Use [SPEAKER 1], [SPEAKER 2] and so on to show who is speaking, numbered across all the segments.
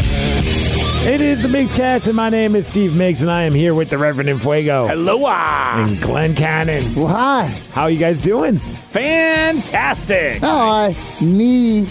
[SPEAKER 1] It is the Mix Cats, and my name is Steve Mix, and I am here with the Reverend Infuego
[SPEAKER 2] Hello, ah.
[SPEAKER 1] and Glenn Cannon.
[SPEAKER 3] Why?
[SPEAKER 1] How you guys doing?
[SPEAKER 2] fantastic.
[SPEAKER 3] Now I need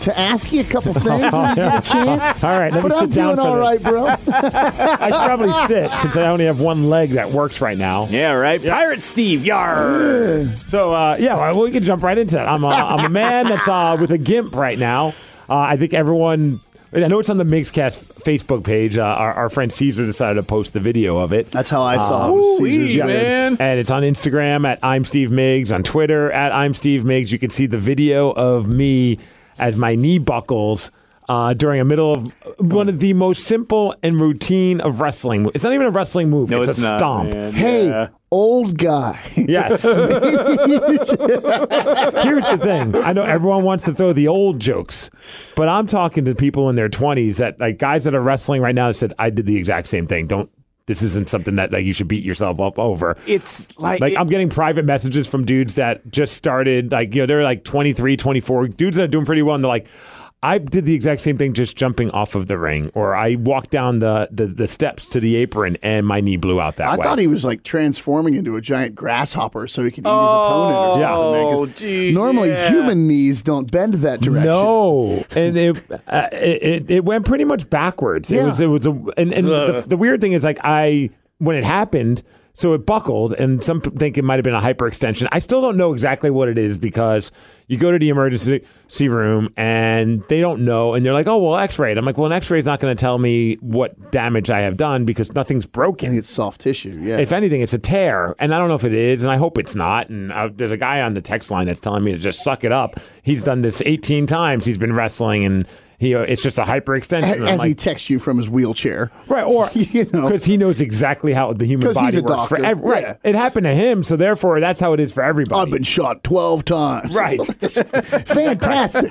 [SPEAKER 3] to ask you a couple things when you get a chance.
[SPEAKER 1] All right, let me
[SPEAKER 3] But
[SPEAKER 1] sit
[SPEAKER 3] I'm
[SPEAKER 1] Oh, down
[SPEAKER 3] doing
[SPEAKER 1] for
[SPEAKER 3] all
[SPEAKER 1] this.
[SPEAKER 3] right, bro.
[SPEAKER 1] I should probably sit since I only have one leg that works right now.
[SPEAKER 2] Yeah, right. Pirate Steve, yar.
[SPEAKER 1] So uh, yeah, well, we can jump right into that. I'm a, I'm a man that's uh, with a gimp right now. Uh, I think everyone. I know it's on the Mixcast Facebook page. Uh, our, our friend Caesar decided to post the video of it.
[SPEAKER 3] That's how I saw it.
[SPEAKER 1] Um,
[SPEAKER 3] was
[SPEAKER 2] Ooh-wee,
[SPEAKER 3] Caesar's win.
[SPEAKER 2] man.
[SPEAKER 1] And it's on Instagram at I'm Steve Miggs, on Twitter at I'm Steve Miggs. You can see the video of me as my knee buckles uh, during a middle of one of the most simple and routine of wrestling. mo- It's not even a wrestling move.
[SPEAKER 2] No,
[SPEAKER 1] it's, a
[SPEAKER 2] not,
[SPEAKER 1] stomp.
[SPEAKER 2] man.
[SPEAKER 3] Hey,
[SPEAKER 2] Yeah.
[SPEAKER 3] old guy.
[SPEAKER 1] Yes. Here's the thing. I know everyone wants to throw the old jokes, but I'm talking to people in their 20s that like guys that are wrestling right now that said I did the exact same thing. Don't this isn't something that like you should beat yourself up over.
[SPEAKER 2] it's like,
[SPEAKER 1] Like I'm getting private messages from dudes that just started like you know they're like 23, 24 dudes that are doing pretty well and they're like I did the exact same thing just jumping off of the ring or I walked down the the, the steps to the apron and my knee blew out that
[SPEAKER 3] I
[SPEAKER 1] way.
[SPEAKER 3] thought he was like transforming into a giant grasshopper so he could eat his opponent or something.
[SPEAKER 1] Oh,
[SPEAKER 3] man, 'cause
[SPEAKER 2] geez,
[SPEAKER 3] normally,
[SPEAKER 2] yeah.
[SPEAKER 3] human knees don't bend that direction.
[SPEAKER 1] No, and it, uh, it it- it went pretty much backwards. It
[SPEAKER 3] Yeah.
[SPEAKER 1] was it was a, and and the, the weird thing is like I when it happened, so it buckled, and some p- think it might have been a hyperextension. I still don't know exactly what it is because you go to the emergency room and they don't know, and they're like, oh well, X-ray. it." I'm like, well, an X-ray is not going to tell me what damage I have done because nothing's
[SPEAKER 3] I
[SPEAKER 1] broken
[SPEAKER 3] think it's soft tissue. Yeah.
[SPEAKER 1] if anything, it's a tear, and I don't know if it is, and I hope it's not. And I, there's a guy on the text line that's telling me to just suck it up. He's done this 18 times. He's been wrestling, and he uh, it's just a hyperextension.
[SPEAKER 3] as
[SPEAKER 1] And I'm
[SPEAKER 3] as he
[SPEAKER 1] like,
[SPEAKER 3] texts you from his wheelchair.
[SPEAKER 1] right, or
[SPEAKER 3] you know.
[SPEAKER 1] because he knows exactly how the human
[SPEAKER 3] 'Cause
[SPEAKER 1] body
[SPEAKER 3] he's a
[SPEAKER 1] works for
[SPEAKER 3] doctor.
[SPEAKER 1] ev-
[SPEAKER 3] Yeah.
[SPEAKER 1] right. It happened to him, so therefore that's how it is for everybody.
[SPEAKER 3] I've been shot 12 times.
[SPEAKER 1] Right.
[SPEAKER 3] Fantastic.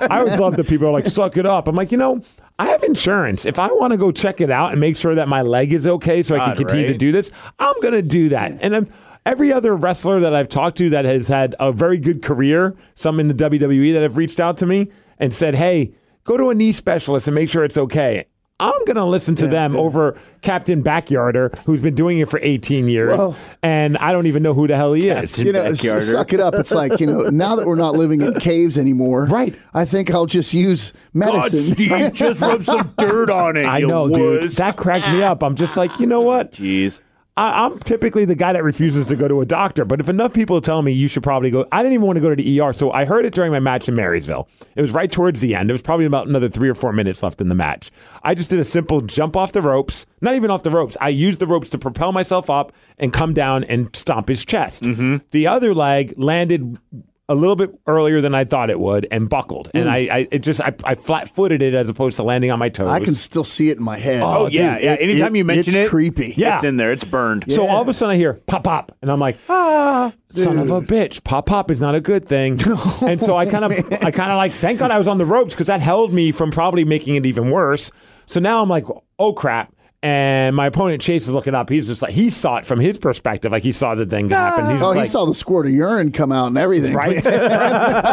[SPEAKER 1] I always love that people are like, suck it up. I'm like, you know, I have insurance. If I want to go check it out and make sure that my leg is okay so I can
[SPEAKER 2] God,
[SPEAKER 1] continue to
[SPEAKER 2] right?
[SPEAKER 1] do this, I'm going to do that. And I'm, every other wrestler that I've talked to that has had a very good career, some in the WWE that have reached out to me and said, hey, go to a knee specialist and make sure it's okay. I'm going to listen to them over Captain Backyarder, who's been doing it for 18 years,
[SPEAKER 3] Well-
[SPEAKER 1] and I don't even know who the hell he is.
[SPEAKER 3] you know, s-
[SPEAKER 2] Backyarder.
[SPEAKER 3] suck it up. It's like, you know, now that we're not living in caves anymore,
[SPEAKER 1] Right.
[SPEAKER 3] I think I'll just use
[SPEAKER 1] oh,
[SPEAKER 3] medicine.
[SPEAKER 2] just rub some dirt on it.
[SPEAKER 1] I know, dude. That cracked me up. I'm just like, you know what?
[SPEAKER 2] Jeez.
[SPEAKER 1] I, I'm typically the guy that refuses to go to a doctor, but if enough people tell me you should probably go, I didn't even want to go to the ER. So I heard it during my match in Marysville. It was right towards the end. It was probably about another three or four minutes left in the match. I just did a simple jump off the ropes, not even off the ropes. I used the ropes to propel myself up and come down and stomp his chest.
[SPEAKER 3] Mm-hmm.
[SPEAKER 1] The other leg landed a little bit earlier than I thought it would and buckled. And I, I it just, I, I flat footed it as opposed to landing on my toes.
[SPEAKER 3] Mm. I can still see it in my head.
[SPEAKER 2] Oh, yeah, yeah. Anytime you mention
[SPEAKER 3] it's
[SPEAKER 2] it-
[SPEAKER 3] creepy.
[SPEAKER 1] Yeah.
[SPEAKER 2] It's in there. It's burned.
[SPEAKER 1] So all of a sudden I hear pop pop, and I'm like, ah, son of a bitch, pop pop is not a good thing. and so I kind of, I kind of like, thank God I was on the ropes because that held me from probably making it even worse. So now I'm like, oh crap. And my opponent Chase is looking up. He's just like he saw it from his perspective, like he saw the thing happen. He's
[SPEAKER 3] Oh,
[SPEAKER 1] just
[SPEAKER 3] he
[SPEAKER 1] like,
[SPEAKER 3] saw the squirt of urine come out and everything.
[SPEAKER 1] right?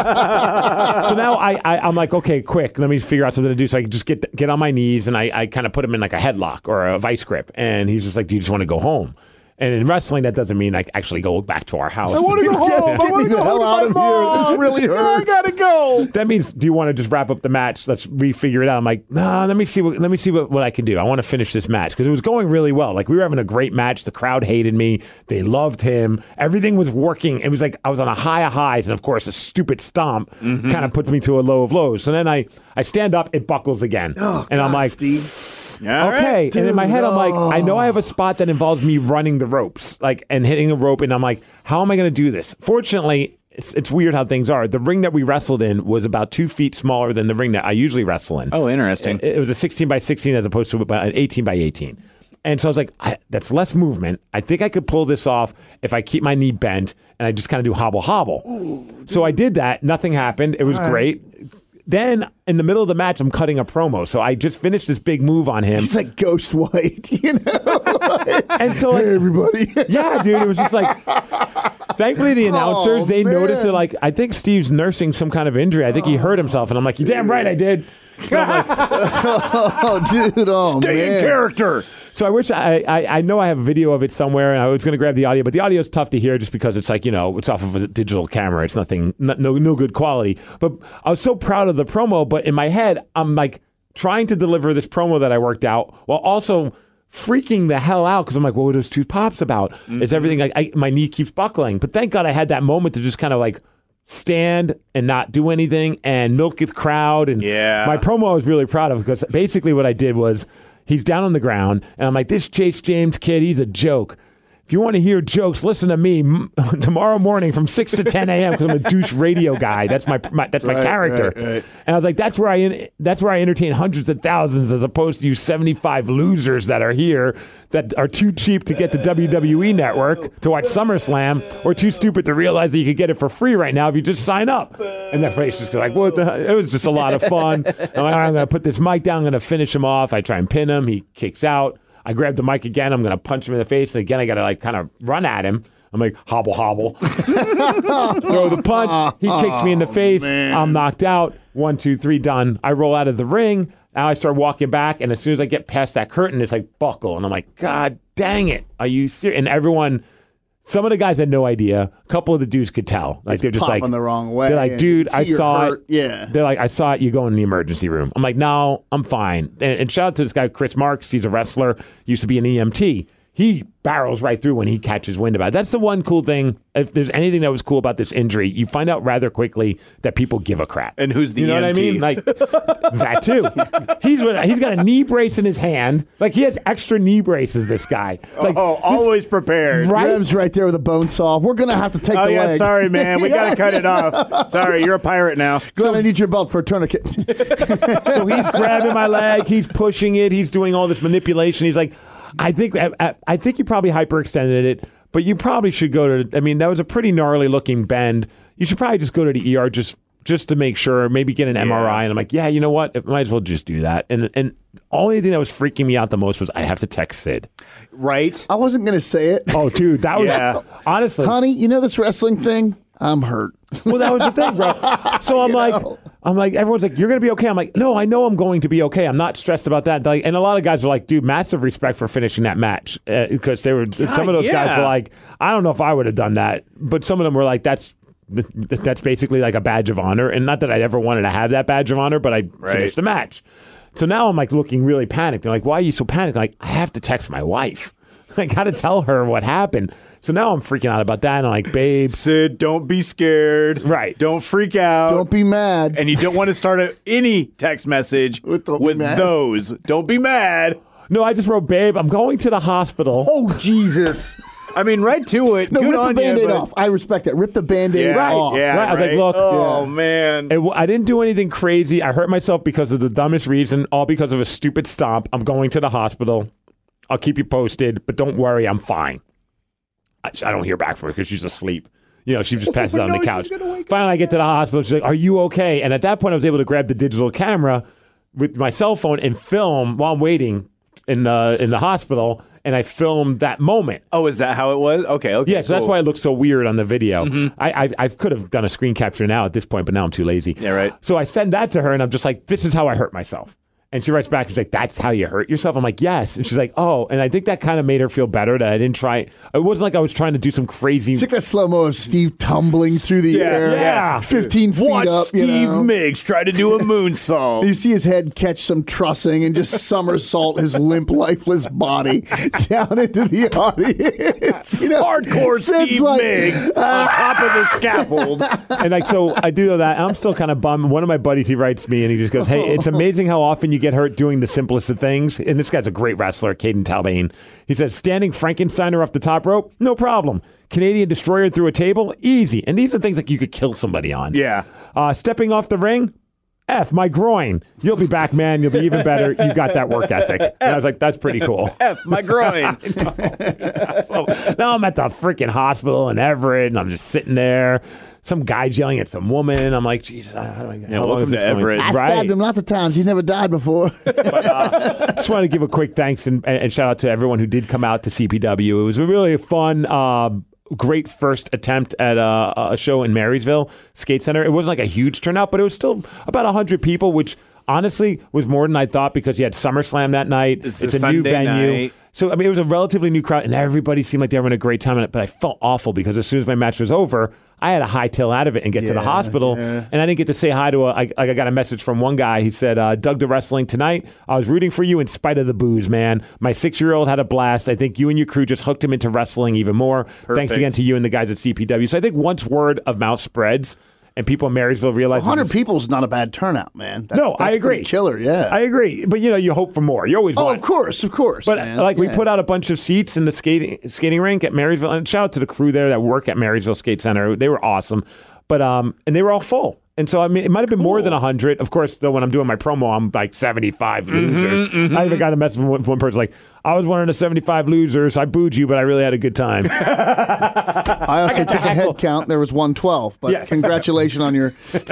[SPEAKER 1] so now I, I I'm like, okay, quick, let me figure out something to do. So I just get get on my knees and I, I kind of put him in like a headlock or a vice grip, and he's just like, do you just want to go home? And in wrestling, that doesn't mean like actually go back to our house.
[SPEAKER 2] I want to go home.
[SPEAKER 3] Just
[SPEAKER 2] I
[SPEAKER 3] get
[SPEAKER 2] want
[SPEAKER 3] me
[SPEAKER 2] to
[SPEAKER 3] the
[SPEAKER 2] go
[SPEAKER 3] hell
[SPEAKER 2] home
[SPEAKER 3] out
[SPEAKER 2] to
[SPEAKER 3] of
[SPEAKER 2] my
[SPEAKER 3] here. This
[SPEAKER 2] mom.
[SPEAKER 3] really
[SPEAKER 2] I
[SPEAKER 3] hurts.
[SPEAKER 2] gotta go.
[SPEAKER 1] that means do you want to just wrap up the match? Let's refigure it out. I'm like, nah, let me see what let me see what, what I can do. I want to finish this match because it was going really well. Like we were having a great match. The crowd hated me. They loved him. Everything was working. It was like I was on a high of highs, and of course a stupid stomp
[SPEAKER 2] Mm-hmm.
[SPEAKER 1] kind of puts me to a low of lows. So then I I stand up, it buckles again.
[SPEAKER 2] Oh,
[SPEAKER 1] and I'm like,
[SPEAKER 3] Steve.
[SPEAKER 1] okay. And in my head, I'm like, I know I have a spot that involves me running the ropes, like and hitting a rope, and I'm like, how am I going to do this? Fortunately, it's, it's weird how things are. The ring that we wrestled in was about two feet smaller than the ring that I usually wrestle in.
[SPEAKER 2] Oh, interesting.
[SPEAKER 1] It, it was a 16 by 16 as opposed to about an 18 by 18. And so I was like, I, that's less movement. I think I could pull this off if I keep my knee bent and I just kind of do hobble hobble. so I did that. Nothing happened. It was great. Then in the middle of the match, I'm cutting a promo. So I just finished this big move on him.
[SPEAKER 3] He's like Ghost White, you know?
[SPEAKER 1] And so, like,
[SPEAKER 3] hey, everybody.
[SPEAKER 1] yeah, dude, it was just like. Thankfully, the announcers
[SPEAKER 3] Oh,
[SPEAKER 1] they noticed it.
[SPEAKER 3] man.
[SPEAKER 1] Like, I think Steve's nursing some kind of injury. I think he hurt himself, and I'm like, "You damn right, I did." But I'm like,
[SPEAKER 3] oh, dude. Oh,
[SPEAKER 2] Stay
[SPEAKER 3] man.
[SPEAKER 2] in character.
[SPEAKER 1] so I wish I, I I know I have a video of it somewhere, and I was going to grab the audio, but the audio is tough to hear just because it's like you know it's off of a digital camera. It's nothing, no no, no good quality. But I was so proud of the promo, but in my head, I'm like trying to deliver this promo that I worked out while also freaking the hell out because I'm like, what were those two pops about? Is everything like I, my knee keeps buckling? But thank God I had that moment to just kind of like stand and not do anything and milk the crowd and
[SPEAKER 2] Yeah.
[SPEAKER 1] my promo I was really proud of because basically what I did was he's down on the ground and I'm like, this Chase James kid, he's a joke. If you want to hear jokes, listen to me m- tomorrow morning from six to ten a.m. because I'm a douche radio guy. That's my, my that's my
[SPEAKER 3] Right,
[SPEAKER 1] character.
[SPEAKER 3] right, right.
[SPEAKER 1] And I was like, that's where I en- that's where I entertain hundreds of thousands as opposed to you seventy five losers that are here that are too cheap to get the WWE network to watch SummerSlam or too stupid to realize that you could get it for free right now if you just sign up. And that face was like, what? The hell? It was just a lot of fun. I'm like, all right, I'm gonna put this mic down. I'm gonna finish him off. I try and pin him. He kicks out. I grab the mic again. I'm gonna punch him in the face. And again, I gotta like kind of run at him. I'm like hobble hobble throw the punch. He kicks me in the face. I'm knocked out. One, two, three, done. I roll out of the ring. Now I start walking back, and as soon as I get past that curtain, it's like buckle, and I'm like, God dang it! Are you serious? And everyone, some of the guys had no idea. A couple of the dudes could tell. Like they're just like
[SPEAKER 3] popping the wrong way
[SPEAKER 1] They're like,
[SPEAKER 3] and
[SPEAKER 1] dude,
[SPEAKER 3] see
[SPEAKER 1] I
[SPEAKER 3] you're
[SPEAKER 1] saw
[SPEAKER 3] hurt."
[SPEAKER 1] it.
[SPEAKER 3] Yeah.
[SPEAKER 1] They're like, I saw it. You go in the emergency room. I'm like, no, I'm fine. And, and shout out to this guy, Chris Marks. He's a wrestler, used to be an EMT. He barrels right through when he catches wind about it. That's the one cool thing. If there's anything that was cool about this injury, you find out rather quickly that people give a crap.
[SPEAKER 2] And who's the E
[SPEAKER 1] you know
[SPEAKER 3] E
[SPEAKER 1] what I
[SPEAKER 2] EMT?
[SPEAKER 1] mean? Like that too. He's he's got a knee brace in his hand. Like he has extra knee braces. This guy. Like
[SPEAKER 2] oh, always prepared.
[SPEAKER 1] right.
[SPEAKER 3] Rev's right there with a bone saw. We're going to have to take
[SPEAKER 2] Oh
[SPEAKER 3] the
[SPEAKER 2] yeah,
[SPEAKER 3] leg.
[SPEAKER 2] sorry, man. We gotta cut it off. Sorry, you're a pirate now.
[SPEAKER 3] Glenn, I need your belt for a tourniquet.
[SPEAKER 1] so he's grabbing my leg, he's pushing it, he's doing all this manipulation. He's like, I think I, I- I think you probably hyperextended it, but you probably should go to. I mean, that was a pretty gnarly looking bend. You should probably just go to the ER just just to make sure, maybe get an MRI. And I'm like, yeah, you know what? I might as well just do that. And and only thing that was freaking me out the most was I have to text Sid.
[SPEAKER 2] Right.
[SPEAKER 3] I wasn't going to say it.
[SPEAKER 1] Oh, dude, that was
[SPEAKER 2] Yeah.
[SPEAKER 1] honestly.
[SPEAKER 3] Honey, you know this wrestling thing? I'm hurt.
[SPEAKER 2] Oh.
[SPEAKER 1] Well, that was the thing, bro. So I'm like, I'm like, everyone's like, you're gonna be okay. I'm like, no, I know I'm going to be okay. I'm not stressed about that. Like, and a lot of guys were like, dude, massive respect for finishing that match because they were. some of those guys
[SPEAKER 2] yeah.
[SPEAKER 1] were like, I don't know if I would have done that, but some of them were like, that's th- th- that's basically like a badge of honor, and not that I'd ever wanted to have that badge of honor, but I
[SPEAKER 2] Right.
[SPEAKER 1] finished the match. So now I'm like looking really panicked. They're like, why are you so panicked? I'm like, I have to text my wife. I got to tell her what happened. So now I'm freaking out about that. And I'm like, babe,
[SPEAKER 2] Sid, don't be scared.
[SPEAKER 1] Right.
[SPEAKER 2] Don't freak out.
[SPEAKER 3] Don't be mad.
[SPEAKER 2] and you don't want to start a, any text message
[SPEAKER 3] With
[SPEAKER 2] with,
[SPEAKER 3] don't be mad.
[SPEAKER 2] those. Don't be mad.
[SPEAKER 1] No, I just wrote, babe, I'm going to the hospital.
[SPEAKER 2] Oh Jesus! I mean, right to it.
[SPEAKER 3] no,
[SPEAKER 2] Good
[SPEAKER 3] rip the
[SPEAKER 2] on
[SPEAKER 3] band
[SPEAKER 2] you,
[SPEAKER 3] aid
[SPEAKER 2] but-
[SPEAKER 3] off. I respect that. Rip the band aid
[SPEAKER 2] Yeah,
[SPEAKER 3] off.
[SPEAKER 2] yeah.
[SPEAKER 1] Right, I was like, look-
[SPEAKER 2] oh
[SPEAKER 3] Yeah.
[SPEAKER 2] man,
[SPEAKER 1] It, I didn't do anything crazy. I hurt myself because of the dumbest reason, all because of a stupid stomp. I'm going to the hospital. I'll keep you posted, but don't worry, I'm fine. I, I don't hear back from her because she's asleep. You know, she just passes out on the couch. Finally, I get to the hospital. She's like, Are you okay? And at that point, I was able to grab the digital camera with my cell phone and film while I'm waiting in the, in the hospital. And I filmed that moment.
[SPEAKER 2] Oh, is that how it was? Okay, okay.
[SPEAKER 1] Yeah, so that's
[SPEAKER 2] cool. Mm-hmm.
[SPEAKER 1] why it looks so weird on the video. I, I I could have done a screen capture now at this point, but now I'm too lazy.
[SPEAKER 2] Yeah, right.
[SPEAKER 1] So I send that to her, and I'm just like, this is how I hurt myself. And she writes back, she's like, That's how you hurt yourself? I'm like, Yes. And she's like, Oh. And I think that kind of made her feel better that I didn't try. It wasn't like I was trying to do some crazy.
[SPEAKER 3] It's like that slow mo of Steve tumbling through the
[SPEAKER 2] Yeah,
[SPEAKER 3] air,
[SPEAKER 1] yeah.
[SPEAKER 3] fifteen feet
[SPEAKER 2] Watch
[SPEAKER 3] up.
[SPEAKER 2] Steve
[SPEAKER 3] you know?
[SPEAKER 2] Miggs try to do a moonsault.
[SPEAKER 3] You see his head catch some trussing and just somersault his limp, lifeless body down into the audience. You know,
[SPEAKER 2] Hardcore
[SPEAKER 3] So it's
[SPEAKER 2] Steve
[SPEAKER 3] like-
[SPEAKER 2] Miggs on top of the scaffold.
[SPEAKER 1] Uh, and like so I do know that and I'm still kind of bummed. One of my buddies he writes me and he just goes, Hey, it's amazing how often you get hurt doing the simplest of things. And this guy's a great wrestler, Caden Talbane. He says, Standing Frankensteiner off the top rope, no problem. Canadian destroyer through a table, easy. And these are things like you could kill somebody on.
[SPEAKER 2] Yeah.
[SPEAKER 1] Uh, stepping off the ring, F, my groin. You'll be back, man. You'll be even better. You got that work ethic. And I was like, that's pretty cool.
[SPEAKER 2] F my groin.
[SPEAKER 1] So now I'm at the freaking hospital in Everett, and I'm just sitting there. Some guy's yelling at some woman. I'm like, Jesus, how do I how long
[SPEAKER 2] welcome
[SPEAKER 1] is this
[SPEAKER 2] to
[SPEAKER 1] going?"
[SPEAKER 2] Everett.
[SPEAKER 3] I
[SPEAKER 1] Right.
[SPEAKER 3] stabbed him lots of times. He's never died before.
[SPEAKER 1] just want to give a quick thanks and, and shout out to everyone who did come out to CPW. It was a really fun, um, great first attempt at a, a show in Marysville Skate Center. It wasn't like a huge turnout, but it was still about 100 people, which honestly was more than I thought because you had SummerSlam that night.
[SPEAKER 2] It's
[SPEAKER 1] it's
[SPEAKER 2] a
[SPEAKER 1] a, new
[SPEAKER 2] Sunday
[SPEAKER 1] venue.
[SPEAKER 2] night.
[SPEAKER 1] So I mean, it was a relatively new crowd, and everybody seemed like they were having a great time. in it, But I felt awful because as soon as my match was over, I had a hightail out of it and get to the
[SPEAKER 3] Yeah,
[SPEAKER 1] hospital, and I didn't get to say hi to. A, I, I got a message from one guy. He said, uh, "Doug, the wrestling tonight. I was rooting for you in spite of the booze, man. My six-year-old had a blast. I think you and your crew just hooked him into wrestling even more. Thanks
[SPEAKER 2] Perfect.
[SPEAKER 1] again to you and the guys at CPW. So I think once word of mouth spreads, and people in Marysville realize this
[SPEAKER 3] Hundred
[SPEAKER 1] is-
[SPEAKER 3] people is not a bad turnout, man. That's,
[SPEAKER 1] No, I
[SPEAKER 3] that's pretty
[SPEAKER 1] agree.
[SPEAKER 3] Killer, yeah.
[SPEAKER 1] I agree, but you know, you hope for more. You always
[SPEAKER 3] oh,
[SPEAKER 1] want
[SPEAKER 3] of course, of course.
[SPEAKER 1] But uh,
[SPEAKER 3] man.
[SPEAKER 1] like we
[SPEAKER 3] Yeah.
[SPEAKER 1] put out a bunch of seats in the skating skating rink at Marysville, and shout out to the crew there that work at Marysville Skate Center. They were awesome, but um, and they were all full. And so I mean, it might have been more than hundred. Of course, though, when I'm doing my promo, I'm like 75 losers. I even got a message from one, one person like, "I was one of the 75 losers. I booed you, but I really had a good time."
[SPEAKER 3] I also took a
[SPEAKER 1] heckle.
[SPEAKER 3] head count. There was one twelve. But
[SPEAKER 1] Yes.
[SPEAKER 3] congratulations on your.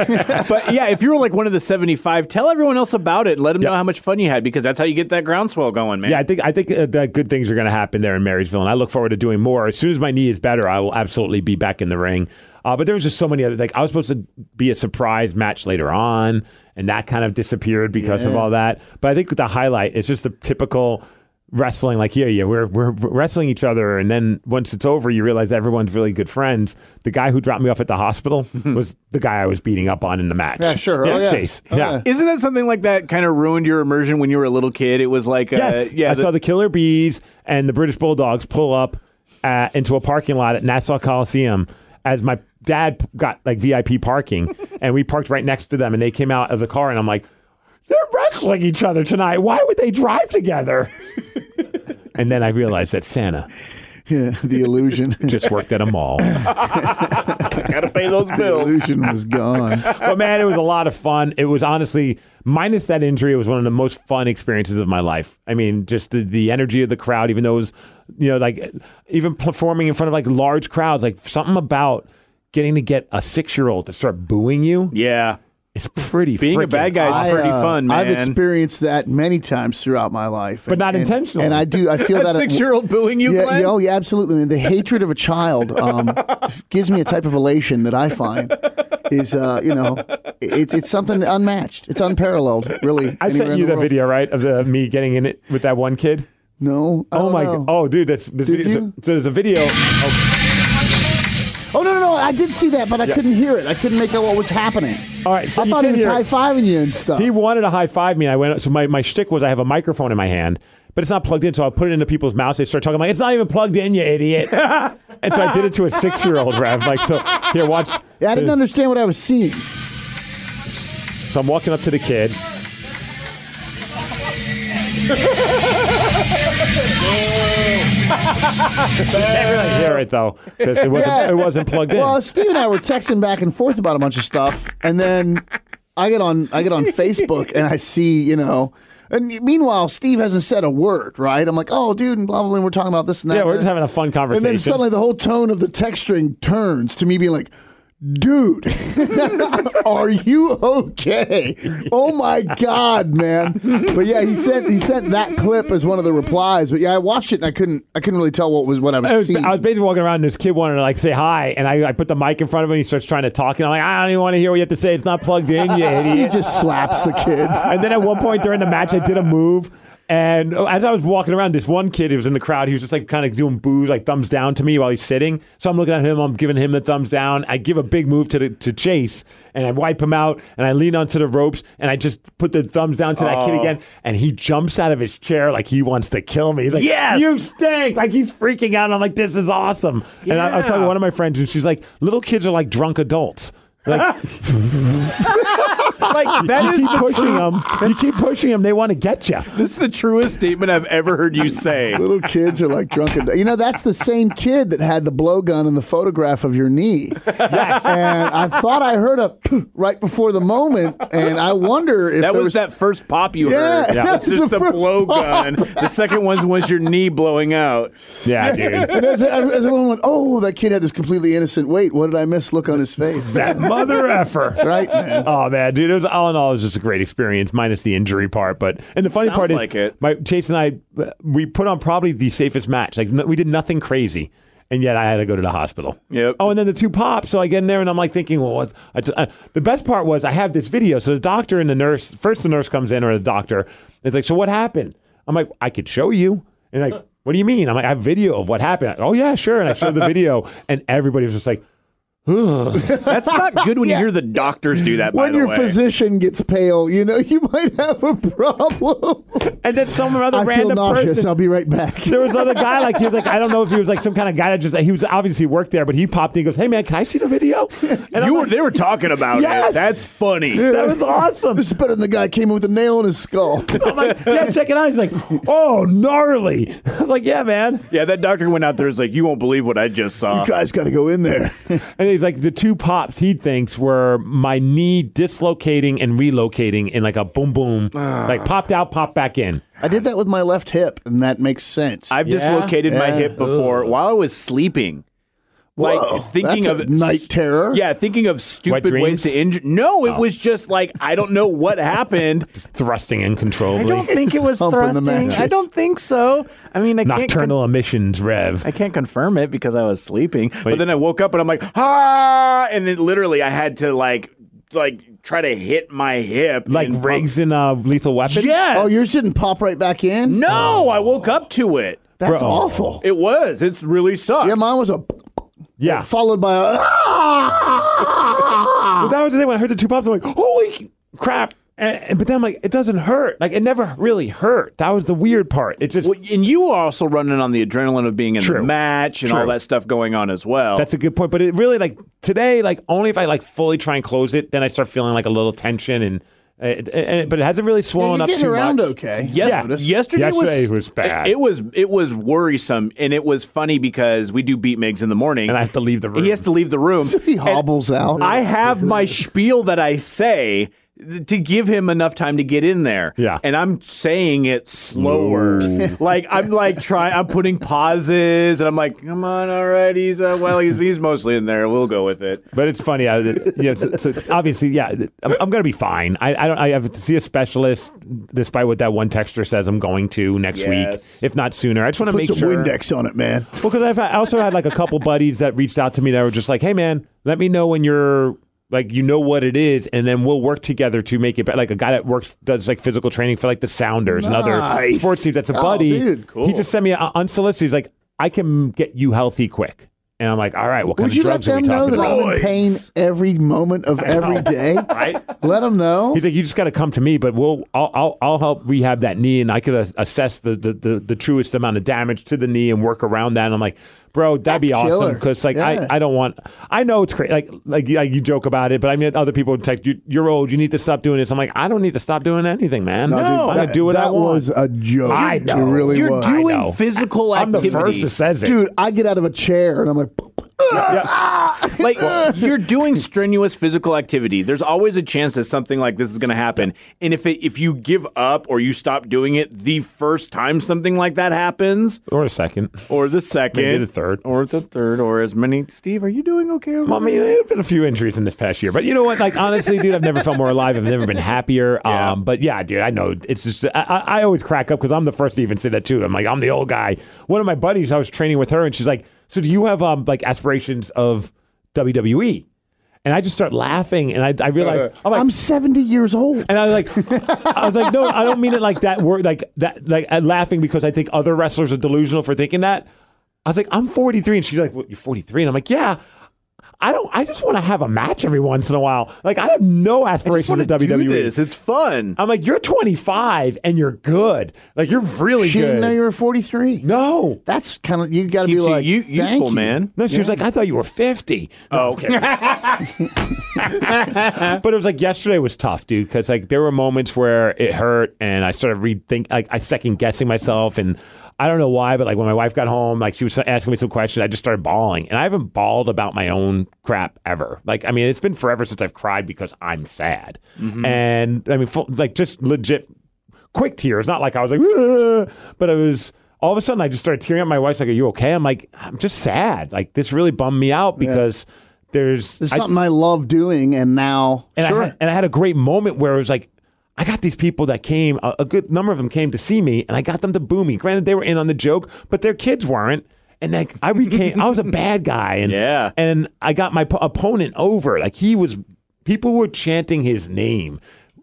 [SPEAKER 2] But yeah, if you were like one of the 75, tell everyone else about it. Let them know how much fun you had because that's how you get that groundswell going, man.
[SPEAKER 1] yeah, I think I think uh, that good things are going to happen there in Marysville, and I look forward to doing more. As soon as my knee is better, I will absolutely be back in the ring. Uh, but there was just so many other like I was supposed to be a surprise match later on, and that kind of disappeared because of all that. But I think the highlight is just the typical wrestling. Like yeah, yeah, we're we're wrestling each other, and then once it's over, you realize everyone's really good friends. The guy who dropped me off at the hospital was the guy I was beating up on in the match.
[SPEAKER 3] Yeah, sure.
[SPEAKER 1] Yes,
[SPEAKER 3] Oh, yeah.
[SPEAKER 1] Chase.
[SPEAKER 3] Oh,
[SPEAKER 1] yeah.
[SPEAKER 3] yeah.
[SPEAKER 2] Isn't that something like that kind of ruined your immersion when you were a little kid? It was like, uh,
[SPEAKER 1] Yes,
[SPEAKER 2] yeah,
[SPEAKER 1] I
[SPEAKER 2] the-
[SPEAKER 1] saw the Killer Bees and the British Bulldogs pull up uh into a parking lot at Nassau Coliseum as my dad p- got like VIP parking, and we parked right next to them, and they came out of the car, and I'm like, they're wrestling each other tonight. Why would they drive together? and then I realized that Santa
[SPEAKER 3] Yeah, the illusion.
[SPEAKER 1] just worked at a mall.
[SPEAKER 2] gotta pay those
[SPEAKER 3] the
[SPEAKER 2] bills.
[SPEAKER 3] illusion was gone.
[SPEAKER 1] but man, it was a lot of fun. It was honestly, minus that injury, it was one of the most fun experiences of my life. I mean, just the, the energy of the crowd, even though it was, you know, like even performing in front of like large crowds, like something about getting to get a six year old to start booing you
[SPEAKER 2] Yeah.
[SPEAKER 1] is pretty
[SPEAKER 2] Being a
[SPEAKER 1] freaking
[SPEAKER 2] bad guy is
[SPEAKER 3] I,
[SPEAKER 2] pretty
[SPEAKER 3] uh,
[SPEAKER 2] fun, man.
[SPEAKER 3] I've experienced that many times throughout my life,
[SPEAKER 1] But not intentionally.
[SPEAKER 3] And I do. I feel that
[SPEAKER 2] a six year old booing you,
[SPEAKER 3] yeah,
[SPEAKER 2] Glenn?
[SPEAKER 3] yeah, oh yeah, absolutely. Man. The hatred of a child um, gives me a type of elation that I find is, uh, you know, it, it's something unmatched. It's unparalleled, really.
[SPEAKER 1] I
[SPEAKER 3] anywhere
[SPEAKER 1] sent
[SPEAKER 3] in
[SPEAKER 1] you
[SPEAKER 3] the
[SPEAKER 1] that
[SPEAKER 3] world.
[SPEAKER 1] video, right, of the, me getting in it with that one kid.
[SPEAKER 3] No. I
[SPEAKER 1] Oh
[SPEAKER 3] don't
[SPEAKER 1] my!
[SPEAKER 3] know.
[SPEAKER 1] god! Oh, dude, that's this
[SPEAKER 3] Did
[SPEAKER 1] video, so,
[SPEAKER 3] you?
[SPEAKER 1] so there's a video. Oh,
[SPEAKER 3] Oh no, no, no! I did see that, but I couldn't hear it. I couldn't make out what was happening.
[SPEAKER 1] all right, so
[SPEAKER 3] I
[SPEAKER 1] you
[SPEAKER 3] thought he
[SPEAKER 1] can
[SPEAKER 3] was
[SPEAKER 1] hear it.
[SPEAKER 3] high fiving you and stuff.
[SPEAKER 1] He wanted to high five me. And I went. So my my shtick was I have a microphone in my hand, but it's not plugged in. So I put it into people's mouths. They start talking. I'm like, it's not even plugged in, you idiot. and so I did it to a six year old Rev. Like, so here, watch.
[SPEAKER 3] yeah, I didn't understand what I was seeing.
[SPEAKER 1] So I'm walking up to the kid. you can't really hear it though, 'cause it wasn't
[SPEAKER 3] Yeah.
[SPEAKER 1] it wasn't plugged in.
[SPEAKER 3] Well, Steve and I were texting back and forth about a bunch of stuff, and then I get on I get on Facebook and I see you know. And meanwhile, Steve hasn't said a word, right? I'm like, oh, dude, and blah, blah, blah. And we're talking about this and that.
[SPEAKER 1] yeah, we're just having a fun
[SPEAKER 3] And
[SPEAKER 1] conversation.
[SPEAKER 3] then suddenly the whole tone of the text string turns to me being like, dude, are you okay? Oh my god, man! But yeah, he sent he sent that clip as one of the replies. But yeah, I watched it and I couldn't I couldn't really tell what was what I was,
[SPEAKER 1] I was,
[SPEAKER 3] seeing.
[SPEAKER 1] I was basically walking around and this kid wanted to like say hi, and I, I put the mic in front of him. And he starts trying to talk, and I'm like, I don't even want to hear what you have to say. It's not plugged in, you
[SPEAKER 3] Steve
[SPEAKER 1] idiot.
[SPEAKER 3] just slaps the kid.
[SPEAKER 1] And then at one point during the match, I did a move. And as I was walking around, this one kid who was in the crowd, he was just like kind of doing boo, like thumbs down to me while he's sitting. So I'm looking at him, I'm giving him the thumbs down. I give a big move to the, to Chase, and I wipe him out, and I lean onto the ropes, and I just put the thumbs down to that kid again, and he jumps out of his chair like he wants to kill me. He's like,
[SPEAKER 2] Yes!
[SPEAKER 1] you stink!" Like he's freaking out. I'm like, "This is awesome!" And I, I was talking to one of my friends, and she's like, "Little kids are like drunk adults." Like
[SPEAKER 2] Like that
[SPEAKER 1] you
[SPEAKER 2] is
[SPEAKER 1] keep
[SPEAKER 2] the
[SPEAKER 1] pushing
[SPEAKER 2] true-
[SPEAKER 1] them. You keep pushing them. They want to get you.
[SPEAKER 2] This is the truest statement I've ever heard you say.
[SPEAKER 3] Little kids are like drunken. You know, that's the same kid that had the blowgun in the photograph of your knee. Yes. And I thought I heard a right before the moment, and I wonder if
[SPEAKER 2] That
[SPEAKER 3] there
[SPEAKER 2] was, that first pop you
[SPEAKER 3] Yeah,
[SPEAKER 2] heard.
[SPEAKER 3] that
[SPEAKER 2] That's
[SPEAKER 3] was
[SPEAKER 2] just
[SPEAKER 3] the
[SPEAKER 2] the,
[SPEAKER 3] first
[SPEAKER 2] blow
[SPEAKER 3] pop.
[SPEAKER 2] gun. The second one was your knee blowing out.
[SPEAKER 1] Yeah, dude.
[SPEAKER 3] And as, as everyone went, oh, that kid had this completely innocent. Wait, what did I miss? Look on his face.
[SPEAKER 1] That mother effer.
[SPEAKER 3] Right, man.
[SPEAKER 1] Oh man, dude! It was all in all, it was just a great experience, minus the injury part. But and the funny
[SPEAKER 2] Sounds
[SPEAKER 1] part is,
[SPEAKER 2] like it.
[SPEAKER 1] my Chase and I, uh, we put on probably the safest match. Like no, we did nothing crazy, and yet I had to go to the hospital.
[SPEAKER 2] Yep.
[SPEAKER 1] Oh, and then the two pop. So I get in there and I'm like thinking, well, what? I t- uh, the best part was I have this video. So the doctor and the nurse. First, the nurse comes in or the doctor. It's like, so what happened? I'm like, I could show you. And like, what do you mean? I'm like, I have video of what happened. oh yeah, sure. And I showed the video, and everybody was just like.
[SPEAKER 2] That's not good when
[SPEAKER 3] Yeah.
[SPEAKER 2] you hear the doctors do that. by
[SPEAKER 3] When
[SPEAKER 2] the
[SPEAKER 3] your
[SPEAKER 2] way.
[SPEAKER 3] physician gets pale, you know you might have a problem.
[SPEAKER 1] And then some other
[SPEAKER 3] I feel
[SPEAKER 1] random
[SPEAKER 3] nauseous.
[SPEAKER 1] person.
[SPEAKER 3] I'll be right back.
[SPEAKER 1] there was other guy like he was like I don't know if he was like some kind of guy that just he was obviously worked there, but he popped in and goes, "Hey man, can I see the video?" And I'm
[SPEAKER 2] you were
[SPEAKER 1] like,
[SPEAKER 2] they were talking about
[SPEAKER 1] Yes!
[SPEAKER 2] it. That's funny.
[SPEAKER 1] that was awesome.
[SPEAKER 3] This is better than the guy came in with a nail in his skull.
[SPEAKER 1] I'm like, yeah, check it out. He's like, oh, gnarly. I was like, yeah, man.
[SPEAKER 2] Yeah, that doctor went out there and was like, you won't believe what I just saw.
[SPEAKER 3] you guys got to go in there.
[SPEAKER 1] And he's like, the two pops he thinks were my knee dislocating and relocating in like a boom boom,
[SPEAKER 2] Ah.
[SPEAKER 1] like popped out, popped back in.
[SPEAKER 3] I did that with my left hip, and that makes sense.
[SPEAKER 2] I've
[SPEAKER 1] Yeah?
[SPEAKER 2] dislocated my
[SPEAKER 3] Yeah.
[SPEAKER 2] hip before while I was sleeping.
[SPEAKER 3] Whoa,
[SPEAKER 2] like thinking
[SPEAKER 3] that's a
[SPEAKER 2] of
[SPEAKER 3] night terror. Oh.
[SPEAKER 2] Yeah, thinking of stupid
[SPEAKER 1] dreams?
[SPEAKER 2] ways to injure. No, it was just like I don't know what happened.
[SPEAKER 1] Just thrusting uncontrollably.
[SPEAKER 2] I don't think it was
[SPEAKER 3] Humping the
[SPEAKER 2] thrusting. I
[SPEAKER 3] mattress.
[SPEAKER 2] don't think so. I mean, I can't. con-
[SPEAKER 1] Nocturnal emissions, Rev.
[SPEAKER 2] I can't confirm it because I was sleeping. But then I woke up and I'm like, ah! And then literally I had to like, like try to hit my hip.
[SPEAKER 1] Like
[SPEAKER 2] and-
[SPEAKER 1] rigs in a lethal weapon.
[SPEAKER 2] Yes.
[SPEAKER 3] Oh, yours didn't pop right back in.
[SPEAKER 1] Oh.
[SPEAKER 2] No, I woke up to it.
[SPEAKER 3] That's
[SPEAKER 1] Bro.
[SPEAKER 3] awful.
[SPEAKER 2] It was. It's really sucked.
[SPEAKER 3] Yeah, mine was a
[SPEAKER 1] Yeah.
[SPEAKER 3] followed by a.
[SPEAKER 1] Well, that was the thing when I heard the two pops. I'm like, holy crap! And, and- but then I'm like, it doesn't hurt. Like it never really hurt. That was the weird part. It just
[SPEAKER 2] Well, and you are also running on the adrenaline of being in
[SPEAKER 1] True.
[SPEAKER 2] the match and all
[SPEAKER 1] True.
[SPEAKER 2] that stuff going on as well.
[SPEAKER 1] that's a good point. But it really like today, like only if I like fully try and close it, then I start feeling like a little tension and. and- and- but it hasn't really swollen
[SPEAKER 3] You're
[SPEAKER 1] up
[SPEAKER 3] getting
[SPEAKER 1] too
[SPEAKER 3] around
[SPEAKER 1] much.
[SPEAKER 3] okay.
[SPEAKER 2] Yes-
[SPEAKER 1] Yeah.
[SPEAKER 3] Notice.
[SPEAKER 2] yesterday,
[SPEAKER 1] Yesterday
[SPEAKER 2] was,
[SPEAKER 1] was bad.
[SPEAKER 2] It, was it was worrisome, and it was funny because we do beat Migs in the morning,
[SPEAKER 1] And I have to leave the room.
[SPEAKER 2] He has to leave the room.
[SPEAKER 3] So he
[SPEAKER 2] And
[SPEAKER 3] hobbles out.
[SPEAKER 2] I have my spiel that I say th- to give him enough time to get in there.
[SPEAKER 1] Yeah.
[SPEAKER 2] and I'm saying it slower. like I'm like trying. I'm putting pauses, and I'm like, come on, all right, he's uh, well, he's he's mostly in there. We'll go with it.
[SPEAKER 1] But it's funny. I, yeah, so, so obviously, yeah, I'm, I'm gonna be fine. I, I don't. I have to see a specialist, despite what that one texture says. I'm going to next
[SPEAKER 2] Yes.
[SPEAKER 1] week, if not sooner. I just want to
[SPEAKER 3] Put
[SPEAKER 1] make
[SPEAKER 3] some
[SPEAKER 1] sure.
[SPEAKER 3] Windex on it, man.
[SPEAKER 1] Well, because I also had like a couple buddies that reached out to me that were just like, "Hey, man, let me know when you're like you know what it is, and then we'll work together to make it better." Like a guy that works does like physical training for like the Sounders and other
[SPEAKER 3] Nice.
[SPEAKER 1] sports teams. That's a
[SPEAKER 3] Oh,
[SPEAKER 1] buddy.
[SPEAKER 3] dude,
[SPEAKER 1] He just sent me uh, unsolicited. He's like, "I can get you healthy quick," and I'm like, "All right, what kind
[SPEAKER 3] Would
[SPEAKER 1] of
[SPEAKER 3] you let
[SPEAKER 1] drugs
[SPEAKER 3] them
[SPEAKER 1] are
[SPEAKER 3] know
[SPEAKER 1] we
[SPEAKER 3] that
[SPEAKER 1] talking about?"
[SPEAKER 3] I'm in pain every moment of every day?
[SPEAKER 1] Right?
[SPEAKER 3] Let them know.
[SPEAKER 1] He's like, you just got to come to me, but we'll, I'll, I'll, I'll help rehab that knee, and I could uh, assess the, the, the, the truest amount of damage to the knee and work around that. And I'm like, bro, that'd be
[SPEAKER 3] That's
[SPEAKER 1] awesome
[SPEAKER 3] killer.
[SPEAKER 1] because like
[SPEAKER 3] Yeah.
[SPEAKER 1] I, I don't want, I know it's crazy, like like you, like you joke about it, but I mean other people would text you, you're old, you need to stop doing this. I'm like, I don't need to stop doing anything, man.
[SPEAKER 3] dude,
[SPEAKER 1] I'm gonna
[SPEAKER 3] that,
[SPEAKER 1] do what
[SPEAKER 3] that
[SPEAKER 1] I want.
[SPEAKER 3] was a joke.
[SPEAKER 1] I know.
[SPEAKER 3] It really
[SPEAKER 2] You're
[SPEAKER 3] was.
[SPEAKER 1] I
[SPEAKER 2] doing
[SPEAKER 1] know.
[SPEAKER 2] physical
[SPEAKER 1] I'm the
[SPEAKER 2] activity.
[SPEAKER 1] first that says it.
[SPEAKER 3] Dude, I get out of a chair and I'm like,
[SPEAKER 2] Like you're doing strenuous physical activity. There's always a chance that something like this is going to happen. And if it, if you give up or you stop doing it the first time something like that happens,
[SPEAKER 1] or a second.
[SPEAKER 2] or the second,
[SPEAKER 1] Maybe the third.
[SPEAKER 2] or the third, or as many. Steve, are you doing okay? over
[SPEAKER 1] Well, I mean,
[SPEAKER 2] there?
[SPEAKER 1] there have been a few injuries in this past year, but you know what? Like, honestly, dude, I've never felt more alive. I've never been happier.
[SPEAKER 2] Yeah.
[SPEAKER 1] Um, but yeah, dude, I know it's just, I, I I always crack up because I'm the first to even say that too. I'm like, I'm the old guy. One of my buddies, I was training with her, and she's like, So do you have um, like aspirations of WWE? And I just start laughing, and I, I realize,
[SPEAKER 2] Uh,
[SPEAKER 1] I'm like,
[SPEAKER 3] I'm 70 years old.
[SPEAKER 1] and I was like, I was like, no, I don't mean it like that word, like that, like uh, laughing because I think other wrestlers are delusional for thinking that. I was like, I'm 43, and she's like, what, you're 43, and I'm like, yeah. I don't. I just want to have a match every once in a while. Like I have no
[SPEAKER 2] I just
[SPEAKER 1] aspirations
[SPEAKER 2] wanna
[SPEAKER 1] of WWE.
[SPEAKER 2] do this. It's fun.
[SPEAKER 1] E. I'm like, you're 25 and you're good. Like you're really
[SPEAKER 3] She
[SPEAKER 1] good.
[SPEAKER 3] didn't know you were 43.
[SPEAKER 1] no,
[SPEAKER 3] That's kind of, you got to be
[SPEAKER 2] Keeps you
[SPEAKER 3] like,
[SPEAKER 2] u-
[SPEAKER 3] thank
[SPEAKER 2] useful,
[SPEAKER 3] you.
[SPEAKER 2] man.
[SPEAKER 1] no. She was like, I thought you were 50.
[SPEAKER 2] Oh, okay.
[SPEAKER 1] But it was like yesterday was tough, dude, because like there were moments where it hurt, and I started rethink, like I second guessing myself, and I don't know why, but like when my wife got home, like she was asking me some questions, I just started bawling, and I haven't bawled about my own crap ever. Like I mean, it's been forever since I've cried because I'm sad, and I mean, full, like just legit quick tears, not like I was like, "Ugh," but it was. All of a sudden, I just started tearing up. My wife's like, "Are you okay?" I'm like, "I'm just sad. Like this really bummed me out because there's
[SPEAKER 3] It's
[SPEAKER 1] I-
[SPEAKER 3] something I love doing, and now,
[SPEAKER 1] and
[SPEAKER 3] sure.
[SPEAKER 1] I had, and I had a great moment where it was like, I got these people that came, a, a good number of them came to see me, and I got them to boo me. Granted, they were in on the joke, but their kids weren't. And like I became, I was a bad guy, and
[SPEAKER 2] Yeah.
[SPEAKER 1] and I got my po- opponent over. Like he was, people were chanting his name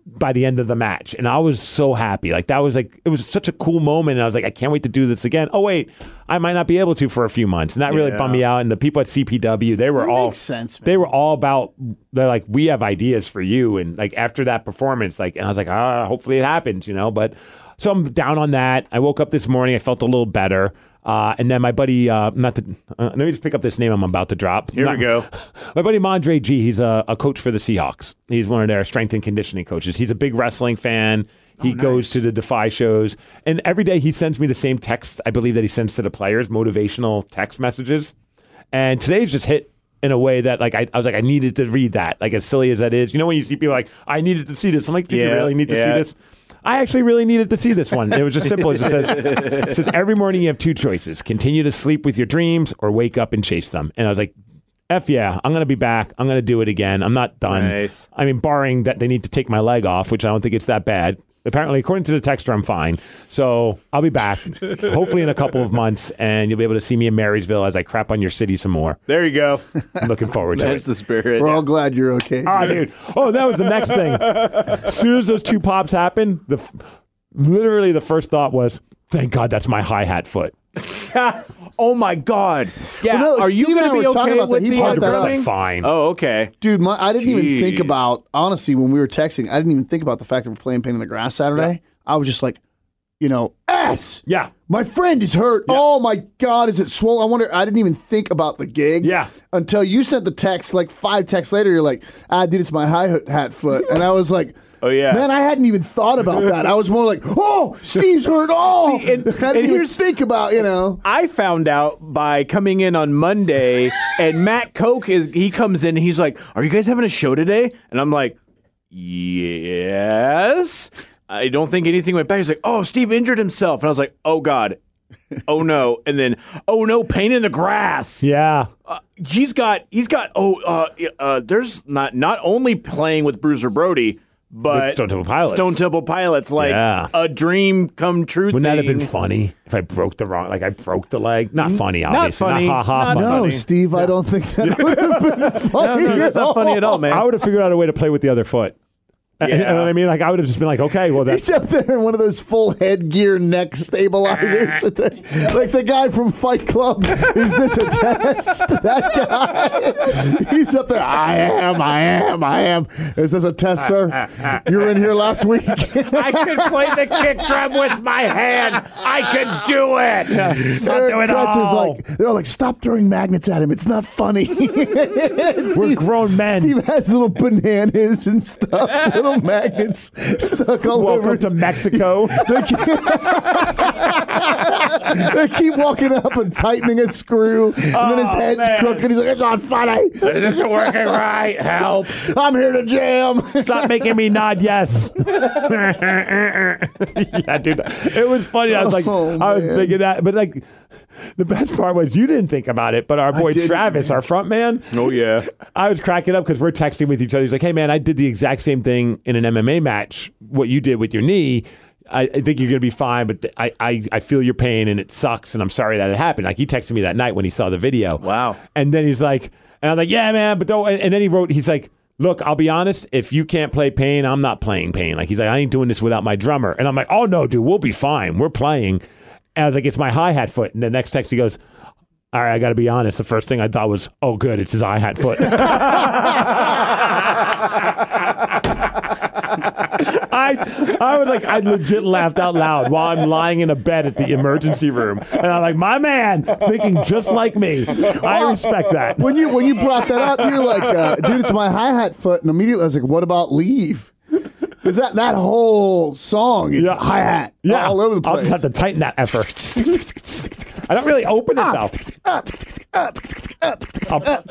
[SPEAKER 1] by the end of the match, and I was so happy. Like that was like it was such a cool moment, and I was like, I can't wait to do this again. Oh wait, I might not be able to for a few months, and that really
[SPEAKER 2] Yeah.
[SPEAKER 1] bummed me out. And the people at CPW, they were
[SPEAKER 3] That
[SPEAKER 1] all
[SPEAKER 3] makes sense, man.
[SPEAKER 1] they were all about they're like we have ideas for you and like after that performance like and i was like ah hopefully it happens you know but so i'm down on that i woke up this morning i felt a little better uh, and then my buddy, uh, not to, uh, let me just pick up this name I'm about to drop.
[SPEAKER 2] Here we
[SPEAKER 1] Not-
[SPEAKER 2] go.
[SPEAKER 1] My buddy Mondre G, he's a, a coach for the Seahawks. He's one of their strength and conditioning coaches. He's a big wrestling fan.
[SPEAKER 2] Oh,
[SPEAKER 1] He goes to the Defy shows, and every day he sends me the same text. I believe that he sends to the players motivational text messages. And today's just hit in a way that like I, I was like I needed to read that. Like as silly as that is, you know when you see people like I needed to see this. I'm like, did you
[SPEAKER 2] Yeah,
[SPEAKER 1] really need to
[SPEAKER 2] yeah.
[SPEAKER 1] see this? I actually really needed to see this one. It was just simple. It just says, it says every morning you have two choices: continue to sleep with your dreams or wake up and chase them. And I was like, f yeah, I'm gonna be back. I'm gonna do it again. I'm not done.
[SPEAKER 2] Nice.
[SPEAKER 1] I mean, barring that they need to take my leg off, which I don't think it's that bad. Apparently, according to the texter, I'm fine. So I'll be back, hopefully in a couple of months, and you'll be able to see me in Marysville as I crap on your city some more.
[SPEAKER 2] there you go.
[SPEAKER 1] I'm looking forward to
[SPEAKER 2] That's
[SPEAKER 1] it.
[SPEAKER 2] the spirit.
[SPEAKER 3] We're all glad you're okay.
[SPEAKER 1] Ah, dude. Oh, that was the next thing. As soon as those two pops happened, the f- literally the first thought was, "Thank God that's my hi hat foot."
[SPEAKER 2] oh my God. Yeah.
[SPEAKER 3] Well, no,
[SPEAKER 2] Are you
[SPEAKER 3] Steve and
[SPEAKER 2] going
[SPEAKER 3] I
[SPEAKER 2] to be
[SPEAKER 3] were talking
[SPEAKER 2] okay
[SPEAKER 3] about that.
[SPEAKER 2] with
[SPEAKER 3] He
[SPEAKER 2] the
[SPEAKER 3] brought
[SPEAKER 1] Hundred
[SPEAKER 3] that up.
[SPEAKER 1] percent
[SPEAKER 2] wrestling?
[SPEAKER 1] fine.
[SPEAKER 2] Oh, okay.
[SPEAKER 3] Dude, my, I didn't even think
[SPEAKER 2] Jeez.
[SPEAKER 3] about honestly when we were texting. I didn't even think about the fact that we're playing Pain in the Grass Saturday. I was just like, you know, ass.
[SPEAKER 1] Yeah.
[SPEAKER 3] My friend is hurt. Oh my God, is it swollen? I wonder. I didn't even think about the gig.
[SPEAKER 1] Yeah.
[SPEAKER 3] Until you sent the text, like five texts later, you're like, ah, dude, it's my high ho- hat foot. And I was like,
[SPEAKER 2] Oh, yeah.
[SPEAKER 3] Man, I hadn't even thought about that. I was more like, oh, Steve's hurt. Oh,
[SPEAKER 2] See, and-
[SPEAKER 3] I didn't
[SPEAKER 2] and
[SPEAKER 3] even
[SPEAKER 2] here's-
[SPEAKER 3] think about, you know.
[SPEAKER 2] I found out by coming in on Monday, and Matt Koch is he comes in and he's like, "Are you guys having a show today?" And I'm like, "Yes." I don't think anything went back. He's like, "Oh, Steve injured himself," and I was like, "Oh God." oh no and then oh no pain in the grass
[SPEAKER 1] Yeah.
[SPEAKER 2] uh, he's got he's got oh uh, uh there's not not only playing with bruiser brody but
[SPEAKER 1] With Stone Temple Pilots.
[SPEAKER 2] stone temple pilots like
[SPEAKER 1] Yeah.
[SPEAKER 2] a dream come true
[SPEAKER 1] Wouldn't that have been
[SPEAKER 2] thing.
[SPEAKER 1] funny if I broke the wrong, like I broke the leg? Not funny, obviously.
[SPEAKER 2] funny.
[SPEAKER 1] ha ha.
[SPEAKER 2] Not
[SPEAKER 1] funny.
[SPEAKER 3] No,
[SPEAKER 2] funny.
[SPEAKER 3] Steve, I don't think that would have been funny.
[SPEAKER 2] no, that's not funny at all man
[SPEAKER 1] I would have figured out a way to play with the other foot. You know what I mean? Like I would have just been like, okay, well that's
[SPEAKER 3] He's up there in one of those full headgear neck
[SPEAKER 1] Ah.
[SPEAKER 3] stabilizers. with the, like the guy from Fight Club. Is this a test? That guy. He's up there. I am, I am, I am. Is this a test, sir? You were in here last week.
[SPEAKER 1] I could play the kick drum with my hand. I could do it.
[SPEAKER 3] Eric Kretz is like, they're all like, stop throwing magnets at him. It's not funny.
[SPEAKER 1] We're grown men.
[SPEAKER 3] Steve has little bananas and stuff. metal magnets stuck all over.
[SPEAKER 1] Welcome to
[SPEAKER 3] his-
[SPEAKER 1] Mexico.
[SPEAKER 3] They keep, they keep walking up and tightening a screw, and then his
[SPEAKER 1] Oh,
[SPEAKER 3] head's
[SPEAKER 1] man.
[SPEAKER 3] crooked. He's like, "It's not funny.
[SPEAKER 1] this isn't working right. Help.
[SPEAKER 3] I'm here to jam."
[SPEAKER 1] Stop making me nod yes. yeah, dude. It was funny. I was like,
[SPEAKER 3] Oh,
[SPEAKER 1] I was
[SPEAKER 3] man.
[SPEAKER 1] thinking that, but like, the best part was you didn't think about it, but our boy
[SPEAKER 3] didn't,
[SPEAKER 1] Travis, our front man,
[SPEAKER 2] Oh yeah.
[SPEAKER 1] I was cracking up because we're texting with each other. He's like, "Hey man, I did the exact same thing in an MMA match. What you did with your knee, I, I think you're gonna be fine. But th- I, I, I feel your pain and it sucks, and I'm sorry that it happened." Like he texted me that night when he saw the video.
[SPEAKER 2] Wow.
[SPEAKER 1] And then he's like, and I'm like, "Yeah, man, but don't." And, and then he wrote, he's like. Look, I'll be honest. If you can't play pain, I'm not playing pain. Like he's like, I ain't doing this without my drummer. And I'm like, oh no, dude, we'll be fine. We're playing. And I was like, it's my hi hat foot. And the next text, he goes, all right, I got to be honest. The first thing I thought was, oh, good, it's his eye hat foot. I, I was like, I legit laughed out loud while I'm lying in a bed at the emergency room. And I'm like, my man, thinking just like me. I respect that.
[SPEAKER 3] when you when you brought that up, you're like, uh, "Dude, it's my hi hat foot," and immediately I was like, "What about leave?" Is that that whole song is
[SPEAKER 1] Yeah.
[SPEAKER 3] hi hat
[SPEAKER 1] Yeah.
[SPEAKER 3] all over the place?
[SPEAKER 1] I'll just have to tighten that effort. I don't really open it, though. I'll-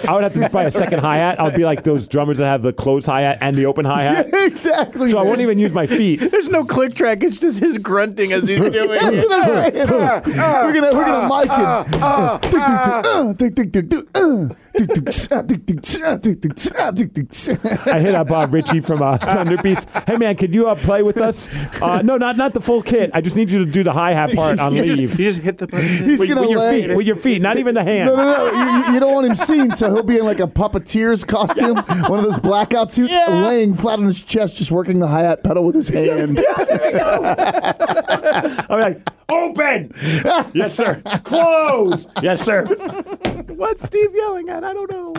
[SPEAKER 1] I would have to buy a second hi hat. I'll be like those drummers that have the closed hi hat and the open hi hat.
[SPEAKER 3] exactly.
[SPEAKER 1] So I
[SPEAKER 3] man.
[SPEAKER 1] won't even use my feet.
[SPEAKER 2] There's no click track. It's just his grunting as he's doing
[SPEAKER 3] That's
[SPEAKER 2] it.
[SPEAKER 3] what I'm saying. we're gonna we're gonna mic it. Tick, tick, tick, uh, tick, tick, tick, tick, uh, tick, tick, tsk, uh, tick, tick, tsk, uh, tick, tick, tsk, uh, tick, tick, tsk.
[SPEAKER 1] I hit up Bob Ritchie from uh, Thunderbeats. Hey man, could you uh, play with us? Uh, no, not not the full kit. I just need you to do the hi hat part on
[SPEAKER 2] You just,
[SPEAKER 1] leave.
[SPEAKER 2] you just hit the button.
[SPEAKER 3] He's
[SPEAKER 1] With,
[SPEAKER 3] gonna
[SPEAKER 1] with your
[SPEAKER 3] lay.
[SPEAKER 1] feet, with your feet, not even the hand.
[SPEAKER 3] No, no, no. You- You, you don't want him seen, so he'll be in like a puppeteer's costume, one of those blackout suits,
[SPEAKER 2] Yeah.
[SPEAKER 3] laying flat on his chest, just working the hi hat pedal with his hand.
[SPEAKER 1] I'm like, open. yes, sir. Close. Yes, sir.
[SPEAKER 2] What's Steve yelling at? I don't know.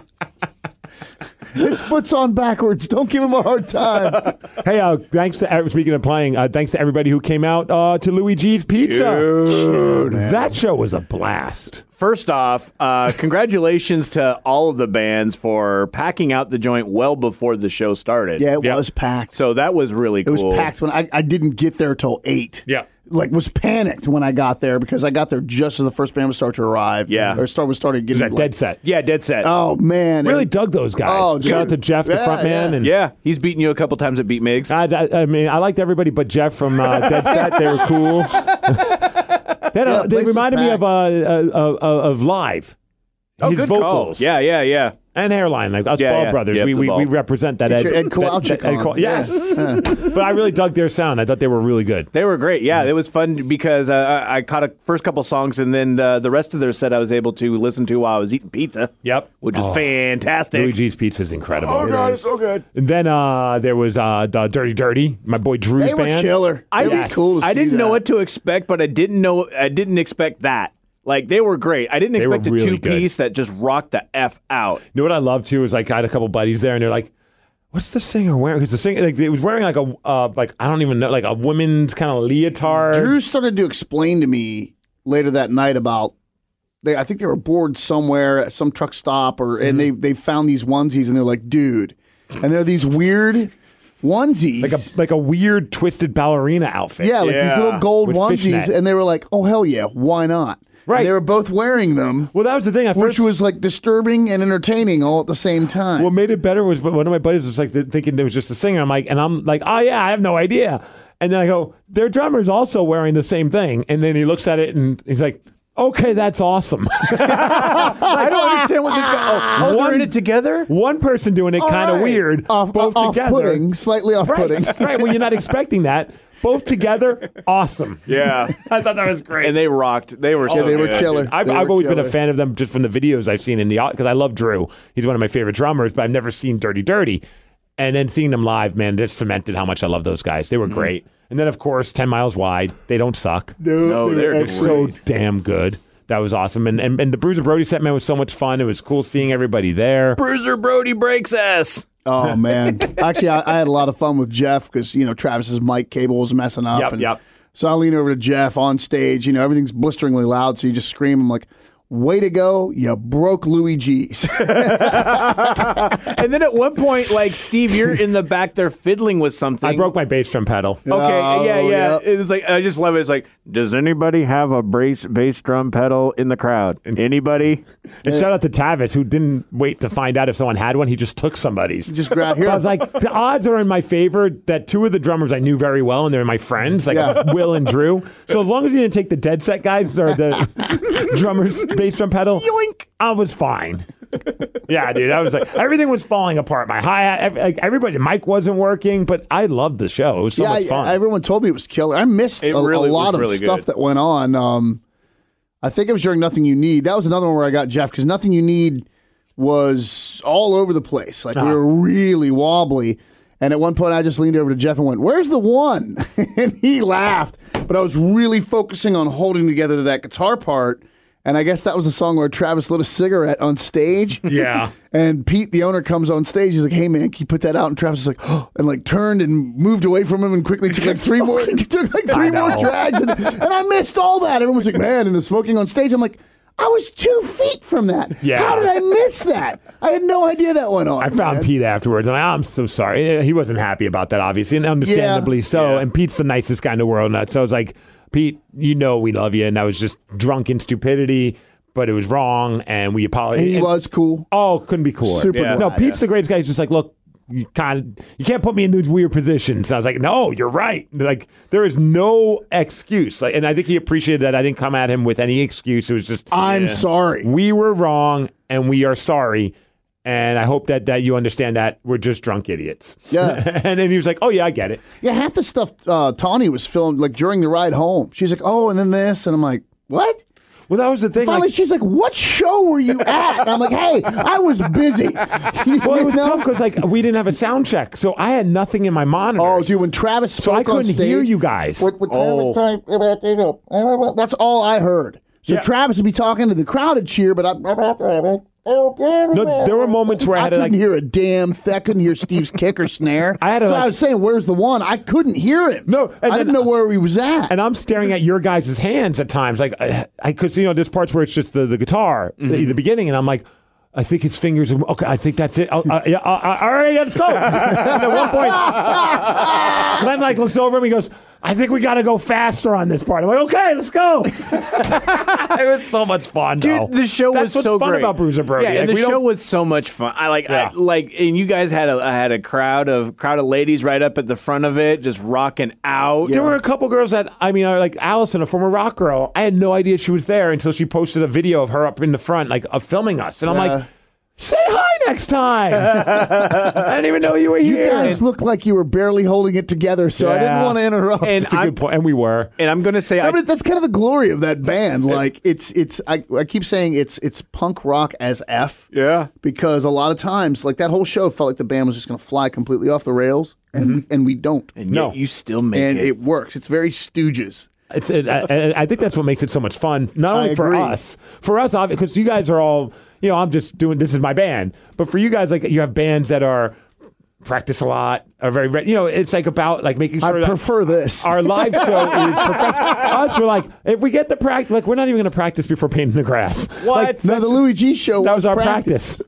[SPEAKER 3] His foot's on backwards. Don't give him a hard time.
[SPEAKER 1] Hey, uh, thanks to uh, speaking of playing, uh, thanks to everybody who came out uh, to Luigi's Pizza.
[SPEAKER 2] Dude.
[SPEAKER 1] that show was a blast.
[SPEAKER 2] First off, uh, congratulations to all of the bands for packing out the joint well before the show started.
[SPEAKER 3] Yeah, it
[SPEAKER 1] Yep.
[SPEAKER 3] was packed.
[SPEAKER 2] So that was really
[SPEAKER 3] It
[SPEAKER 2] cool.
[SPEAKER 3] was packed when I, I didn't get there till eight.
[SPEAKER 1] Yeah.
[SPEAKER 3] Like was panicked when I got there because I got there just as the first band was starting to arrive.
[SPEAKER 2] Yeah.
[SPEAKER 3] Or start was starting getting
[SPEAKER 1] That
[SPEAKER 3] like-
[SPEAKER 1] dead set.
[SPEAKER 2] Yeah, dead set.
[SPEAKER 3] Oh man.
[SPEAKER 1] Really
[SPEAKER 3] And-
[SPEAKER 1] dug those guys.
[SPEAKER 3] Oh,
[SPEAKER 1] Shout out to
[SPEAKER 3] dude.
[SPEAKER 1] Jeff, the
[SPEAKER 3] Yeah,
[SPEAKER 1] front man,
[SPEAKER 3] yeah.
[SPEAKER 1] and
[SPEAKER 2] yeah, he's beaten you a couple times at Beat Migs.
[SPEAKER 1] I, I, I mean, I liked everybody but Jeff from uh, Dead Set. They were cool. they, had a-
[SPEAKER 3] Yeah,
[SPEAKER 1] they
[SPEAKER 3] place was
[SPEAKER 1] reminded me of uh, uh, uh, uh, of Live.
[SPEAKER 2] Oh,
[SPEAKER 1] His
[SPEAKER 2] good call.
[SPEAKER 1] vocals,
[SPEAKER 2] Yeah, yeah, yeah.
[SPEAKER 1] and hairline like us
[SPEAKER 2] Yeah,
[SPEAKER 1] Ball
[SPEAKER 2] yeah.
[SPEAKER 1] Brothers.
[SPEAKER 2] Yep,
[SPEAKER 1] we,
[SPEAKER 2] the
[SPEAKER 1] we,
[SPEAKER 2] ball.
[SPEAKER 1] we represent that
[SPEAKER 3] Get
[SPEAKER 1] Ed,
[SPEAKER 3] your Ed
[SPEAKER 1] that-
[SPEAKER 3] Kowalczyk
[SPEAKER 1] that Ed
[SPEAKER 3] on.
[SPEAKER 1] Kow- yes,
[SPEAKER 3] Yeah.
[SPEAKER 1] but I really dug their sound. I thought they were really good.
[SPEAKER 2] They were great. Yeah, it was fun because uh, I I caught a first couple songs and then uh, the rest of their set I was able to listen to while I was eating pizza.
[SPEAKER 1] Yep. Oh.
[SPEAKER 2] Which is fantastic.
[SPEAKER 1] Luigi's Pizza is incredible.
[SPEAKER 3] Oh,
[SPEAKER 2] Oh, so good.
[SPEAKER 1] And then uh, there was uh, the Dirty Dirty, my boy Drew's
[SPEAKER 3] They were
[SPEAKER 1] band.
[SPEAKER 3] killer.
[SPEAKER 2] I
[SPEAKER 3] it
[SPEAKER 1] Yes.
[SPEAKER 3] was cool. To
[SPEAKER 2] I
[SPEAKER 3] see
[SPEAKER 2] didn't
[SPEAKER 3] that.
[SPEAKER 2] know what to expect, but I didn't know I didn't expect that. Like they were great. I didn't
[SPEAKER 1] They were
[SPEAKER 2] expect a
[SPEAKER 1] really
[SPEAKER 2] two piece that just rocked the f out.
[SPEAKER 1] You know what I love too is like I had a couple buddies there, and they're like, "What's the singer wearing?" Because the singer like it was wearing like a uh, like I don't even know like a women's kind of leotard.
[SPEAKER 3] Drew started to explain to me later that night about they I think they were bored somewhere at some truck stop or
[SPEAKER 1] Mm-hmm.
[SPEAKER 3] and they they found these onesies and they're like, dude. And they're these weird onesies.
[SPEAKER 1] like a like a weird twisted ballerina outfit.
[SPEAKER 3] yeah, like these little gold
[SPEAKER 1] With
[SPEAKER 3] onesies,
[SPEAKER 1] fishnet.
[SPEAKER 3] and they were like, "Oh hell yeah, why not?" And
[SPEAKER 1] Right.
[SPEAKER 3] they were both wearing them,
[SPEAKER 1] Well, that was the thing. I
[SPEAKER 3] which
[SPEAKER 1] first
[SPEAKER 3] was like disturbing and entertaining all at the same time.
[SPEAKER 1] what made it better was one of my buddies was like th- thinking there was just a singer. I'm like, and I'm like, oh yeah, I have no idea. And then I go, their drummer's also wearing the same thing. And then he looks at it and he's like, okay, that's awesome.
[SPEAKER 2] I don't understand what this guy. Oh, oh they're in it together.
[SPEAKER 1] One person doing it kind of
[SPEAKER 2] right.
[SPEAKER 1] weird,
[SPEAKER 3] off,
[SPEAKER 1] both
[SPEAKER 3] off
[SPEAKER 1] together.
[SPEAKER 3] putting, slightly off putting.
[SPEAKER 1] Right, right. Well, you're not expecting that. Both together, awesome.
[SPEAKER 2] Yeah,
[SPEAKER 1] I thought that was great.
[SPEAKER 2] and they rocked. They were.
[SPEAKER 3] Yeah,
[SPEAKER 2] so
[SPEAKER 3] they were
[SPEAKER 2] good.
[SPEAKER 3] killer.
[SPEAKER 1] Oh, I've,
[SPEAKER 3] They
[SPEAKER 1] I've
[SPEAKER 3] were
[SPEAKER 1] always been a
[SPEAKER 3] killer.
[SPEAKER 1] fan of them just from the videos I've seen in the because I love Drew. He's one of my favorite drummers, but I've never seen Dirty Dirty. And then seeing them live, man, just cemented how much I love those guys.
[SPEAKER 3] Mm-hmm.
[SPEAKER 1] They were great. And then of course, Ten Miles Wide. They don't suck.
[SPEAKER 2] No, they're
[SPEAKER 1] They're so damn good. That was awesome. And and, and the Bruiser Brody set man was so much fun. It was cool seeing everybody there.
[SPEAKER 2] Bruiser Brody breaks us.
[SPEAKER 3] Oh man! Actually, I, I had a lot of fun with Jeff because you know Travis's mic cable was messing up.
[SPEAKER 1] Yep,
[SPEAKER 3] and
[SPEAKER 1] yep.
[SPEAKER 3] So I lean over to Jeff on stage. You know everything's blisteringly loud, so you just scream. I'm like, way to go. You broke Louis G's.
[SPEAKER 2] And then at one point, like Steve, you're in the back there fiddling with something.
[SPEAKER 1] I broke my bass drum pedal.
[SPEAKER 2] Okay,
[SPEAKER 3] Oh,
[SPEAKER 2] yeah, yeah.
[SPEAKER 3] yeah.
[SPEAKER 2] It's like I just love it. It's like, does anybody have a bass bass drum pedal in the crowd? Anybody?
[SPEAKER 1] And shout out to Tavis, who didn't wait to find out if someone had one. He just took somebody's.
[SPEAKER 3] Just grab
[SPEAKER 1] But I
[SPEAKER 3] here.
[SPEAKER 1] was like, the odds are in my favor that two of the drummers I knew very well, and they're my friends, like
[SPEAKER 3] Yeah.
[SPEAKER 1] Will and Drew. So as long as you didn't take the dead set guys or the drummer's bass drum pedal, I was fine. yeah, dude, I was like, everything was falling apart. My hi hat, ev- like everybody, mic wasn't working, but I loved the show. It was so
[SPEAKER 3] yeah,
[SPEAKER 1] much
[SPEAKER 3] I-
[SPEAKER 1] fun.
[SPEAKER 3] everyone told me it was killer. I missed
[SPEAKER 2] It
[SPEAKER 3] a, a
[SPEAKER 2] really was
[SPEAKER 3] lot of
[SPEAKER 2] really
[SPEAKER 3] stuff
[SPEAKER 2] good.
[SPEAKER 3] that went on. Um, I think it was during Nothing You Need. That was another one where I got Jeff because Nothing You Need was all over the place. Like
[SPEAKER 1] Uh-huh.
[SPEAKER 3] we were really wobbly. And at one point, I just leaned over to Jeff and went, "Where's the one?" and he laughed. But I was really focusing on holding together that guitar part. And I guess that was a song where Travis lit a cigarette on stage.
[SPEAKER 1] yeah.
[SPEAKER 3] And Pete, the owner, comes on stage. He's like, "Hey man, can you put that out?" And Travis is like, "Oh," and like turned and moved away from him and quickly took like three more took like three more
[SPEAKER 1] know.
[SPEAKER 3] drags. And, and I missed all that. Everyone was like, "Man," and the smoking on stage. I'm like, I was two feet from that.
[SPEAKER 1] Yeah.
[SPEAKER 3] How did I miss that? I had no idea that went on.
[SPEAKER 1] I found Pete afterwards, and I, I'm so sorry. Eh, He wasn't happy about that, obviously, and understandably so.
[SPEAKER 2] Yeah.
[SPEAKER 1] And Pete's the nicest guy in the world, and so I was like, Pete, you know we love you, and I was just drunk in stupidity, but it was wrong, and we apologize.
[SPEAKER 3] he was cool.
[SPEAKER 1] Oh, couldn't be cooler.
[SPEAKER 3] Super
[SPEAKER 2] Yeah.
[SPEAKER 1] No,
[SPEAKER 2] cool.
[SPEAKER 1] Pete's the greatest guy. He's just like, look, you kind of, you can't put me in these weird positions. I was like, no, you're right. Like there is no excuse. Like, and I think he appreciated that I didn't come at him with any excuse. It was just
[SPEAKER 3] I'm sorry.
[SPEAKER 1] we were wrong and we are sorry. And I hope that that you understand that we're just drunk idiots.
[SPEAKER 3] Yeah.
[SPEAKER 1] and then he was like, "Oh yeah, I get it."
[SPEAKER 3] Yeah, half the stuff uh, Tawny was filmed like during the ride home. She's like, "Oh," and then this, and I'm like, "What?"
[SPEAKER 1] Well, that was the thing. like-
[SPEAKER 3] Finally, she's like, "What show were you at?" And I'm like, "Hey, I was busy."
[SPEAKER 1] well, it was tough because like we didn't have a sound check, so I had nothing in my monitor.
[SPEAKER 3] Oh, dude, when Travis spoke
[SPEAKER 1] I
[SPEAKER 3] on
[SPEAKER 1] couldn't
[SPEAKER 3] stage,
[SPEAKER 1] hear you guys.
[SPEAKER 3] What- what
[SPEAKER 2] Oh.
[SPEAKER 3] Travis eh, typed- That's all I heard. So
[SPEAKER 1] Yeah.
[SPEAKER 3] Travis would be talking to the crowd and cheer, but I, eh,
[SPEAKER 1] no, there were moments where I
[SPEAKER 3] I
[SPEAKER 1] had to
[SPEAKER 3] couldn't
[SPEAKER 1] like
[SPEAKER 3] hear a damn thing. I couldn't hear Steve's kick or snare.
[SPEAKER 1] I had to,
[SPEAKER 3] so
[SPEAKER 1] like-
[SPEAKER 3] I was saying, "Where's the one?" I couldn't hear him.
[SPEAKER 1] No, and
[SPEAKER 3] I
[SPEAKER 1] then-
[SPEAKER 3] didn't know where he was at.
[SPEAKER 1] and I'm staring at your guys' hands at times. Like, I, I could see, you know, there's parts where it's just the, the guitar, the, the beginning, and I'm like, I think his fingers. Are, okay, I think that's it. Oh, uh, yeah, uh, uh, all right, let's go. and at one point, Glenn like looks over and he goes, I think we got to go faster on this part. I'm like, okay, let's go. it was so much fun,
[SPEAKER 2] Dude, the show
[SPEAKER 1] that's
[SPEAKER 2] was
[SPEAKER 1] what's
[SPEAKER 2] so
[SPEAKER 1] fun
[SPEAKER 2] great.
[SPEAKER 1] about Bruiser Brody.
[SPEAKER 2] Yeah,
[SPEAKER 1] Like,
[SPEAKER 2] and the
[SPEAKER 1] we
[SPEAKER 2] show
[SPEAKER 1] don't-
[SPEAKER 2] was so much fun. I like,
[SPEAKER 1] Yeah.
[SPEAKER 2] I, like, and you guys had a I had a crowd of crowd of ladies right up at the front of it, just rocking out.
[SPEAKER 1] There were a couple girls that I mean, are like Allison, a former rock girl. I had no idea she was there until she posted a video of her up in the front, like of filming us, and I'm
[SPEAKER 3] Yeah.
[SPEAKER 1] like, "Say hi next time." I didn't even know you were
[SPEAKER 3] you
[SPEAKER 1] here.
[SPEAKER 3] guys looked like you were barely holding it together, so I didn't
[SPEAKER 1] Yeah.
[SPEAKER 3] want to interrupt.
[SPEAKER 2] And
[SPEAKER 1] That's a
[SPEAKER 2] I'm-
[SPEAKER 1] good point, and we were.
[SPEAKER 2] And I'm gonna say, I,
[SPEAKER 3] No, but that's kind of the glory of that band. Like it's it's I, I keep saying it's it's punk rock as f.
[SPEAKER 2] Yeah.
[SPEAKER 3] Because a lot of times, like that whole show felt like the band was just going to fly completely off the rails, and
[SPEAKER 1] Mm-hmm.
[SPEAKER 3] we, and we don't,
[SPEAKER 2] and
[SPEAKER 1] No.
[SPEAKER 2] yet you still make
[SPEAKER 3] and
[SPEAKER 2] it.
[SPEAKER 3] it works. It's very Stooges.
[SPEAKER 1] It's, it, I, I- I think that's what makes it so much fun. Not only for
[SPEAKER 3] agree.
[SPEAKER 1] us, for us, because you guys are all, you know, I'm just doing this is my band, but for you guys, like you have bands that are practice a lot, are very, re- you know, it's like about like making
[SPEAKER 3] I
[SPEAKER 1] sure. that-
[SPEAKER 3] prefer this.
[SPEAKER 1] Our live show is perfection. Us, we're like, if we get the practice, like, we're not even going to practice before painting the grass.
[SPEAKER 2] What?
[SPEAKER 1] Like,
[SPEAKER 3] no, the Louis G show.
[SPEAKER 1] that was our practice.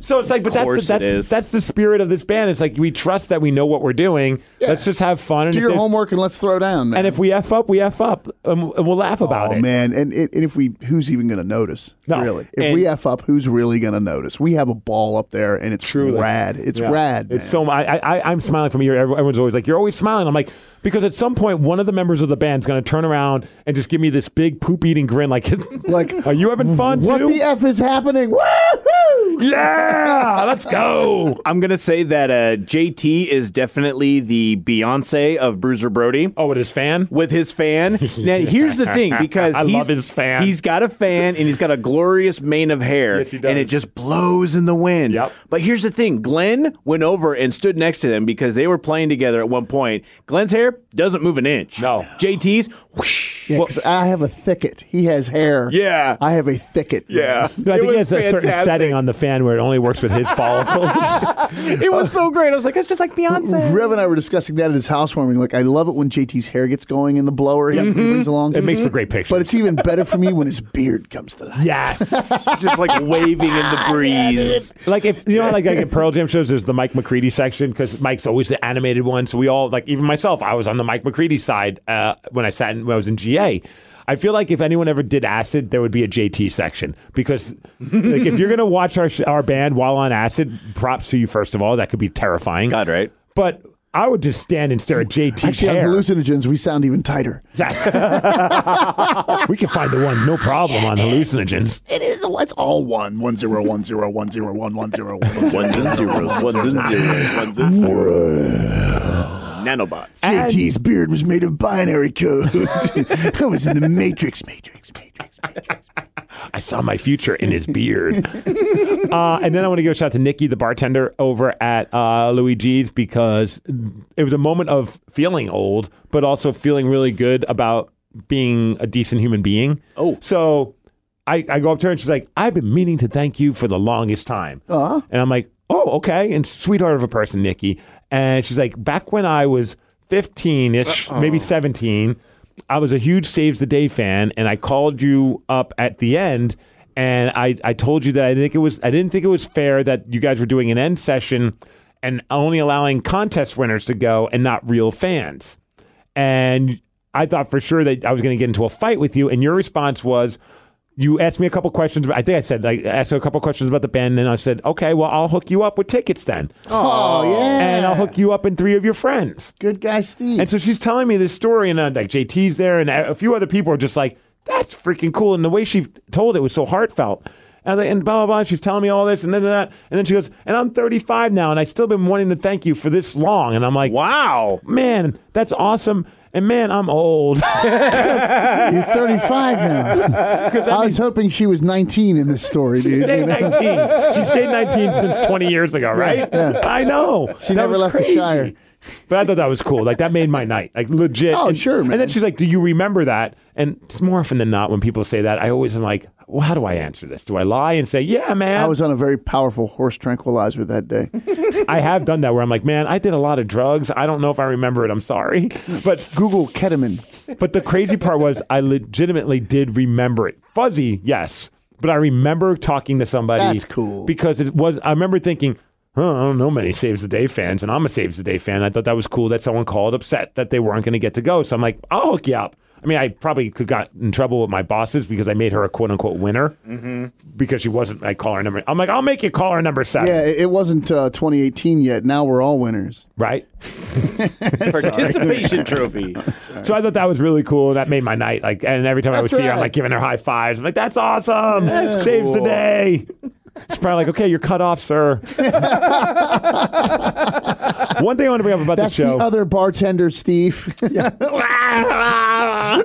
[SPEAKER 1] So it's like, but that's the,
[SPEAKER 2] course it
[SPEAKER 1] that's
[SPEAKER 2] is.
[SPEAKER 1] that's the spirit of this band. It's like we trust that we know what we're doing. Let's just have fun. And if
[SPEAKER 3] Do your
[SPEAKER 1] there's-
[SPEAKER 3] homework and let's throw down. Man.
[SPEAKER 1] And if we f up, we f up, and, and we'll laugh about
[SPEAKER 3] oh
[SPEAKER 1] it.
[SPEAKER 3] man, and, and and if we, who's even going to notice?
[SPEAKER 1] No.
[SPEAKER 3] Really, if
[SPEAKER 2] And-
[SPEAKER 3] we f up, who's really going to notice? We have a ball up there, and it's rad. It's
[SPEAKER 1] Yeah.
[SPEAKER 3] rad.
[SPEAKER 1] It's
[SPEAKER 3] man.
[SPEAKER 1] so. I, I I'm smiling from here. Everyone's always like, "You're always smiling." I'm like, because at some point, one of the members of the band's going to turn around and just give me this big poop eating grin, like,
[SPEAKER 3] Like,
[SPEAKER 1] "Are you having fun
[SPEAKER 3] what
[SPEAKER 1] too?"
[SPEAKER 3] the f is happening? Woohoo!
[SPEAKER 1] yeah, let's go.
[SPEAKER 2] I'm gonna say that uh, JT is definitely the Beyonce of Bruiser Brody.
[SPEAKER 1] Oh, with his fan.
[SPEAKER 2] with his fan. Now, here's the thing because
[SPEAKER 1] I love
[SPEAKER 2] he's,
[SPEAKER 1] his fan.
[SPEAKER 2] He's got a fan and he's got a glorious mane of hair,
[SPEAKER 1] Yes, he
[SPEAKER 2] and it
[SPEAKER 1] does.
[SPEAKER 2] just blows in the wind.
[SPEAKER 1] Yep.
[SPEAKER 2] But here's the thing: Glenn went over and stood next to them because they were playing together at one point. Glenn's hair doesn't move an inch.
[SPEAKER 1] No.
[SPEAKER 2] JT's. Whoosh,
[SPEAKER 3] Yeah, 'cause I have a thicket. He has hair.
[SPEAKER 2] Yeah.
[SPEAKER 3] I have a thicket.
[SPEAKER 2] Yeah,
[SPEAKER 1] I think
[SPEAKER 2] was
[SPEAKER 1] it's a certain
[SPEAKER 2] fantastic.
[SPEAKER 1] setting on the fan where it only works with his follicles.
[SPEAKER 2] It was so great. I was like, that's just like Beyonce.
[SPEAKER 3] Rev and I were discussing that at his housewarming. Like, I love it when JT's hair gets going in the blower he he brings along.
[SPEAKER 1] it makes for great pictures.
[SPEAKER 3] but it's even better for me when his beard comes to life.
[SPEAKER 1] yes.
[SPEAKER 2] just like waving in the breeze.
[SPEAKER 1] Like if you know, like, like at Pearl Jam shows, there's the Mike McCready section because Mike's always the animated one. So we all like, even myself, I was on the Mike McCready side uh, when I sat in, when I was in GA. I feel like if anyone ever did acid, there would be a JT section because like if you're gonna watch our sh- our band while on acid, props to you first of all. That could be terrifying.
[SPEAKER 2] God, right?
[SPEAKER 1] But I would just stand and stare at JT.
[SPEAKER 3] Actually, on
[SPEAKER 1] hair.
[SPEAKER 3] hallucinogens, we sound even tighter.
[SPEAKER 1] Yes. we can find the one, no problem, on hallucinogens.
[SPEAKER 3] It is. It's all one. One zero one zero one zero one one zero one.
[SPEAKER 2] Ones and zeros, ones and zeros, ones and zeros. Nanobots.
[SPEAKER 3] JT's beard was made of binary code. I was in the Matrix, Matrix, Matrix, Matrix.
[SPEAKER 1] I saw my future in his beard. uh, and then I want to give a shout out to Nikki, the bartender over at uh, Luigi's, because it was a moment of feeling old, but also feeling really good about being a decent human being.
[SPEAKER 2] Oh.
[SPEAKER 1] So I, I go up to her and she's like, I've been meaning to thank you for the longest time. Uh-huh. And I'm like, oh, okay. And sweetheart of a person, Nikki. And she's like, back when I was 15 ish, maybe 17, I was a huge Saves the Day fan. And I called you up at the end. And I, I told you that I think it was I didn't think it was fair that you guys were doing an end session and only allowing contest winners to go and not real fans and I thought for sure that I was going to get into a fight with you. And your response was, you asked me a couple questions. About, I think I said like, I asked you a couple questions about the band, and then I said, okay, well, I'll hook you up with tickets then,
[SPEAKER 3] Oh yeah.
[SPEAKER 1] and I'll hook you up and three of your friends.
[SPEAKER 3] Good guy, Steve.
[SPEAKER 1] And so she's telling me this story, and uh, like JT's there, and a a few other people are just like, "That's freaking cool." And the way she told it was so heartfelt. And, I was like, and blah blah blah. She's telling me all this, and then that, and then she goes, "And I'm 35 now, and I still been wanting to thank you for this long." And I'm like,
[SPEAKER 2] Wow.
[SPEAKER 1] "Man, that's awesome." And man, I'm old.
[SPEAKER 3] You're 35 now. I was hoping she was 19 in this story, dude.
[SPEAKER 1] She stayed
[SPEAKER 3] You know?
[SPEAKER 1] 19. She stayed 19 since 20 years ago, right? I know.
[SPEAKER 3] She never
[SPEAKER 1] was
[SPEAKER 3] left the
[SPEAKER 1] crazy.
[SPEAKER 3] Shire.
[SPEAKER 1] But I thought that was cool. Like that made my night. Like legit.
[SPEAKER 3] Oh,
[SPEAKER 1] and,
[SPEAKER 3] sure,
[SPEAKER 1] And then
[SPEAKER 3] man.
[SPEAKER 1] she's like, "Do you remember that?" And it's more often than not when people say that, I always am like, "Well, how do I answer this? Do I lie and say, "Yeah, man."
[SPEAKER 3] I was on a very powerful horse tranquilizer that day.
[SPEAKER 1] I have done that where I'm like, "Man, I did a lot of drugs. I don't know if I remember it. I'm sorry." But
[SPEAKER 3] Google ketamine.
[SPEAKER 1] But the crazy part was I legitimately did remember it. Fuzzy, yes. But I remember talking to somebody.
[SPEAKER 3] That's cool.
[SPEAKER 1] Because it was I remember thinking, huh, I don't know many Saves the Day fans, and I'm a Saves the Day fan. I thought that was cool that someone called upset that they weren't gonna get to go. So I'm like, I'll hook you up. I mean, I probably could got in trouble with my bosses because I made her a quote unquote winner
[SPEAKER 3] Mm-hmm.
[SPEAKER 1] because she wasn't like caller number. I'm like, I'll make you caller number seven,
[SPEAKER 3] Yeah, it it wasn't uh, 2018 yet. Now we're all winners.
[SPEAKER 1] right?
[SPEAKER 2] Participation trophy.
[SPEAKER 1] So I thought that was really cool. That made my night. Like, and every time I would
[SPEAKER 3] That's
[SPEAKER 1] see her, I'm
[SPEAKER 3] right.
[SPEAKER 1] like giving her high fives. I'm like, "That's awesome! Saves the
[SPEAKER 2] cool.
[SPEAKER 1] day." She's probably like, "Okay, you're cut off, sir." One thing I want to bring up about
[SPEAKER 3] That's
[SPEAKER 1] the show.
[SPEAKER 3] the other bartender, Steve.
[SPEAKER 1] I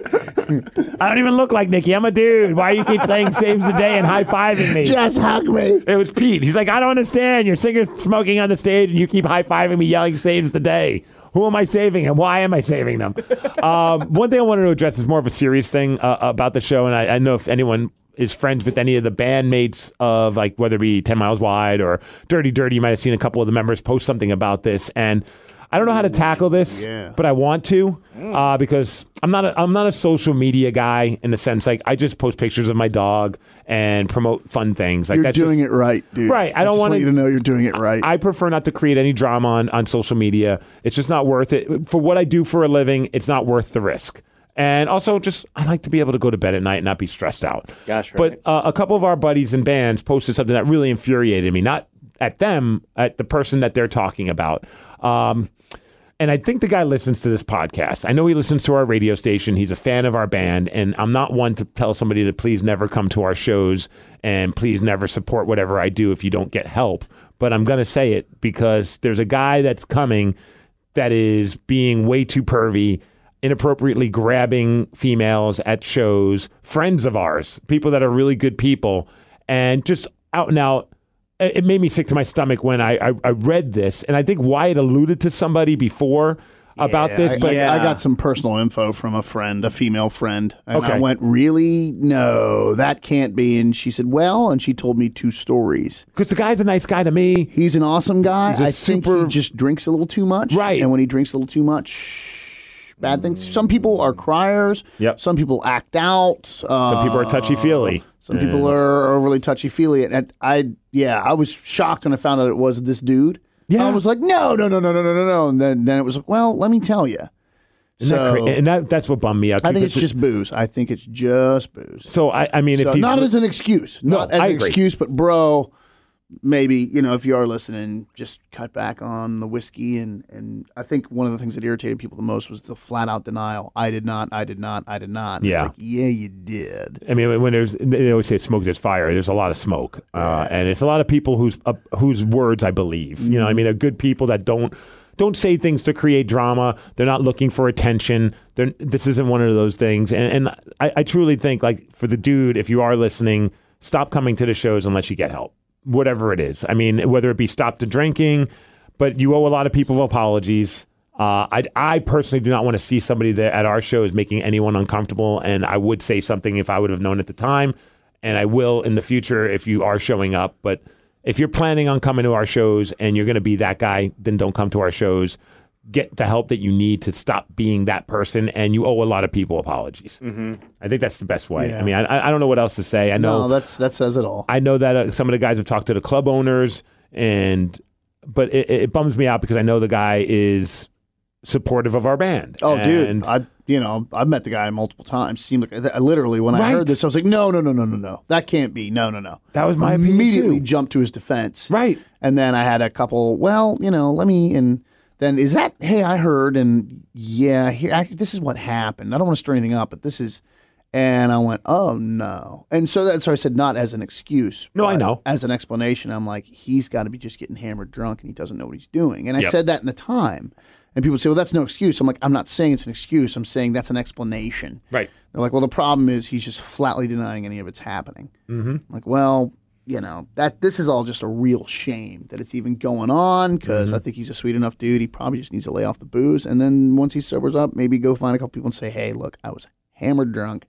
[SPEAKER 1] don't even look like Nikki. I'm a dude. Why you keep saying "saves the day" and high fiving me?
[SPEAKER 3] Just hug me.
[SPEAKER 1] it was Pete. He's like, "I don't understand. Your singer's smoking on the stage, and you keep high fiving me, yelling "saves the day." Who am I saving, and why am I saving them? um, one thing I wanted to address is more of a serious thing uh, about the show, and I, I know if anyone is friends with any of the bandmates of like whether it be Ten Miles Wide or Dirty Dirty, you might have seen a couple of the members post something about this, and I don't know how to tackle this, but I want to
[SPEAKER 3] Mm.
[SPEAKER 1] uh, because I'm not a, I'm not a social media guy in the sense like I just post pictures of my dog and promote fun things. Like
[SPEAKER 3] You're
[SPEAKER 1] that's just-
[SPEAKER 3] doing it right, dude.
[SPEAKER 1] Right, I don't
[SPEAKER 3] just
[SPEAKER 1] wanna-
[SPEAKER 3] want you to know you're doing it right.
[SPEAKER 1] I prefer not to create any drama on, on social media. It's just not worth it. For what I do for a living, it's not worth the risk. And also, just I like to be able to go to bed at night and not be stressed out.
[SPEAKER 2] Gosh, right.
[SPEAKER 1] But uh, a couple of our buddies and bands posted something that really infuriated me. Not at them, at the person that they're talking about. Um, and I think the guy listens to this podcast. I know he listens to our radio station. He's a fan of our band, and I'm not one to tell somebody to please never come to our shows and please never support whatever I do if you don't get help. But I'm going to say it because there's a guy that's coming that is being way too pervy, inappropriately grabbing females at shows, friends of ours, people that are really good people, and just out and out it it made me sick to my stomach when I, I, I read this, and I think Wyatt alluded to somebody before. about this,
[SPEAKER 3] I,
[SPEAKER 1] but
[SPEAKER 3] I- I
[SPEAKER 2] Yeah.
[SPEAKER 3] got some personal info from a friend, a female friend, and I
[SPEAKER 1] Okay.
[SPEAKER 3] went, "Really? No, that can't be." And she said, "Well," and she told me two stories.
[SPEAKER 1] because the guy's a nice guy to me.
[SPEAKER 3] He's an awesome guy.
[SPEAKER 1] a
[SPEAKER 3] I think
[SPEAKER 1] super-
[SPEAKER 3] he just drinks a little too much.
[SPEAKER 1] Right.
[SPEAKER 3] And when he drinks a little too much, bad things. Some people are criers.
[SPEAKER 1] Yep.
[SPEAKER 3] Some people act out. Uh,
[SPEAKER 1] Some people are touchy feely.
[SPEAKER 3] Some people are overly touchy feely. And I, yeah, I was shocked when I found out it was this dude.
[SPEAKER 1] Yeah.
[SPEAKER 3] I was like, no, no, no, no, no, no, no, no. And then, then it was like, well, let me tell you. So
[SPEAKER 1] and that, that's what bummed me out.
[SPEAKER 3] I
[SPEAKER 1] too,
[SPEAKER 3] think
[SPEAKER 1] 'cause
[SPEAKER 3] it's
[SPEAKER 1] it-
[SPEAKER 3] just booze. I think it's just booze.
[SPEAKER 1] so. I, I mean,
[SPEAKER 3] So
[SPEAKER 1] if he's
[SPEAKER 3] not as an excuse, not as
[SPEAKER 1] I
[SPEAKER 3] an
[SPEAKER 1] agree.
[SPEAKER 3] excuse, but bro, maybe you know if you are listening, just cut back on the whiskey and and I think one of the things that irritated people the most was the flat out denial. I did not. I did not. I did not. It's
[SPEAKER 1] Yeah.
[SPEAKER 3] like, yeah, you did.
[SPEAKER 1] I mean, when there's they always say smoke, there's fire. There's a lot of smoke, uh, and it's a lot of people whose uh, whose words I believe. You know, what I mean, are good people that don't don't say things to create drama. They're not looking for attention. They're, this isn't one of those things. And, and I, I truly think, like for the dude, if you are listening, stop coming to the shows unless you get help, whatever it is. I mean, whether it be stop to drinking, but you owe a lot of people apologies. Uh, I, I personally do not want to see somebody there at our show is making anyone uncomfortable, and I would say something if I would have known at the time, and I will in the future if you are showing up. But if you're planning on coming to our shows and you're going to be that guy, then don't come to our shows. Get the help that you need to stop being that person, and you owe a lot of people apologies. I think that's the best way. I mean, I- I, I don't know what else to say. I know
[SPEAKER 3] No, that's that says it all.
[SPEAKER 1] I know that uh, some of the guys have talked to the club owners, and but it, it bums me out because I know the guy is supportive of our band.
[SPEAKER 3] Oh,
[SPEAKER 1] And
[SPEAKER 3] dude, I you know I've met the guy multiple times. Seemed like I literally when I
[SPEAKER 1] Right.
[SPEAKER 3] heard this, I was like, no, no, no, no, no, no, that can't be. No, no, no.
[SPEAKER 1] That was my opinion,
[SPEAKER 3] immediately
[SPEAKER 1] too.
[SPEAKER 3] jumped to his defense.
[SPEAKER 1] Right.
[SPEAKER 3] and then I had a couple. Well, you know, let me and then is that hey I heard and yeah here I, this is what happened. I don't want to stir anything up, but this is. And I went, oh no! And so that's why I said not as an excuse.
[SPEAKER 1] No, I
[SPEAKER 3] but
[SPEAKER 1] know.
[SPEAKER 3] As an explanation, I'm like, he's got to be just getting hammered drunk, and he doesn't know what he's doing. And I
[SPEAKER 1] Yep.
[SPEAKER 3] said that in the time, and people would say, well, that's no excuse. I'm like, I'm not saying it's an excuse. I'm saying that's an explanation.
[SPEAKER 1] Right.
[SPEAKER 3] They're like, well, the problem is he's just flatly denying any of it's happening. Mm-hmm. Like, well, you know that this is all just a real shame that it's even going on because
[SPEAKER 1] Mm-hmm.
[SPEAKER 3] I think he's a sweet enough dude. He probably just needs to lay off the booze, and then once he sobers up, maybe go find a couple people and say, hey, look, I was hammered drunk.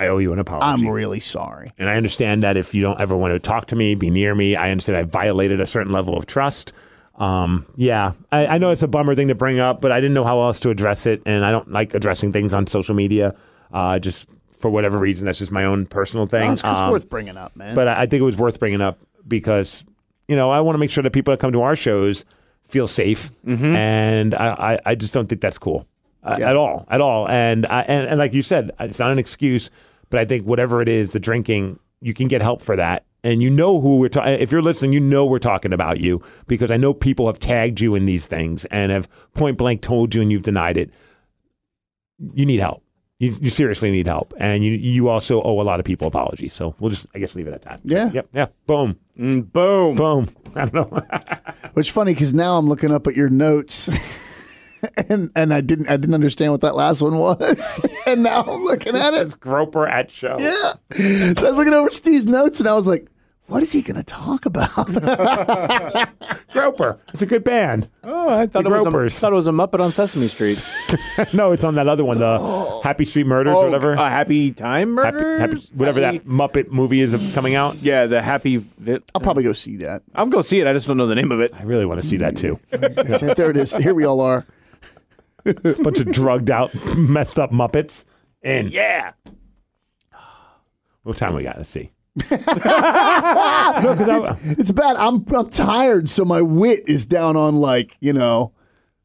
[SPEAKER 1] I owe you an apology.
[SPEAKER 3] I'm really sorry.
[SPEAKER 1] and I understand that if you don't ever want to talk to me, be near me, I understand I violated a certain level of trust. Um, yeah, I, I know it's a bummer thing to bring up, but I didn't know how else to address it, and I don't like addressing things on social media. Uh, just for whatever reason, that's just my own personal thing.
[SPEAKER 3] Oh, it's it's
[SPEAKER 1] Um,
[SPEAKER 3] worth bringing up, man.
[SPEAKER 1] but I I think it was worth bringing up because you know I want to make sure that people that come to our shows feel safe, and I, I, I just don't think that's cool uh, at all, at all. And, I, and and like you said, it's not an excuse, but I think whatever it is, the drinking, you can get help for that. And you know who we're talking. If you're listening, you know we're talking about you because I know people have tagged you in these things and have point blank told you, and you've denied it you need help. You, you seriously need help, and you you also owe a lot of people apologies. So we'll just I guess leave it at that.
[SPEAKER 3] Yeah.
[SPEAKER 1] Yep. Yeah. Boom.
[SPEAKER 2] Mm, boom.
[SPEAKER 1] Boom. I don't know.
[SPEAKER 3] Which is funny because now I'm looking up at your notes, and and I didn't I didn't understand what that last one was, and now I'm looking at it.
[SPEAKER 1] Groper at show.
[SPEAKER 3] Yeah. So I was looking over Steve's notes, and I was like, "What is he going to talk about?"
[SPEAKER 1] Groper. It's a good band.
[SPEAKER 2] Oh, I thought
[SPEAKER 1] The
[SPEAKER 2] it, was a,
[SPEAKER 1] Gropers.
[SPEAKER 2] thought it was a Muppet on Sesame Street.
[SPEAKER 1] no, it's on that other one, the Happy Street Murders or whatever.
[SPEAKER 2] Uh, happy Time
[SPEAKER 1] happy,
[SPEAKER 2] Murders?
[SPEAKER 1] happy, whatever that Muppet movie is coming out.
[SPEAKER 2] yeah, the Happy. Vi-
[SPEAKER 3] I'll probably go see that.
[SPEAKER 2] I'm going to see it. I just don't know the name of it.
[SPEAKER 1] I really want to see that too.
[SPEAKER 3] there it is. Here we all are.
[SPEAKER 1] Bunch of drugged out, messed up Muppets. And
[SPEAKER 2] Yeah.
[SPEAKER 1] what time we got? Let's see. no, 'cause I-
[SPEAKER 3] It's bad. I'm I'm tired, so my wit is down on like you know.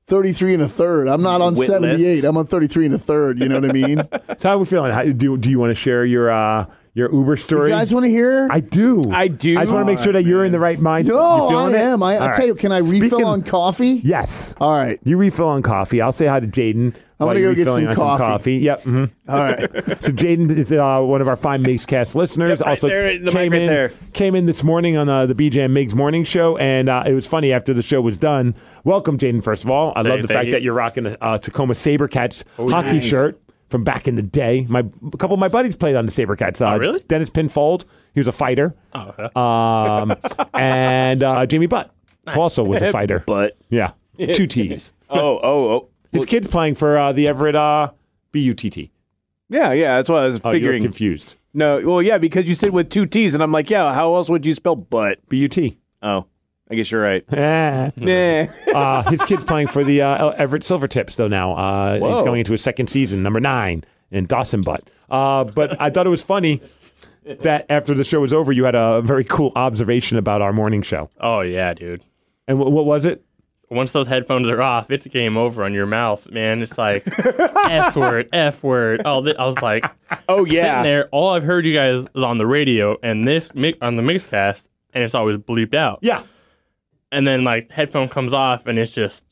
[SPEAKER 3] 33 and a third. I'm not on
[SPEAKER 2] Witless.
[SPEAKER 3] 78. I'm on 33 and a third. You know what I mean? you
[SPEAKER 1] so how are we feeling? How, do, do you want to share your uh, your Uber story?
[SPEAKER 3] guys want to hear?
[SPEAKER 1] I do.
[SPEAKER 2] I do.
[SPEAKER 1] I just want to make sure that you're in the right mindset.
[SPEAKER 3] no,
[SPEAKER 1] You
[SPEAKER 3] I
[SPEAKER 1] feeling it?
[SPEAKER 3] am. I,
[SPEAKER 1] All
[SPEAKER 3] I'll
[SPEAKER 1] right.
[SPEAKER 3] tell you, can I
[SPEAKER 1] Speaking-
[SPEAKER 3] refill on coffee?
[SPEAKER 1] Yes.
[SPEAKER 3] All right.
[SPEAKER 1] You refill on coffee. I'll say hi to Jaden. I'm
[SPEAKER 3] gonna go get some coffee.
[SPEAKER 1] Yep. mhm.
[SPEAKER 3] All right.
[SPEAKER 1] So Jaden is uh, one of our fine Mixcast listeners.
[SPEAKER 2] Yep, right
[SPEAKER 1] also
[SPEAKER 2] there in the mic
[SPEAKER 1] came
[SPEAKER 2] right
[SPEAKER 1] in
[SPEAKER 2] there.
[SPEAKER 1] came in this morning on uh, the BJ and Migs morning show, and uh, it was funny after the show was done. Welcome, Jaden. First of all, I love
[SPEAKER 2] you,
[SPEAKER 1] the
[SPEAKER 2] thank
[SPEAKER 1] fact
[SPEAKER 2] you. Oh,
[SPEAKER 1] that you're rocking a uh, Tacoma SaberCats hockey
[SPEAKER 2] nice.
[SPEAKER 1] shirt from back in the day. My a couple of my buddies played on the SaberCats. Uh,
[SPEAKER 2] Oh, really? Oh,
[SPEAKER 1] Dennis Pinfold, he was a fighter, um, and uh, Jamie Butt, who also was a fighter.
[SPEAKER 2] But.
[SPEAKER 1] Yeah, two T's.
[SPEAKER 2] Oh, oh, oh.
[SPEAKER 1] His kid's playing for uh, the Everett uh, BUTT.
[SPEAKER 2] Yeah, yeah, that's what I was
[SPEAKER 1] Oh, you're
[SPEAKER 2] figuring.
[SPEAKER 1] confused.
[SPEAKER 2] no, well, yeah, because you said with two T's, and I'm like, yeah, how else would you spell but?
[SPEAKER 1] BUT.
[SPEAKER 2] Oh, I guess you're right.
[SPEAKER 1] Ah.
[SPEAKER 2] Yeah.
[SPEAKER 1] uh, his kid's playing for the uh, Everett Silvertips, though. Now uh, he's
[SPEAKER 2] Whoa.
[SPEAKER 1] going into his second season, number nine in Dawson Butt. Uh, but I thought it was funny that after the show was over, you had a very cool observation about our morning show.
[SPEAKER 4] Oh yeah, dude.
[SPEAKER 1] And wh- what was it?
[SPEAKER 4] Once those headphones are off, it's game over on your mouth, man. It's like F word, F word. Oh, thi- I was like,
[SPEAKER 2] Oh
[SPEAKER 4] sitting
[SPEAKER 2] yeah.
[SPEAKER 4] there. All I've heard you guys is on the radio and this mi- on the mixcast, and it's always bleeped out.
[SPEAKER 1] Yeah.
[SPEAKER 4] And then like headphone comes off, and it's just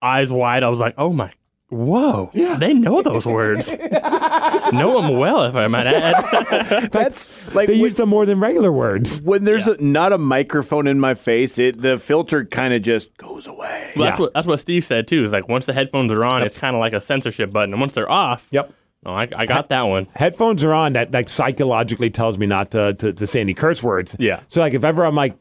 [SPEAKER 4] eyes wide. I was like, oh my, whoa, yeah. they know those words. know them well, if I might add.
[SPEAKER 2] That's like
[SPEAKER 1] They
[SPEAKER 2] when-
[SPEAKER 1] use them more than regular words.
[SPEAKER 2] when there's a, not a microphone in my face, it the filter kind of just goes away.
[SPEAKER 4] Well, that's,
[SPEAKER 1] Yeah.
[SPEAKER 4] what, that's what Steve said too. Is like once the headphones are on, it's kind of like a censorship button, and once they're off,
[SPEAKER 1] Yep.
[SPEAKER 4] No, I, I got that one.
[SPEAKER 1] Headphones are on. That like psychologically tells me not to, to to say any curse words.
[SPEAKER 4] Yeah.
[SPEAKER 1] So like if ever I'm like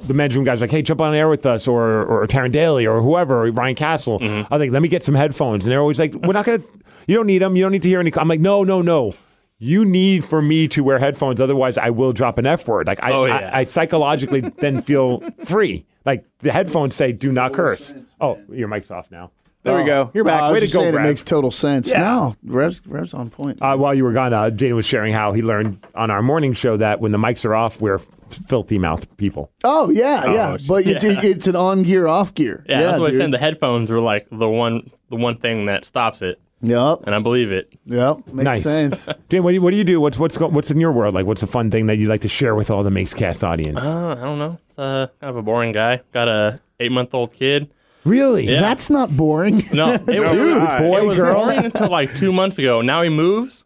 [SPEAKER 1] the men's room guys like, hey, jump on air with us, or or Taryn Daly, or whoever, or Ryan Castle.
[SPEAKER 4] Mm-hmm.
[SPEAKER 1] I think let me get some headphones, and they're always like, we're not gonna, you don't need them, you don't need to hear any. I'm like, no, no, no. You need for me to wear headphones, otherwise I will drop an F word. Like I,
[SPEAKER 4] Oh, yeah.
[SPEAKER 1] I, I psychologically then feel free. Like the headphones say, do not curse. Oh, your mic's off now.
[SPEAKER 2] There we go. You're back.
[SPEAKER 3] I was
[SPEAKER 1] Way to
[SPEAKER 3] just
[SPEAKER 1] go,
[SPEAKER 3] saying
[SPEAKER 1] Rev.
[SPEAKER 3] it makes total sense.
[SPEAKER 1] Yeah.
[SPEAKER 3] No, Rev's, Rev's on point.
[SPEAKER 1] uh, while you were gone, uh, Jaden was sharing how he learned on our morning show that when the mics are off, we're filthy mouth people.
[SPEAKER 3] oh yeah, yeah.
[SPEAKER 1] it's-
[SPEAKER 3] But It, it- it's an on gear, off gear.
[SPEAKER 4] Yeah, that's what
[SPEAKER 3] dude.
[SPEAKER 4] I said. The headphones were like the one the one thing that stops it,
[SPEAKER 3] Yep,
[SPEAKER 4] and I believe it.
[SPEAKER 3] yep. Makes
[SPEAKER 1] Nice.
[SPEAKER 3] sense.
[SPEAKER 1] Jaden, what do you, what do you do? What's what's go- what's in your world? Like, what's a fun thing that you like to share with all the Makescast audience?
[SPEAKER 4] Uh, I don't know. It's, uh, kind of a boring guy. Got a eight month old kid.
[SPEAKER 1] really?
[SPEAKER 4] Yeah.
[SPEAKER 3] That's not boring.
[SPEAKER 4] No, it, was-
[SPEAKER 2] Dude,
[SPEAKER 4] it
[SPEAKER 1] boy,
[SPEAKER 4] was
[SPEAKER 1] girl.
[SPEAKER 4] boring until like two months ago. Now he moves.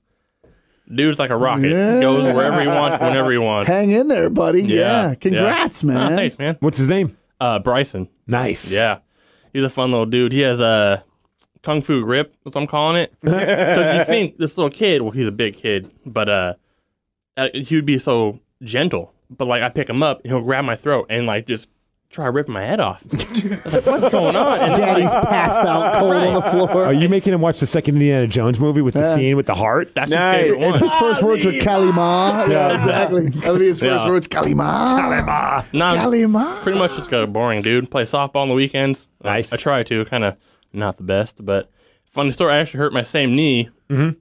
[SPEAKER 4] Dude's like a rocket.
[SPEAKER 3] Yeah.
[SPEAKER 4] Goes wherever he wants, whenever he wants.
[SPEAKER 3] Hang in there, buddy.
[SPEAKER 4] Yeah,
[SPEAKER 3] Yeah.
[SPEAKER 4] yeah.
[SPEAKER 3] Congrats, man.
[SPEAKER 4] Thanks, man.
[SPEAKER 1] What's his name?
[SPEAKER 4] Uh, Bryson.
[SPEAKER 1] Nice.
[SPEAKER 4] Yeah. He's a fun little dude. He has a kung fu grip, that's what I'm calling it. 'Cause you think this little kid, well, he's a big kid, but uh, uh, he would be so gentle. But like, I pick him up, he'll grab my throat and like just try ripping my head off. I was like, what's going on? And
[SPEAKER 3] Daddy's passed out cold on the floor.
[SPEAKER 1] Are you making him watch the second Indiana Jones movie with the scene with the heart?
[SPEAKER 4] that's
[SPEAKER 2] Nice.
[SPEAKER 4] his favorite one.
[SPEAKER 3] His first words are Kalima. Yeah, exactly. That'll be his first
[SPEAKER 4] Yeah.
[SPEAKER 3] words. Kalima.
[SPEAKER 4] No, I'm
[SPEAKER 3] Kalima.
[SPEAKER 4] pretty much just got a boring dude. Play softball on the weekends.
[SPEAKER 1] Nice.
[SPEAKER 4] I, I try to, kind of not the best, but funny story. I actually hurt my same knee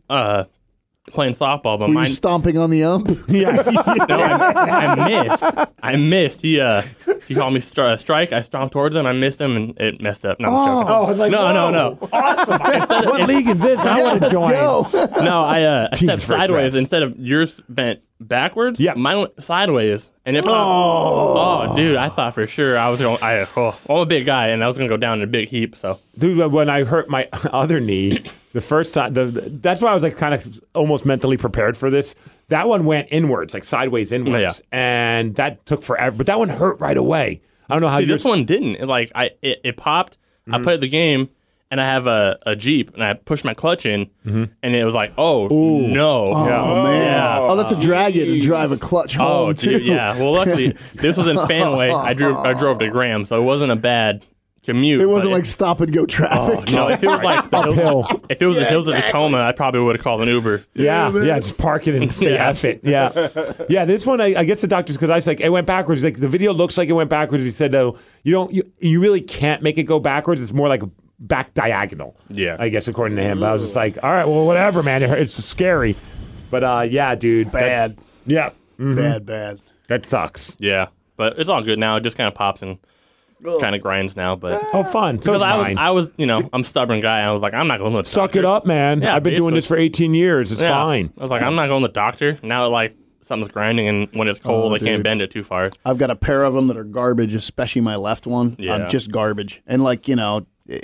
[SPEAKER 4] uh, playing softball,
[SPEAKER 3] Mm-hmm.
[SPEAKER 4] but
[SPEAKER 3] Were you
[SPEAKER 4] mine
[SPEAKER 3] stomping on the ump?
[SPEAKER 1] Yes.
[SPEAKER 4] No, I, I missed. I missed. He uh, he called me stri- uh, strike. I stomped towards him. I missed him, and it messed up. No, I'm joking.
[SPEAKER 1] Oh, I was like,
[SPEAKER 4] no,
[SPEAKER 1] whoa,
[SPEAKER 4] no, no,
[SPEAKER 1] Awesome. what league is this? I want to
[SPEAKER 3] Let's
[SPEAKER 1] join.
[SPEAKER 3] go.
[SPEAKER 4] no. I uh, I
[SPEAKER 1] Team
[SPEAKER 4] stepped
[SPEAKER 1] first
[SPEAKER 4] sideways
[SPEAKER 1] reps.
[SPEAKER 4] instead of yours bent backwards.
[SPEAKER 1] Yeah.
[SPEAKER 4] mine went sideways, and it. Oh, oh, dude, I thought for sure I was going. I oh, I'm a big guy, and I was going to go down in a big heap. So
[SPEAKER 1] Dude, when I hurt my other knee, the first time, the, the- that's why I was like kind of almost mentally prepared for this. That one went inwards, like sideways inwards, and that took forever. But that one hurt right away. I don't know how Mm-hmm.
[SPEAKER 4] See,
[SPEAKER 1] you.
[SPEAKER 4] this one didn't. It, like I, it, it popped. I played the game, and I have a, a jeep, and I pushed my clutch in,
[SPEAKER 1] Mm-hmm.
[SPEAKER 4] and it was like, oh no,
[SPEAKER 3] Oh, man. Oh, that's a dragon to drive a clutch home,
[SPEAKER 4] Oh,
[SPEAKER 3] too.
[SPEAKER 4] dude, yeah. Well, luckily this was in Fanway. I drove I drove to Graham, so it wasn't a bad commute.
[SPEAKER 3] It
[SPEAKER 4] but Oh,
[SPEAKER 3] wasn't like stop and go traffic.
[SPEAKER 4] no. If it was like the hills,
[SPEAKER 1] Uphill.
[SPEAKER 4] if it was the hills of Tacoma, I probably would have called an Uber.
[SPEAKER 1] yeah, yeah, just park it and say
[SPEAKER 4] Yeah.
[SPEAKER 1] F it. Yeah, yeah. This one, I, I guess the doctor's because I was like, it went backwards. Like the video looks like it went backwards. He said, no, you don't. You, you really can't make it go backwards. It's more like back diagonal.
[SPEAKER 4] Yeah.
[SPEAKER 1] I guess according to him. But I was just like, all right, well, whatever, man. It hurt- It's scary, but uh, yeah, dude, that's-
[SPEAKER 3] Bad.
[SPEAKER 1] Yeah. Mm,
[SPEAKER 4] Mhm.
[SPEAKER 3] Bad, bad.
[SPEAKER 1] That sucks.
[SPEAKER 4] Yeah, but it's all good now. It just kind of pops and kind of grinds now. But
[SPEAKER 1] Oh, fun. So
[SPEAKER 4] because
[SPEAKER 1] it's
[SPEAKER 4] I was,
[SPEAKER 1] fine.
[SPEAKER 4] I was, you know, I'm stubborn guy. I was like, I'm not going to the
[SPEAKER 1] Suck
[SPEAKER 4] doctor.
[SPEAKER 1] it up, man.
[SPEAKER 4] Yeah,
[SPEAKER 1] I've been doing
[SPEAKER 4] basically.
[SPEAKER 1] this for 18 years. It's
[SPEAKER 4] Yeah.
[SPEAKER 1] fine.
[SPEAKER 4] I was like, I'm not going to the doctor. Now, like something's grinding, and when it's cold, I can't
[SPEAKER 3] dude.
[SPEAKER 4] bend it too far.
[SPEAKER 3] I've got a pair of them that are garbage, especially my left one.
[SPEAKER 4] Yeah.
[SPEAKER 3] Um, just garbage. And like you know, eh,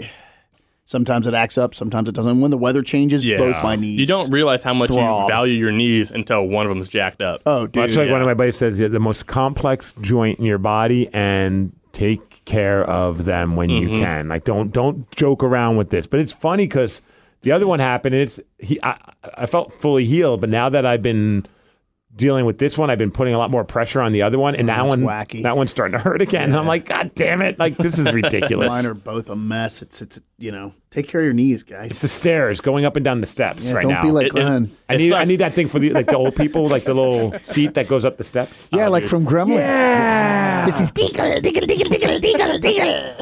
[SPEAKER 3] sometimes it acts up, sometimes it doesn't. When the weather changes, both my knees.
[SPEAKER 4] You don't realize how much you
[SPEAKER 3] throb.
[SPEAKER 4] value your knees until one of them's jacked up.
[SPEAKER 3] Oh, dude.
[SPEAKER 1] That's like
[SPEAKER 4] yeah.
[SPEAKER 1] one of my buddies says yeah, the most complex joint in your body and take care of them when
[SPEAKER 3] Mm-hmm.
[SPEAKER 1] you can. Like don't don't joke around with this. But it's funny because the other one happened and it's he I, I felt fully healed, but now that I've been dealing with this one. I've been putting a lot more pressure on the other one, and that
[SPEAKER 3] Oh,
[SPEAKER 1] one,
[SPEAKER 3] that's wacky.
[SPEAKER 1] that one's starting to hurt again. And I'm like, God damn it! Like this is ridiculous.
[SPEAKER 3] Mine are both a mess. It's it's you know, take care of your knees, guys.
[SPEAKER 1] It's the stairs going up and down the steps
[SPEAKER 3] Yeah,
[SPEAKER 1] right
[SPEAKER 3] don't
[SPEAKER 1] now.
[SPEAKER 3] be like
[SPEAKER 4] It- it-
[SPEAKER 3] Glenn.
[SPEAKER 1] I
[SPEAKER 4] It
[SPEAKER 1] need I
[SPEAKER 4] sucks.
[SPEAKER 1] need that thing for the like the old people, like the little seat that goes up the steps.
[SPEAKER 3] yeah, like from Gremlins. This is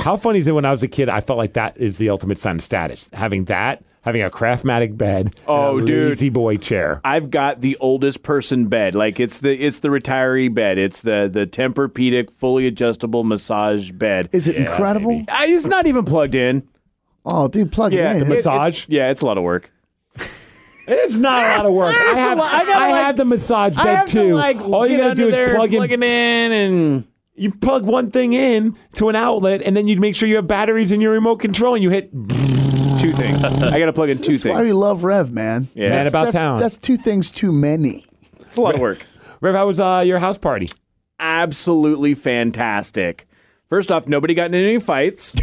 [SPEAKER 1] How funny is it when I was a kid, I felt like that is the ultimate sign of status. Having that, having a craftmatic bed,
[SPEAKER 2] Oh,
[SPEAKER 1] and a
[SPEAKER 2] dude.
[SPEAKER 1] lazy boy chair.
[SPEAKER 2] I've got the oldest person bed. Like it's the it's the retiree bed. It's the the Tempur-Pedic fully adjustable massage bed.
[SPEAKER 3] is it incredible?
[SPEAKER 2] I, it's not even plugged in.
[SPEAKER 3] Oh, dude, plug
[SPEAKER 2] Yeah,
[SPEAKER 3] it in.
[SPEAKER 2] it-
[SPEAKER 1] Massage?
[SPEAKER 2] Yeah, it's a lot of work.
[SPEAKER 1] It's not a lot of work. I have,
[SPEAKER 2] lot- I
[SPEAKER 1] I,
[SPEAKER 2] gotta, like-
[SPEAKER 1] have the massage bed
[SPEAKER 2] I have to,
[SPEAKER 1] too.
[SPEAKER 2] like,
[SPEAKER 1] All you
[SPEAKER 2] get
[SPEAKER 1] gotta do
[SPEAKER 2] under
[SPEAKER 1] is
[SPEAKER 2] there,
[SPEAKER 1] plug in.
[SPEAKER 2] it in, and
[SPEAKER 1] You plug one thing in to an outlet, and then you make sure you have batteries in your remote control, and you hit.
[SPEAKER 2] two things. I got to plug in two
[SPEAKER 3] That's why we
[SPEAKER 2] things.
[SPEAKER 3] love Rev, man.
[SPEAKER 2] Yeah. Man
[SPEAKER 3] That's-
[SPEAKER 1] about
[SPEAKER 3] that's-
[SPEAKER 1] town.
[SPEAKER 3] That's two things too many.
[SPEAKER 2] It's a lot of work.
[SPEAKER 1] Rev, how was uh, your house party?
[SPEAKER 2] absolutely fantastic. First off, nobody got in any fights.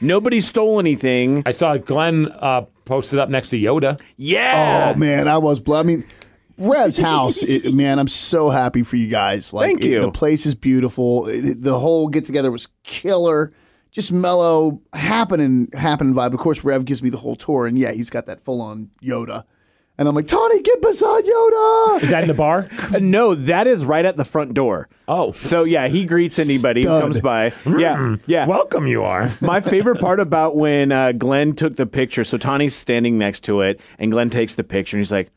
[SPEAKER 2] nobody stole anything.
[SPEAKER 1] I saw Glenn uh, posted up next to Yoda.
[SPEAKER 2] Yeah.
[SPEAKER 3] Oh man, I was. bl- I mean, Rev's house, it, man. I'm so happy for you guys. Like,
[SPEAKER 2] Thank
[SPEAKER 3] it-
[SPEAKER 2] you.
[SPEAKER 3] the place is beautiful. It- the whole get together was killer. Just mellow, happening, happening vibe. Of course, Rev gives me the whole tour, and yeah, he's got that full on Yoda. And I'm like, Tony, get beside Yoda.
[SPEAKER 1] Is that in the bar?
[SPEAKER 2] Uh, no, that is right at the front door.
[SPEAKER 1] Oh.
[SPEAKER 2] So yeah, he greets anybody
[SPEAKER 3] Stud.
[SPEAKER 2] who comes by. Yeah. Yeah.
[SPEAKER 1] Welcome, you are.
[SPEAKER 2] My favorite part about when uh, Glenn took the picture, so Tawny's standing next to it, and Glenn takes the picture, and he's like,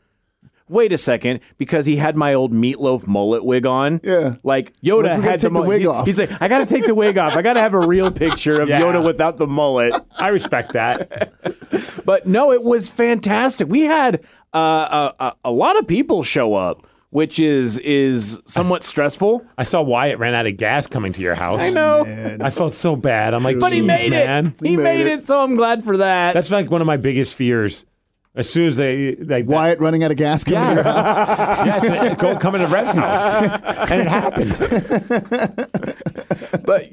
[SPEAKER 2] "Wait a second, because he had my old meatloaf mullet wig on.
[SPEAKER 3] Yeah.
[SPEAKER 2] like Yoda
[SPEAKER 3] gotta
[SPEAKER 2] had
[SPEAKER 3] take the
[SPEAKER 2] mul-
[SPEAKER 3] wig
[SPEAKER 2] he-
[SPEAKER 3] off.
[SPEAKER 2] He's like, "I got to take the wig off. I got to have a real picture of
[SPEAKER 1] Yeah.
[SPEAKER 2] Yoda without the mullet."
[SPEAKER 1] I respect that.
[SPEAKER 2] But no, it was fantastic. We had uh, a, a, a lot of people show up, which is is somewhat stressful.
[SPEAKER 1] I saw Wyatt ran out of gas coming to your house.
[SPEAKER 2] I know,
[SPEAKER 1] I felt so bad. I'm like,
[SPEAKER 2] but he
[SPEAKER 1] "Jeez,
[SPEAKER 2] made
[SPEAKER 1] man.
[SPEAKER 2] it. He made,
[SPEAKER 3] made
[SPEAKER 2] it. so I'm glad for that.
[SPEAKER 1] That's like one of my biggest fears. As soon as they like that-
[SPEAKER 3] Wyatt running out of gas. Coming
[SPEAKER 1] Yes.
[SPEAKER 3] here.
[SPEAKER 1] yes, and go come in a rest
[SPEAKER 2] Uh,
[SPEAKER 1] house, and it happened.
[SPEAKER 2] but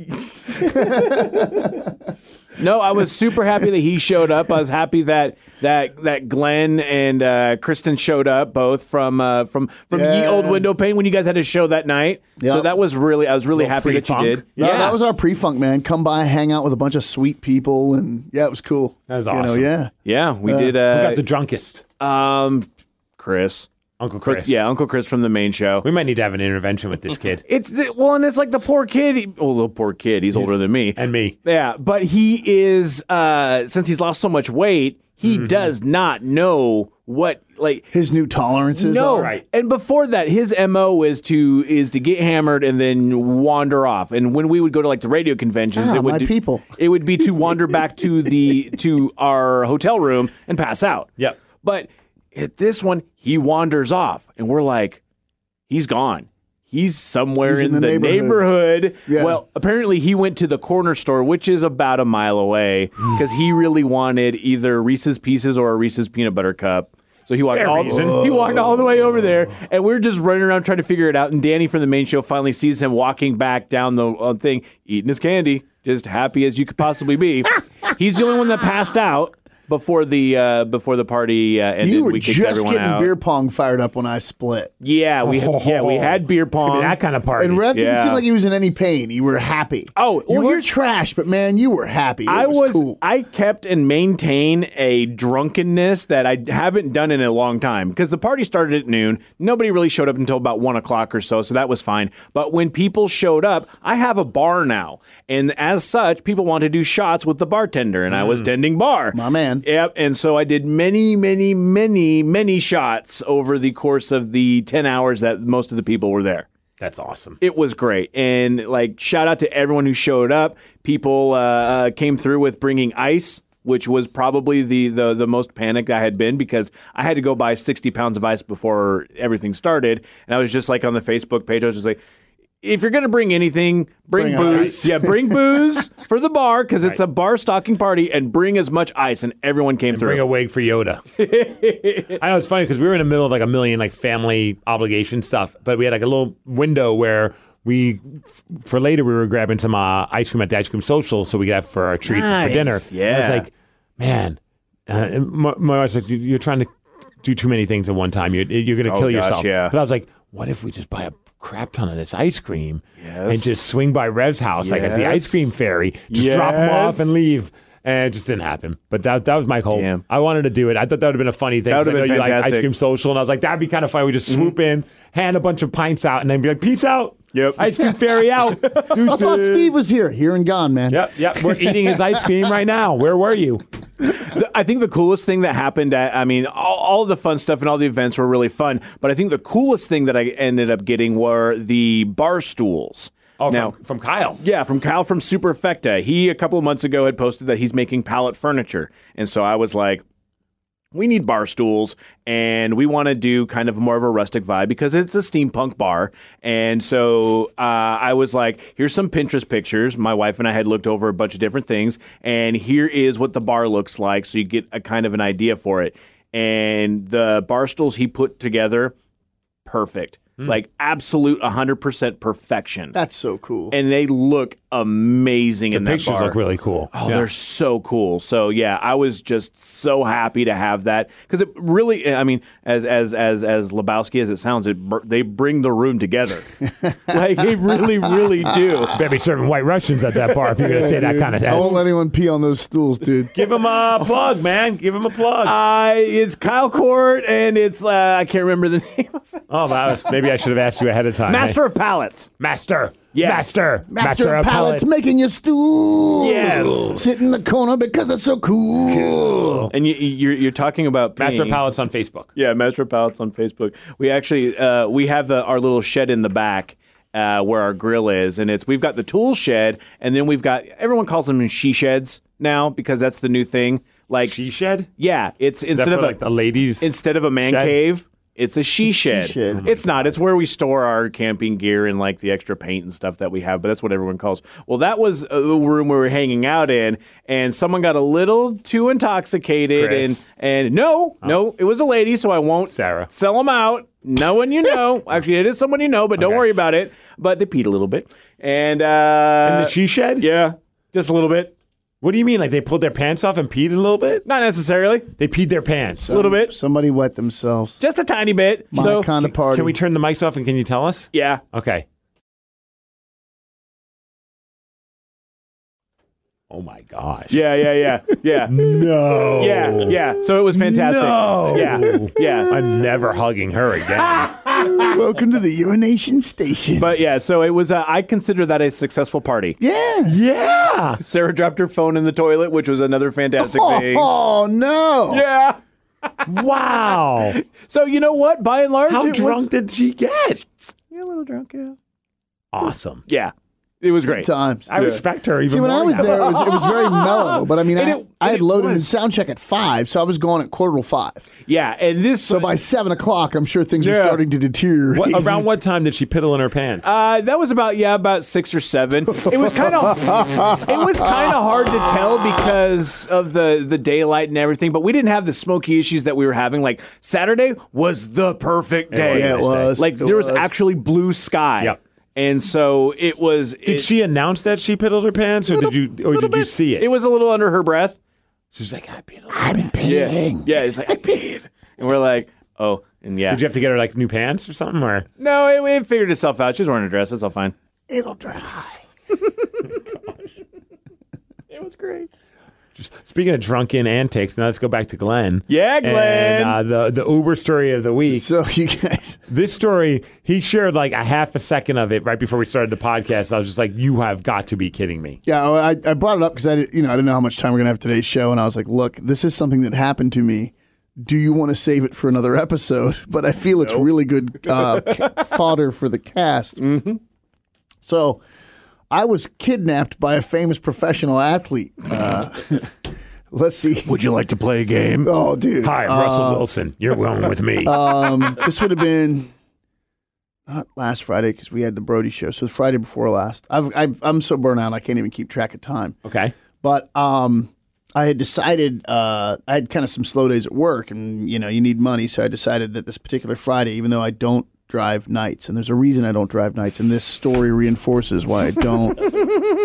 [SPEAKER 2] no, I was super happy that he showed up. I was happy that that that Glenn and uh, Kristen showed up both from uh, from from Ye
[SPEAKER 3] Yeah.
[SPEAKER 2] Old Window Pane when you guys had a show that night. So
[SPEAKER 3] Yep.
[SPEAKER 2] that was really I was really happy that you
[SPEAKER 1] pre-funk.
[SPEAKER 2] did.
[SPEAKER 3] No, that was our pre-funk man. Come by, hang out with a bunch of sweet people, and yeah, it was cool.
[SPEAKER 1] That was
[SPEAKER 3] You know,
[SPEAKER 1] awesome.
[SPEAKER 3] yeah.
[SPEAKER 2] yeah, we did.
[SPEAKER 1] Who
[SPEAKER 2] Uh,
[SPEAKER 1] got the drunkest,
[SPEAKER 2] um, Chris.
[SPEAKER 1] Uncle
[SPEAKER 2] But-
[SPEAKER 1] Chris?
[SPEAKER 2] yeah, Uncle Chris from the main show.
[SPEAKER 1] we might need to have an intervention with this kid
[SPEAKER 2] It's the, well, and it's like the poor kid. He, oh, the poor kid. He's, older than me.
[SPEAKER 1] and me.
[SPEAKER 2] yeah, but he is uh since he's lost so much weight, he does not know what like
[SPEAKER 3] His new tolerances.
[SPEAKER 2] no.
[SPEAKER 3] are-
[SPEAKER 1] right.
[SPEAKER 2] And before that, his mo is to is to get hammered and then wander off. And when we would go to like the radio conventions,
[SPEAKER 3] Ah,
[SPEAKER 2] it would
[SPEAKER 3] my
[SPEAKER 2] do-
[SPEAKER 3] people.
[SPEAKER 2] It would be to wander back to the to our hotel room and pass out.
[SPEAKER 1] Yep.
[SPEAKER 2] But at this one, he wanders off, and we're like, he's gone. He's somewhere
[SPEAKER 3] He's
[SPEAKER 2] in, the, neighborhood.
[SPEAKER 3] Yeah.
[SPEAKER 2] Well, apparently he went to the corner store, which is about a mile away, because he really wanted either Reese's Pieces or a Reese's peanut butter cup. So he walked
[SPEAKER 1] Fair
[SPEAKER 2] all
[SPEAKER 1] reason.
[SPEAKER 2] he walked all the way over there, and we're just running around trying to figure it out. And Danny from the main show finally sees him walking back down the uh, thing, eating his candy, just happy as you could possibly be. He's the only one that passed out before the uh, before the party uh, ended.
[SPEAKER 3] You were
[SPEAKER 2] we kicked
[SPEAKER 3] just
[SPEAKER 2] everyone
[SPEAKER 3] getting
[SPEAKER 2] out.
[SPEAKER 3] beer pong fired up when I split.
[SPEAKER 2] Yeah, we yeah we had beer
[SPEAKER 1] It's gonna be
[SPEAKER 2] pong.
[SPEAKER 1] that kind of party.
[SPEAKER 3] And Rev
[SPEAKER 2] Yeah.
[SPEAKER 3] didn't seem like he was in any pain. You were happy.
[SPEAKER 2] Oh, well,
[SPEAKER 3] you were
[SPEAKER 2] here's-
[SPEAKER 3] trash, but man, you were happy. It
[SPEAKER 2] I was
[SPEAKER 3] cool.
[SPEAKER 2] I kept and maintain a drunkenness that I haven't done in a long time because the party started at noon. Nobody really showed up until about one o'clock or so, so that was fine. But when people showed up, I have a bar now, and as such, people want to do shots with the bartender, and I was tending bar.
[SPEAKER 3] Mm. My man.
[SPEAKER 2] Yep. And so I did many, many, many, many shots over the course of the ten hours that most of the people were there
[SPEAKER 1] That's awesome.
[SPEAKER 2] it was great and like shout out to everyone who showed up people uh, uh, came through with bringing ice which was probably the, the the most panicked I had been because I had to go buy 60 pounds of ice before everything started and I was just like on the Facebook page I was just like if you're gonna bring anything,
[SPEAKER 3] Bring
[SPEAKER 2] bring, booze.
[SPEAKER 3] ice.
[SPEAKER 2] Yeah, bring booze for the bar because it's a bar stocking party, and bring as much ice. And everyone came through.
[SPEAKER 1] Bring a wig for Yoda. I know it's funny because we were in the middle of like a million like family obligation stuff, but we had like a little window where we, f- for later, we were grabbing some uh, ice cream at the ice cream social so we could have for our treat
[SPEAKER 2] Nice.
[SPEAKER 1] for dinner. And I
[SPEAKER 2] Yeah.
[SPEAKER 1] was like, man, uh, and my, my wife's like, "You- you're trying to do too many things at one time. You're, you're going to
[SPEAKER 2] Oh,
[SPEAKER 1] kill
[SPEAKER 2] gosh,
[SPEAKER 1] yourself.
[SPEAKER 2] yeah.
[SPEAKER 1] But I was like, what if we just buy a crap ton of this ice cream and
[SPEAKER 2] Yes.
[SPEAKER 1] just swing by Rev's house like it's the ice
[SPEAKER 2] Yes.
[SPEAKER 1] cream fairy, just drop them off
[SPEAKER 2] Yes.
[SPEAKER 1] and leave. And it just didn't happen. But that that was my hope.
[SPEAKER 2] Damn.
[SPEAKER 1] I wanted to do it. I thought that would have been a funny thing.
[SPEAKER 2] That would've
[SPEAKER 1] 'cause I
[SPEAKER 2] been
[SPEAKER 1] know you like ice
[SPEAKER 2] fantastic. Mm-hmm.
[SPEAKER 1] cream social, and I was like, that'd be kind of fun. We just swoop in, hand a bunch of pints out, and then be like, peace out.
[SPEAKER 2] Yep.
[SPEAKER 1] Ice cream fairy out.
[SPEAKER 3] I thought Steve was here, here and gone, man.
[SPEAKER 1] Yep, yep. We're eating his ice cream right now. Where were you?
[SPEAKER 2] The- I think the coolest thing that happened at, I mean, all, all the fun stuff and all the events were really fun, but I think the coolest thing that I ended up getting were the bar stools.
[SPEAKER 1] Oh,
[SPEAKER 2] now,
[SPEAKER 1] from, from Kyle.
[SPEAKER 2] yeah, from Kyle from Superfecta. He, a couple of months ago, had posted that he's making pallet furniture. And so I was like, we need bar stools and we want to do kind of more of a rustic vibe because it's a steampunk bar. And so uh, I was like, here's some Pinterest pictures. My wife and I had looked over a bunch of different things, and here is what the bar looks like. So you get a kind of an idea for it. And the bar stools he put together, perfect. Like absolute 100% perfection.
[SPEAKER 3] That's so cool.
[SPEAKER 2] and they look amazing in that
[SPEAKER 1] Pictures
[SPEAKER 2] bar.
[SPEAKER 1] look really cool.
[SPEAKER 2] Oh, they're so cool. So yeah, I was just so happy to have that because it really. I mean, as as as as Lebowski as it sounds, it br- they bring the room together. like they really, really do.
[SPEAKER 1] Better be serving white Russians at that bar if you're going to say that kind of
[SPEAKER 3] I won't
[SPEAKER 1] test.
[SPEAKER 3] let anyone pee on those stools, dude.
[SPEAKER 1] Give him a plug, man. Give him a plug.
[SPEAKER 2] Uh, it's Kyle Court, and it's uh, I can't remember the name. Of it.
[SPEAKER 1] oh, that was, maybe I should have asked you ahead of time. eh?
[SPEAKER 2] Master of Palettes.
[SPEAKER 1] Master.
[SPEAKER 2] Yes.
[SPEAKER 1] Master.
[SPEAKER 3] Master, of pallets making your stools.
[SPEAKER 2] Yes.
[SPEAKER 3] Sit in the corner because they're so cool.
[SPEAKER 2] And you, you're you're talking about
[SPEAKER 1] Master
[SPEAKER 2] peeing.
[SPEAKER 1] of Pallets on Facebook.
[SPEAKER 2] Yeah, Master of Palettes on Facebook. We actually uh, we have uh, our little shed in the back uh, where our grill is, and it's we've got the tool shed, and then we've got everyone calls them she sheds now because that's the new thing. Like
[SPEAKER 1] shed?
[SPEAKER 2] yeah, it's
[SPEAKER 1] Instead
[SPEAKER 2] instead
[SPEAKER 1] for,
[SPEAKER 2] of
[SPEAKER 1] like
[SPEAKER 2] a
[SPEAKER 1] the ladies.
[SPEAKER 2] instead of a man
[SPEAKER 1] shed?
[SPEAKER 2] cave. It's a she shed. Mm-hmm.
[SPEAKER 3] shed.
[SPEAKER 2] It's not. It's where we store our camping gear and like the extra paint and stuff that we have, but that's what everyone calls. Well, that was a room we were hanging out in, and someone got a little too intoxicated,
[SPEAKER 1] Chris.
[SPEAKER 2] and and no, no, it was a lady, so I won't
[SPEAKER 1] Sarah.
[SPEAKER 2] sell them out. No one you know. Actually, it is someone you know, but don't
[SPEAKER 1] Okay.
[SPEAKER 2] worry about it. But they peed a little bit, and uh,
[SPEAKER 1] in the she shed?
[SPEAKER 2] yeah, just a little bit,
[SPEAKER 1] What do you mean? Like they pulled their pants off and peed a little bit?
[SPEAKER 2] not necessarily,
[SPEAKER 1] They peed their pants.
[SPEAKER 2] a little bit,
[SPEAKER 3] Somebody wet themselves.
[SPEAKER 2] just a tiny bit.
[SPEAKER 3] My
[SPEAKER 2] so
[SPEAKER 3] kind of party.
[SPEAKER 1] Can we turn the mics off and can you tell us?
[SPEAKER 2] yeah,
[SPEAKER 1] Okay. Oh my gosh.
[SPEAKER 2] yeah, yeah, yeah, yeah.
[SPEAKER 1] No.
[SPEAKER 2] Yeah, yeah. So it was fantastic.
[SPEAKER 1] No.
[SPEAKER 2] Yeah, yeah.
[SPEAKER 1] I'm never hugging her again.
[SPEAKER 3] Welcome to the urination station.
[SPEAKER 2] But yeah, so it was. Uh, I consider that a successful party.
[SPEAKER 3] yeah.
[SPEAKER 1] yeah.
[SPEAKER 2] Sarah dropped her phone in the toilet, which was another fantastic thing.
[SPEAKER 3] Oh, no.
[SPEAKER 2] Yeah.
[SPEAKER 1] Wow.
[SPEAKER 2] So you know what? By and large,
[SPEAKER 1] How
[SPEAKER 2] it
[SPEAKER 1] drunk
[SPEAKER 2] was
[SPEAKER 1] did she get?
[SPEAKER 2] yeah, a little drunk. Yeah.
[SPEAKER 1] Awesome.
[SPEAKER 2] Yeah, it was great.
[SPEAKER 3] Times.
[SPEAKER 1] I respect her even
[SPEAKER 3] See, when
[SPEAKER 1] more
[SPEAKER 3] I was
[SPEAKER 1] now.
[SPEAKER 3] there, it was, it was very mellow. But I mean,
[SPEAKER 2] And
[SPEAKER 3] I,
[SPEAKER 2] it-
[SPEAKER 3] I
[SPEAKER 2] and
[SPEAKER 3] had
[SPEAKER 2] it
[SPEAKER 3] loaded in
[SPEAKER 2] was.
[SPEAKER 3] sound check at five, so I was going at quarter to five.
[SPEAKER 2] Yeah, and this
[SPEAKER 3] So by seven o'clock, I'm sure things were
[SPEAKER 2] Yeah.
[SPEAKER 3] starting to deteriorate.
[SPEAKER 1] What- around what time did she piddle in her pants?
[SPEAKER 2] uh, that was about yeah about six or seven. It was kind of it was kind of hard to tell because of the the daylight and everything. But we didn't have the smoky issues that we were having. Like Saturday was the perfect day.
[SPEAKER 3] Yeah, it was.
[SPEAKER 2] Like
[SPEAKER 3] It
[SPEAKER 2] there was,
[SPEAKER 3] was.
[SPEAKER 2] actually blue sky.
[SPEAKER 1] Yep.
[SPEAKER 2] And so it was.
[SPEAKER 1] did she announce that she piddled her pants, or did you, or did you see it?
[SPEAKER 2] It was a little under her breath.
[SPEAKER 1] She's like, I piddled.
[SPEAKER 3] I'm peeing.
[SPEAKER 2] Yeah, it's like I peed, and we're like, oh, and yeah.
[SPEAKER 1] Did you have to get her like new pants or something? Or
[SPEAKER 2] no, it, it figured itself out. She was wearing a dress. It's all fine.
[SPEAKER 3] It'll dry.
[SPEAKER 2] It was great.
[SPEAKER 1] just speaking of drunken antics, now let's go back to Glenn.
[SPEAKER 2] Yeah, Glenn.
[SPEAKER 1] And, uh, the the Uber story of the week.
[SPEAKER 3] So you guys,
[SPEAKER 1] This story, he shared like a half a second of it right before we started the podcast. I was just like, "You have got to be kidding me!"
[SPEAKER 3] yeah, well, I, I brought it up because I, did- you know, I didn't know how much time we're gonna have today's show, and I was like, look, this is something that happened to me. Do you want to save it for another episode? But I feel it's really good uh, ca- fodder for the cast. Mm-hmm. So, I was kidnapped by a famous professional athlete. Uh, let's see.
[SPEAKER 2] Would you like to play a game?
[SPEAKER 3] Oh, dude.
[SPEAKER 1] Hi, I'm Russell Wilson. You're going with me.
[SPEAKER 3] um, this would have been not last Friday because we had the Brody show. So the Friday before last. I've, I've, I'm so burnt out, I can't even keep track of time.
[SPEAKER 1] okay.
[SPEAKER 3] But um, I had decided uh, I had kind of some slow days at work, and you know you need money, so I decided that this particular Friday, even though I don't drive nights, and there's a reason I don't drive nights, and this story reinforces why I don't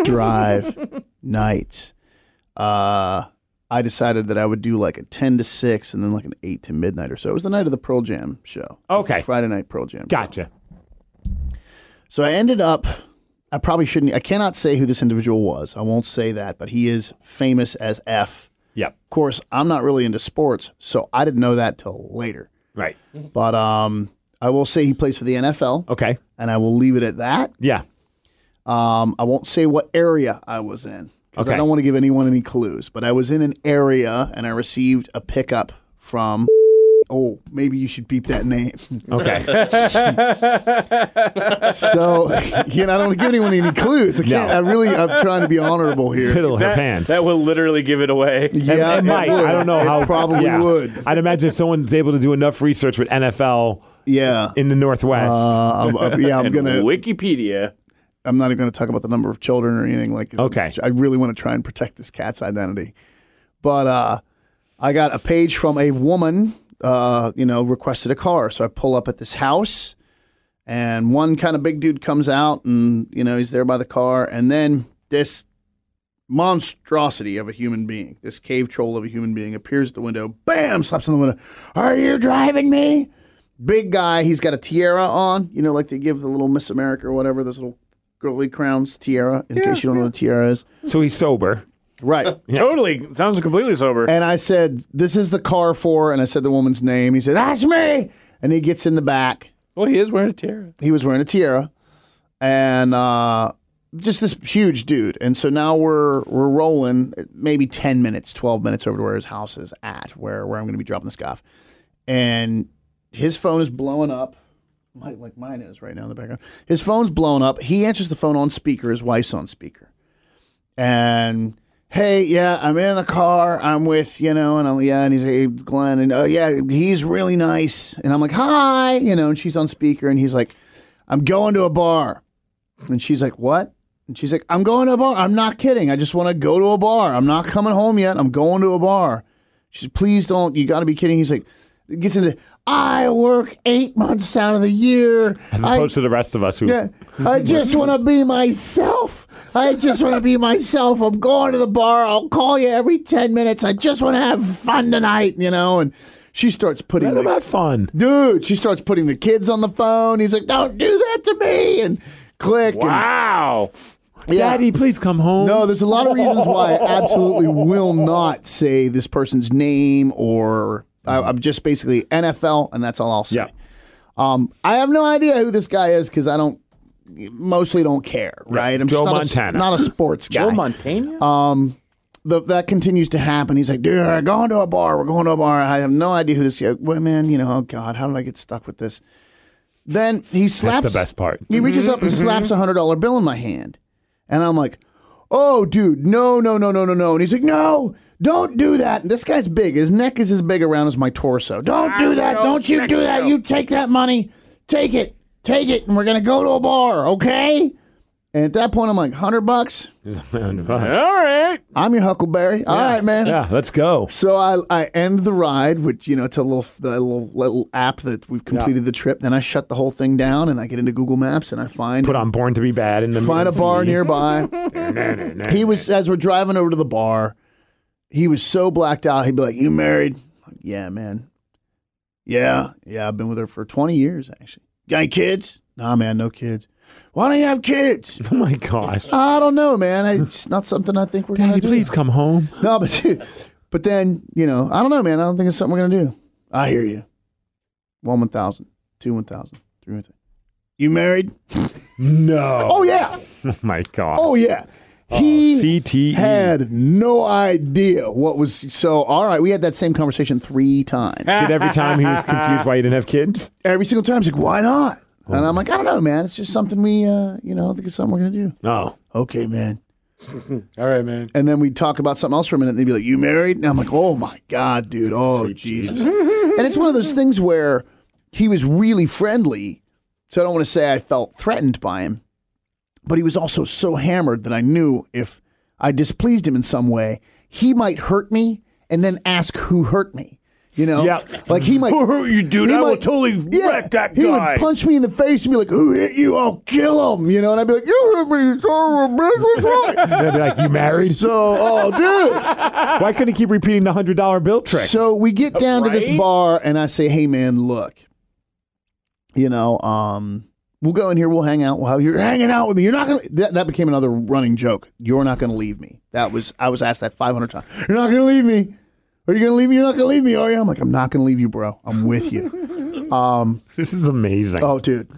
[SPEAKER 3] drive nights. Uh, I decided that I would do like a 10 to 6 and then like an 8 to midnight or so. It was the night of the Pearl Jam show.
[SPEAKER 1] Okay.
[SPEAKER 3] Friday night Pearl Jam. show.
[SPEAKER 1] Gotcha.
[SPEAKER 3] So I ended up. I probably shouldn't. I cannot say who this individual was. I won't say that, but he is famous as F.
[SPEAKER 1] Yep.
[SPEAKER 3] Of course, I'm not really into sports, so I didn't know that till later.
[SPEAKER 1] Right.
[SPEAKER 3] But um, I will say he plays for the NFL,
[SPEAKER 1] Okay.
[SPEAKER 3] and I will leave it at that.
[SPEAKER 1] Yeah.
[SPEAKER 3] Um, I won't say what area I was in because
[SPEAKER 1] Okay.
[SPEAKER 3] I don't want to give anyone any clues. But I was in an area, and I received a pickup from. Oh, maybe you should beep that name.
[SPEAKER 1] Okay.
[SPEAKER 3] So, you know, I don't want to give anyone any clues. I can't.
[SPEAKER 1] No.
[SPEAKER 3] I really, I'm trying to be honorable here.
[SPEAKER 1] Piddle her
[SPEAKER 2] That-
[SPEAKER 1] pants.
[SPEAKER 2] That will literally give it away.
[SPEAKER 3] Yeah,
[SPEAKER 1] it, might.
[SPEAKER 3] would.
[SPEAKER 1] I don't know
[SPEAKER 3] It
[SPEAKER 1] how.
[SPEAKER 3] Probably
[SPEAKER 1] yeah.
[SPEAKER 3] would.
[SPEAKER 1] I'd imagine if someone's able to do enough research with NFL
[SPEAKER 3] Yeah.
[SPEAKER 1] in the Northwest.
[SPEAKER 3] Uh, I'm, uh, yeah, I'm
[SPEAKER 2] And
[SPEAKER 3] gonna.
[SPEAKER 2] Wikipedia.
[SPEAKER 3] I'm not even gonna talk about the number of children or anything like.
[SPEAKER 1] Okay.
[SPEAKER 3] I really want to try and protect this cat's identity, but uh, I got a page from a woman. Uh, you know, requested a car, so I pull up at this house, and one kind of big dude comes out, and you know he's there by the car, and then this monstrosity of a human being, this cave troll of a human being, appears at the window. Bam! Slaps on the window. Are you driving me? big guy. He's got a tiara on, you know, like they give the little Miss America or whatever, those little girly crowns, tiara, in case you don't know what a tiara is.
[SPEAKER 1] so he's sober.
[SPEAKER 3] Right.
[SPEAKER 2] Totally sounds completely sober.
[SPEAKER 3] and I said, This is the car for, and I said the woman's name. He said, That's me. And he gets in the back.
[SPEAKER 2] well, he is wearing a tiara.
[SPEAKER 3] He was wearing a tiara. And uh, just this huge dude. And so now we're we're rolling maybe ten minutes, twelve minutes over to where his house is at, where where I'm gonna be dropping this guy off. And his phone is blowing up. like, like mine is right now in the background. His phone's blown up. He answers the phone on speaker. His wife's on speaker. And hey, yeah, I'm in the car. I'm with you know, and I'm yeah, and he's hey, Glenn, and oh yeah, he's really nice. And I'm like hi, you know, and she's on speaker, and he's like, I'm going to a bar, and she's like what? And she's like, I'm going to a bar. I'm not kidding. I just want to go to a bar. I'm not coming home yet. I'm going to a bar. She said, please don't. You got to be kidding. He's like, gets into. I work eight months out of the year.
[SPEAKER 1] As
[SPEAKER 3] I-
[SPEAKER 1] opposed to the rest of us who.
[SPEAKER 3] yeah. I just want to be myself. I just want to be myself. I'm going to the bar. I'll call you every 10 minutes. I just want to have fun tonight, you know? And she starts putting,
[SPEAKER 1] None of
[SPEAKER 3] the,
[SPEAKER 1] that fun.
[SPEAKER 3] dude, she starts putting the kids on the phone. He's like, don't do that to me. And click.
[SPEAKER 2] Wow.
[SPEAKER 3] And, Ah, yeah.
[SPEAKER 1] Daddy, please come home.
[SPEAKER 3] No, there's a lot of reasons why I absolutely will not say this person's name or I, I'm just basically NFL, and that's all I'll say.
[SPEAKER 1] Yeah.
[SPEAKER 3] Um, I have no idea who this guy is because I don't mostly don't care, right? I'm
[SPEAKER 1] Joe
[SPEAKER 3] just not
[SPEAKER 1] Montana.
[SPEAKER 3] a, not a sports guy.
[SPEAKER 2] Joe Montana.
[SPEAKER 3] The, that continues to happen. He's like, dude, we're going to a bar. We're going to a bar. I have no idea who this guy. Well, man, you know, oh god, how did I get stuck with this? Then he slaps.
[SPEAKER 1] That's the best part.
[SPEAKER 3] He reaches up and slaps a hundred dollar bill in my hand, and I'm like, "Oh, dude, no, no, no, no, no, no!" And he's like, "No, don't do that." And this guy's big. His neck is as big around as my torso. Don't do that. Don't you do that. You take that money. Take it. Take it, and we're gonna go to a bar, okay? And at that point, I'm like, hundred bucks.
[SPEAKER 1] yeah,
[SPEAKER 2] All right.
[SPEAKER 3] I'm your Huckleberry. All right, man.
[SPEAKER 1] uh, let's go.
[SPEAKER 3] So I, I end the ride, which you know it's a little the little, little app that we've completed the trip. Then I shut the whole thing down and I get into Google Maps and I find
[SPEAKER 1] Put on Born to Be Bad and then
[SPEAKER 3] find a bar nearby. he was as we're driving over to the bar, he was so blacked out. He'd be like, "You married?" I'm like, yeah, man. Yeah, yeah. I've been with her for 20 years actually. Got any kids? Nah, man, no kids. Why don't you have kids?
[SPEAKER 1] Oh my gosh.
[SPEAKER 3] I don't know, man. It's not something I think we're
[SPEAKER 1] Daddy,
[SPEAKER 3] gonna do.
[SPEAKER 1] please come home.
[SPEAKER 3] No, but dude, but then you know, I don't know, man. I don't think it's something we're gonna do. I hear you. One one thousand, two one thousand, three one thousand. You married?
[SPEAKER 1] No.
[SPEAKER 3] Oh yeah,
[SPEAKER 1] Oh my god.
[SPEAKER 3] oh yeah. He
[SPEAKER 1] CTE.
[SPEAKER 3] had no idea what was so. All right, we had that same conversation three times.
[SPEAKER 1] Did every time he was confused why he didn't have kids?
[SPEAKER 3] Every single time, it's like, why not? And I'm like, I don't know, man. It's just something we, uh, you know, I think it's something we're gonna do.
[SPEAKER 1] No.
[SPEAKER 3] Okay, man.
[SPEAKER 2] All right, man.
[SPEAKER 3] And then we'd talk about something else for a minute. And they'd be like, "You married?" And I'm like, "Oh my god, dude! Oh Jesus!" and it's one of those things where he was really friendly, so I don't want to say I felt threatened by him, but he was also so hammered that I knew if I displeased him in some way, he might hurt me and then ask who hurt me. You know,
[SPEAKER 1] Yeah.
[SPEAKER 3] like he might.
[SPEAKER 1] you dude,
[SPEAKER 3] he
[SPEAKER 1] I will
[SPEAKER 3] might-
[SPEAKER 1] totally
[SPEAKER 3] yeah,
[SPEAKER 1] wreck that
[SPEAKER 3] He
[SPEAKER 1] guy.
[SPEAKER 3] would punch me in the face and be like, "Who hit you? I'll kill him." You know, and I'd be like, "You hit me, you son of a bitch. What's wrong?"
[SPEAKER 1] They'd be like, "You married?
[SPEAKER 3] So, oh,
[SPEAKER 1] Why couldn't he keep repeating the hundred dollar bill trick?"
[SPEAKER 3] dude. So we get down to this bar, and I say, "Hey, man, look, you know, um, we'll go in here, we'll hang out. While you're hanging out with me, you're not gonna." That, that became another running joke. You're not gonna leave me. That was I was asked that 500 times. You're not gonna leave me. Are you gonna leave me? You're not gonna leave me, are you? I'm like, I'm not gonna leave you, bro. I'm with you.
[SPEAKER 1] this is amazing
[SPEAKER 3] oh, dude.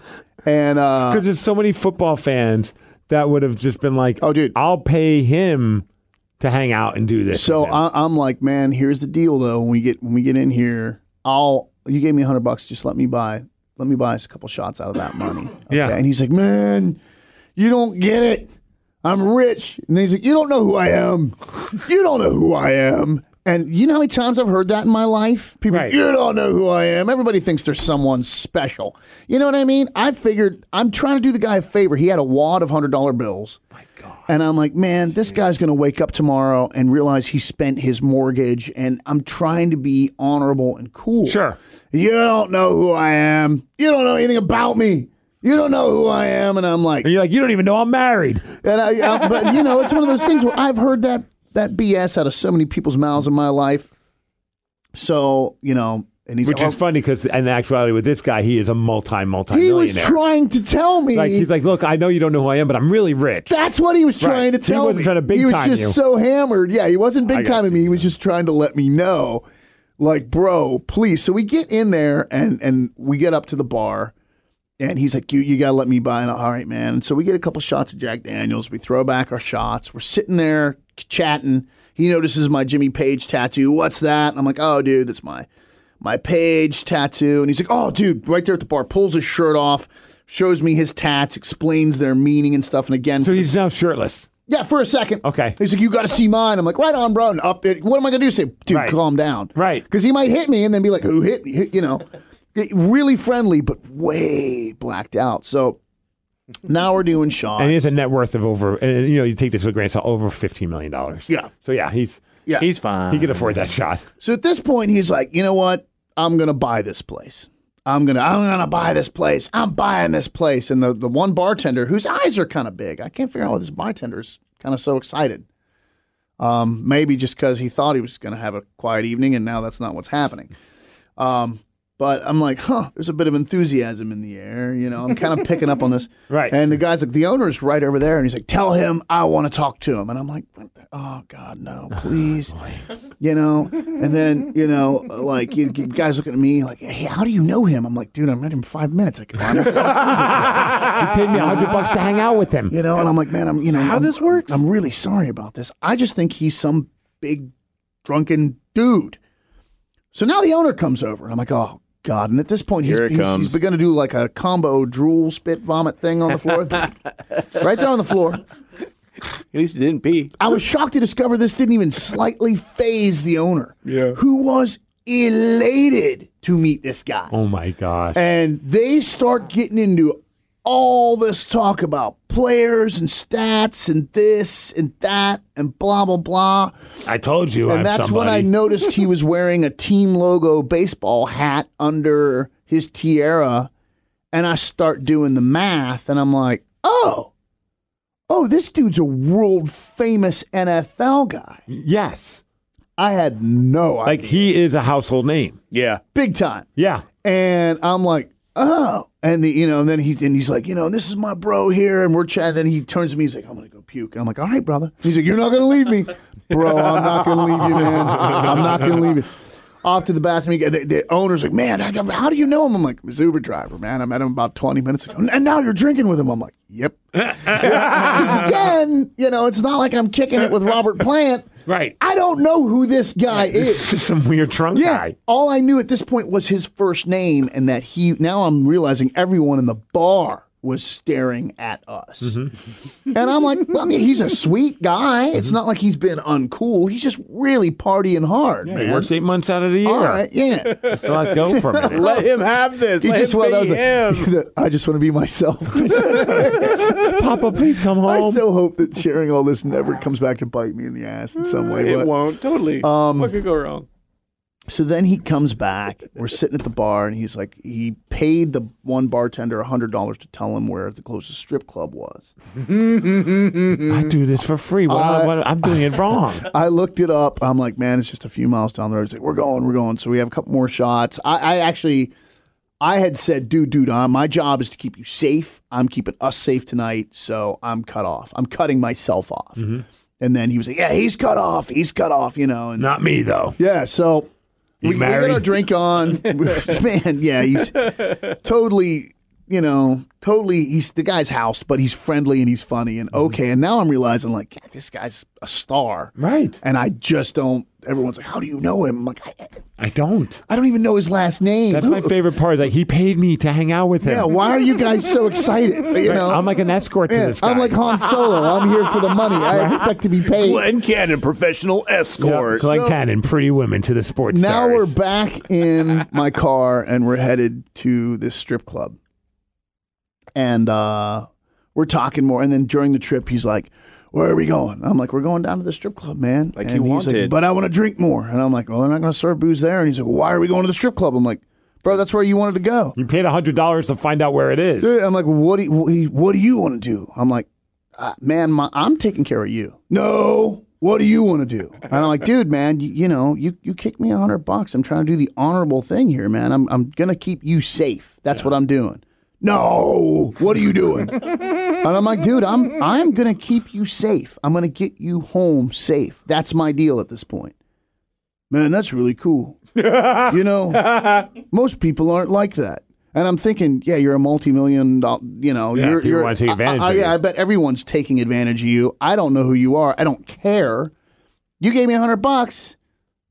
[SPEAKER 3] And uh,
[SPEAKER 1] because there's so many football fans that would have just been like,
[SPEAKER 3] Oh, dude.
[SPEAKER 1] I'll pay him to hang out and do this."
[SPEAKER 3] So
[SPEAKER 1] with him.
[SPEAKER 3] I, I'm like, man, here's the deal though. When we get when we get in here, I'll you gave me a hundred bucks. Just let me buy let me buy us a couple shots out of that money. Okay?
[SPEAKER 1] Yeah.
[SPEAKER 3] And he's like, man, you don't get it. I'm rich. And he's like, you don't know who I am. You don't know who I am. And you know how many times I've heard that in my life? People,
[SPEAKER 1] Right.
[SPEAKER 3] you don't know who I am. Everybody thinks they're someone special. You know what I mean? I figured I'm trying to do the guy a favor. He had a wad of hundred dollar bills. And I'm like, man, this guy's going to wake up tomorrow and realize he spent his mortgage. And I'm trying to be honorable and cool.
[SPEAKER 1] Sure.
[SPEAKER 3] You don't know who I am. You don't know anything about me. You don't know who I am. And I'm like,
[SPEAKER 1] and you're like, "You don't even know I'm married."
[SPEAKER 3] and I, I, but you know, it's one of those things where I've heard that that BS out of so many people's mouths in my life. So you know, and he's
[SPEAKER 1] Which
[SPEAKER 3] oh,
[SPEAKER 1] is funny because in actuality, with this guy, he is a multi multi
[SPEAKER 3] he was
[SPEAKER 1] millionaire.
[SPEAKER 3] trying to tell me.
[SPEAKER 1] like he's like, "Look, I know you don't know who I am, but I'm really rich."
[SPEAKER 3] that's what he was trying to
[SPEAKER 1] He
[SPEAKER 3] tell
[SPEAKER 1] wasn't
[SPEAKER 3] me.
[SPEAKER 1] trying to big
[SPEAKER 3] he was
[SPEAKER 1] time
[SPEAKER 3] just
[SPEAKER 1] you.
[SPEAKER 3] so hammered. Yeah, he wasn't big
[SPEAKER 1] got
[SPEAKER 3] timing me. He was just trying to let me know, like, bro, please. So we get in there and and we get up to the bar. And he's like, you, you got to let me buy. And I'm, all right, man. And so we get a couple shots of Jack Daniels. We throw back our shots. We're sitting there chatting. He notices my Jimmy Page tattoo. What's that? And I'm like, oh, dude, that's my my Page tattoo. And he's like, oh, dude, right there at the bar. Pulls his shirt off, shows me his tats, explains their meaning and stuff. And again,
[SPEAKER 1] so he's now shirtless.
[SPEAKER 3] yeah, for a second.
[SPEAKER 1] Okay.
[SPEAKER 3] He's like, you got to see mine. I'm like, right on, bro. And up. It, what am I going to do? Say, dude,
[SPEAKER 1] Right.
[SPEAKER 3] calm down.
[SPEAKER 1] Right.
[SPEAKER 3] Because he might hit me and then be like, who hit me? You know, It- really friendly, but way blacked out. So now we're doing shots.
[SPEAKER 1] And he has a net worth of over, and you know, you take this with a grain of salt, over fifteen million dollars.
[SPEAKER 3] Yeah.
[SPEAKER 1] So yeah, he's
[SPEAKER 3] Yeah.
[SPEAKER 2] He's fine.
[SPEAKER 1] he could afford that shot.
[SPEAKER 3] So at this point, he's like, you know what? I'm gonna buy this place. I'm gonna I'm gonna buy this place. I'm buying this place. And the, the one bartender whose eyes are kind of big, I can't figure out why this bartender's kind of so excited. Um, maybe just because he thought he was gonna have a quiet evening, and now that's not what's happening. Um, but I'm like, huh, there's a bit of enthusiasm in the air. You know, I'm kind of picking up on this.
[SPEAKER 1] Right.
[SPEAKER 3] And the guy's like, the owner's right over there. And he's like, tell him I want to talk to him. And I'm like, what the- oh, God, no, please you know. And then you know, like you, you guys looking at me like, "Hey, how do you know him?" I'm like, "Dude, I met him five minutes. I could
[SPEAKER 1] He paid me a hundred bucks to hang out with him.
[SPEAKER 3] you know." And I'm like, "Man, I'm you know
[SPEAKER 2] how
[SPEAKER 3] I'm-
[SPEAKER 2] this works?
[SPEAKER 3] I'm really sorry about this. I just think he's some big drunken dude." So now the owner comes over, and I'm like, "Oh." God, and at this point, he's,
[SPEAKER 2] Here it
[SPEAKER 3] he's,
[SPEAKER 2] comes.
[SPEAKER 3] he's begun to do like a combo drool spit vomit thing on the floor, right there on the floor.
[SPEAKER 2] At least he didn't pee.
[SPEAKER 3] I was shocked to discover this didn't even slightly phase the owner,
[SPEAKER 2] Yeah.
[SPEAKER 3] who was elated to meet this guy.
[SPEAKER 1] Oh my gosh.
[SPEAKER 3] And they start getting into all this talk about players and stats and this and that and blah, blah, blah.
[SPEAKER 1] I told you I'm
[SPEAKER 3] And that's
[SPEAKER 1] somebody.
[SPEAKER 3] when I noticed he was wearing a team logo baseball hat under his tiara. And I start doing the math and I'm like, oh, oh, this dude's a world famous NFL guy.
[SPEAKER 1] yes.
[SPEAKER 3] I had no idea.
[SPEAKER 1] Like he is a household name.
[SPEAKER 2] Yeah.
[SPEAKER 3] Big time.
[SPEAKER 1] Yeah.
[SPEAKER 3] and I'm like, oh, and the, you know, and then he and he's like, you know, this is my bro here, and we're chatting. Then he turns to me, he's like, I'm gonna go puke. And I'm like, all right, brother. He's like, you're not gonna leave me, bro. I'm not gonna leave you, man. I'm not gonna leave you. Off to the bathroom. he- The, the owner's like, man, how, how do you know him? I'm like, his Uber driver, man. I met him about 20 minutes ago, and now you're drinking with him. I'm like, yep. Because again, you know, it's not like I'm kicking it with Robert Plant.
[SPEAKER 1] Right.
[SPEAKER 3] I don't know who this guy is.
[SPEAKER 1] This is some weird trunk
[SPEAKER 3] Yeah.
[SPEAKER 1] guy.
[SPEAKER 3] All I knew at this point was his first name, and that he. Now I'm realizing everyone in the bar was staring at us,
[SPEAKER 1] Mm-hmm.
[SPEAKER 3] and I'm like, well, I mean, he's a sweet guy. It's not like he's been uncool. He's just really partying hard,
[SPEAKER 1] Yeah,
[SPEAKER 3] man.
[SPEAKER 1] he works eight months out of the year.
[SPEAKER 3] All right, yeah.
[SPEAKER 1] So let go for a minute.
[SPEAKER 2] Let him have this.
[SPEAKER 3] He
[SPEAKER 2] Let
[SPEAKER 3] just
[SPEAKER 2] him
[SPEAKER 3] well, that was
[SPEAKER 2] be
[SPEAKER 3] a-
[SPEAKER 2] him.
[SPEAKER 3] the- I just want to be myself.
[SPEAKER 1] Papa, please come
[SPEAKER 3] I
[SPEAKER 1] home.
[SPEAKER 3] so hope that sharing all this never comes back to bite me in the ass in some way.
[SPEAKER 2] It
[SPEAKER 3] but-
[SPEAKER 2] won't. Totally. Um, what could go wrong?
[SPEAKER 3] So then he comes back. We're sitting at the bar, and he's like, he paid the one bartender hundred dollars to tell him where the closest strip club was.
[SPEAKER 1] I do this for free. What,
[SPEAKER 3] Uh,
[SPEAKER 1] am I- what- I'm doing it wrong.
[SPEAKER 3] I looked it up. I'm like, man, it's just a few miles down the road. He's like, we're going, we're going. So we have a couple more shots. I, I actually, I had said, dude, dude, uh, my job is to keep you safe. I'm keeping us safe tonight. So I'm cut off. I'm cutting myself off. And then he was like, yeah, he's cut off. He's cut off, you know. And
[SPEAKER 1] Not me though.
[SPEAKER 3] yeah, so we, we
[SPEAKER 1] married?
[SPEAKER 3] get our drink on. Man, yeah, he's totally, you know, totally. He's the guy's housed, but he's friendly and he's funny and
[SPEAKER 1] Mm-hmm.
[SPEAKER 3] okay. And now I'm realizing, like, God, this guy's a star,
[SPEAKER 1] Right.
[SPEAKER 3] And I just don't. Everyone's like, "How do you know him?" I'm like, I,
[SPEAKER 1] I don't.
[SPEAKER 3] I don't even know his last name.
[SPEAKER 1] That's my favorite part. is Like he paid me to hang out with him.
[SPEAKER 3] yeah, why are you guys so excited? You know,
[SPEAKER 1] I'm like an escort to
[SPEAKER 3] Yeah,
[SPEAKER 1] this guy.
[SPEAKER 3] I'm like Han Solo. I'm here for the money. I expect to be paid.
[SPEAKER 2] Glenn Cannon, professional escort.
[SPEAKER 1] Glenn
[SPEAKER 3] So-
[SPEAKER 1] Cannon, pretty women to the sports
[SPEAKER 3] now
[SPEAKER 1] stars.
[SPEAKER 3] we're back in my car and we're headed to this strip club and uh, we're talking more and then during the trip he's like where are we going i'm like we're going down to the strip club man
[SPEAKER 2] Like
[SPEAKER 3] and
[SPEAKER 2] he
[SPEAKER 3] he's like
[SPEAKER 2] wanted.
[SPEAKER 3] but i want to drink more and i'm like well they're not going to serve booze there and he's like why are we going to the strip club i'm like bro that's where you wanted to go
[SPEAKER 1] you paid hundred dollars to find out where it is.
[SPEAKER 3] Dude, I'm like, what do you, what do you- what do you want to do? I'm like, uh, man, my, I'm taking care of you. No, what do you want to do? And I'm like, dude, man, you, you know, you you kick me a hundred bucks. I'm trying to do the honorable thing here, man. I'm I'm gonna keep you safe. That's what I'm doing. No, what are you doing? and I'm like, dude, I'm I'm gonna keep you safe. I'm gonna get you home safe. That's my deal at this point. Man, that's really cool. you know, most people aren't like that. And I'm thinking, yeah, you're a multi-million dollar, you know,
[SPEAKER 1] Yeah,
[SPEAKER 3] you're,
[SPEAKER 1] people
[SPEAKER 3] you're
[SPEAKER 1] wanna take
[SPEAKER 3] I-
[SPEAKER 1] advantage
[SPEAKER 3] I,
[SPEAKER 1] of you.
[SPEAKER 3] Yeah, I bet everyone's taking advantage of you. I don't know who you are. I don't care. You gave me a hundred bucks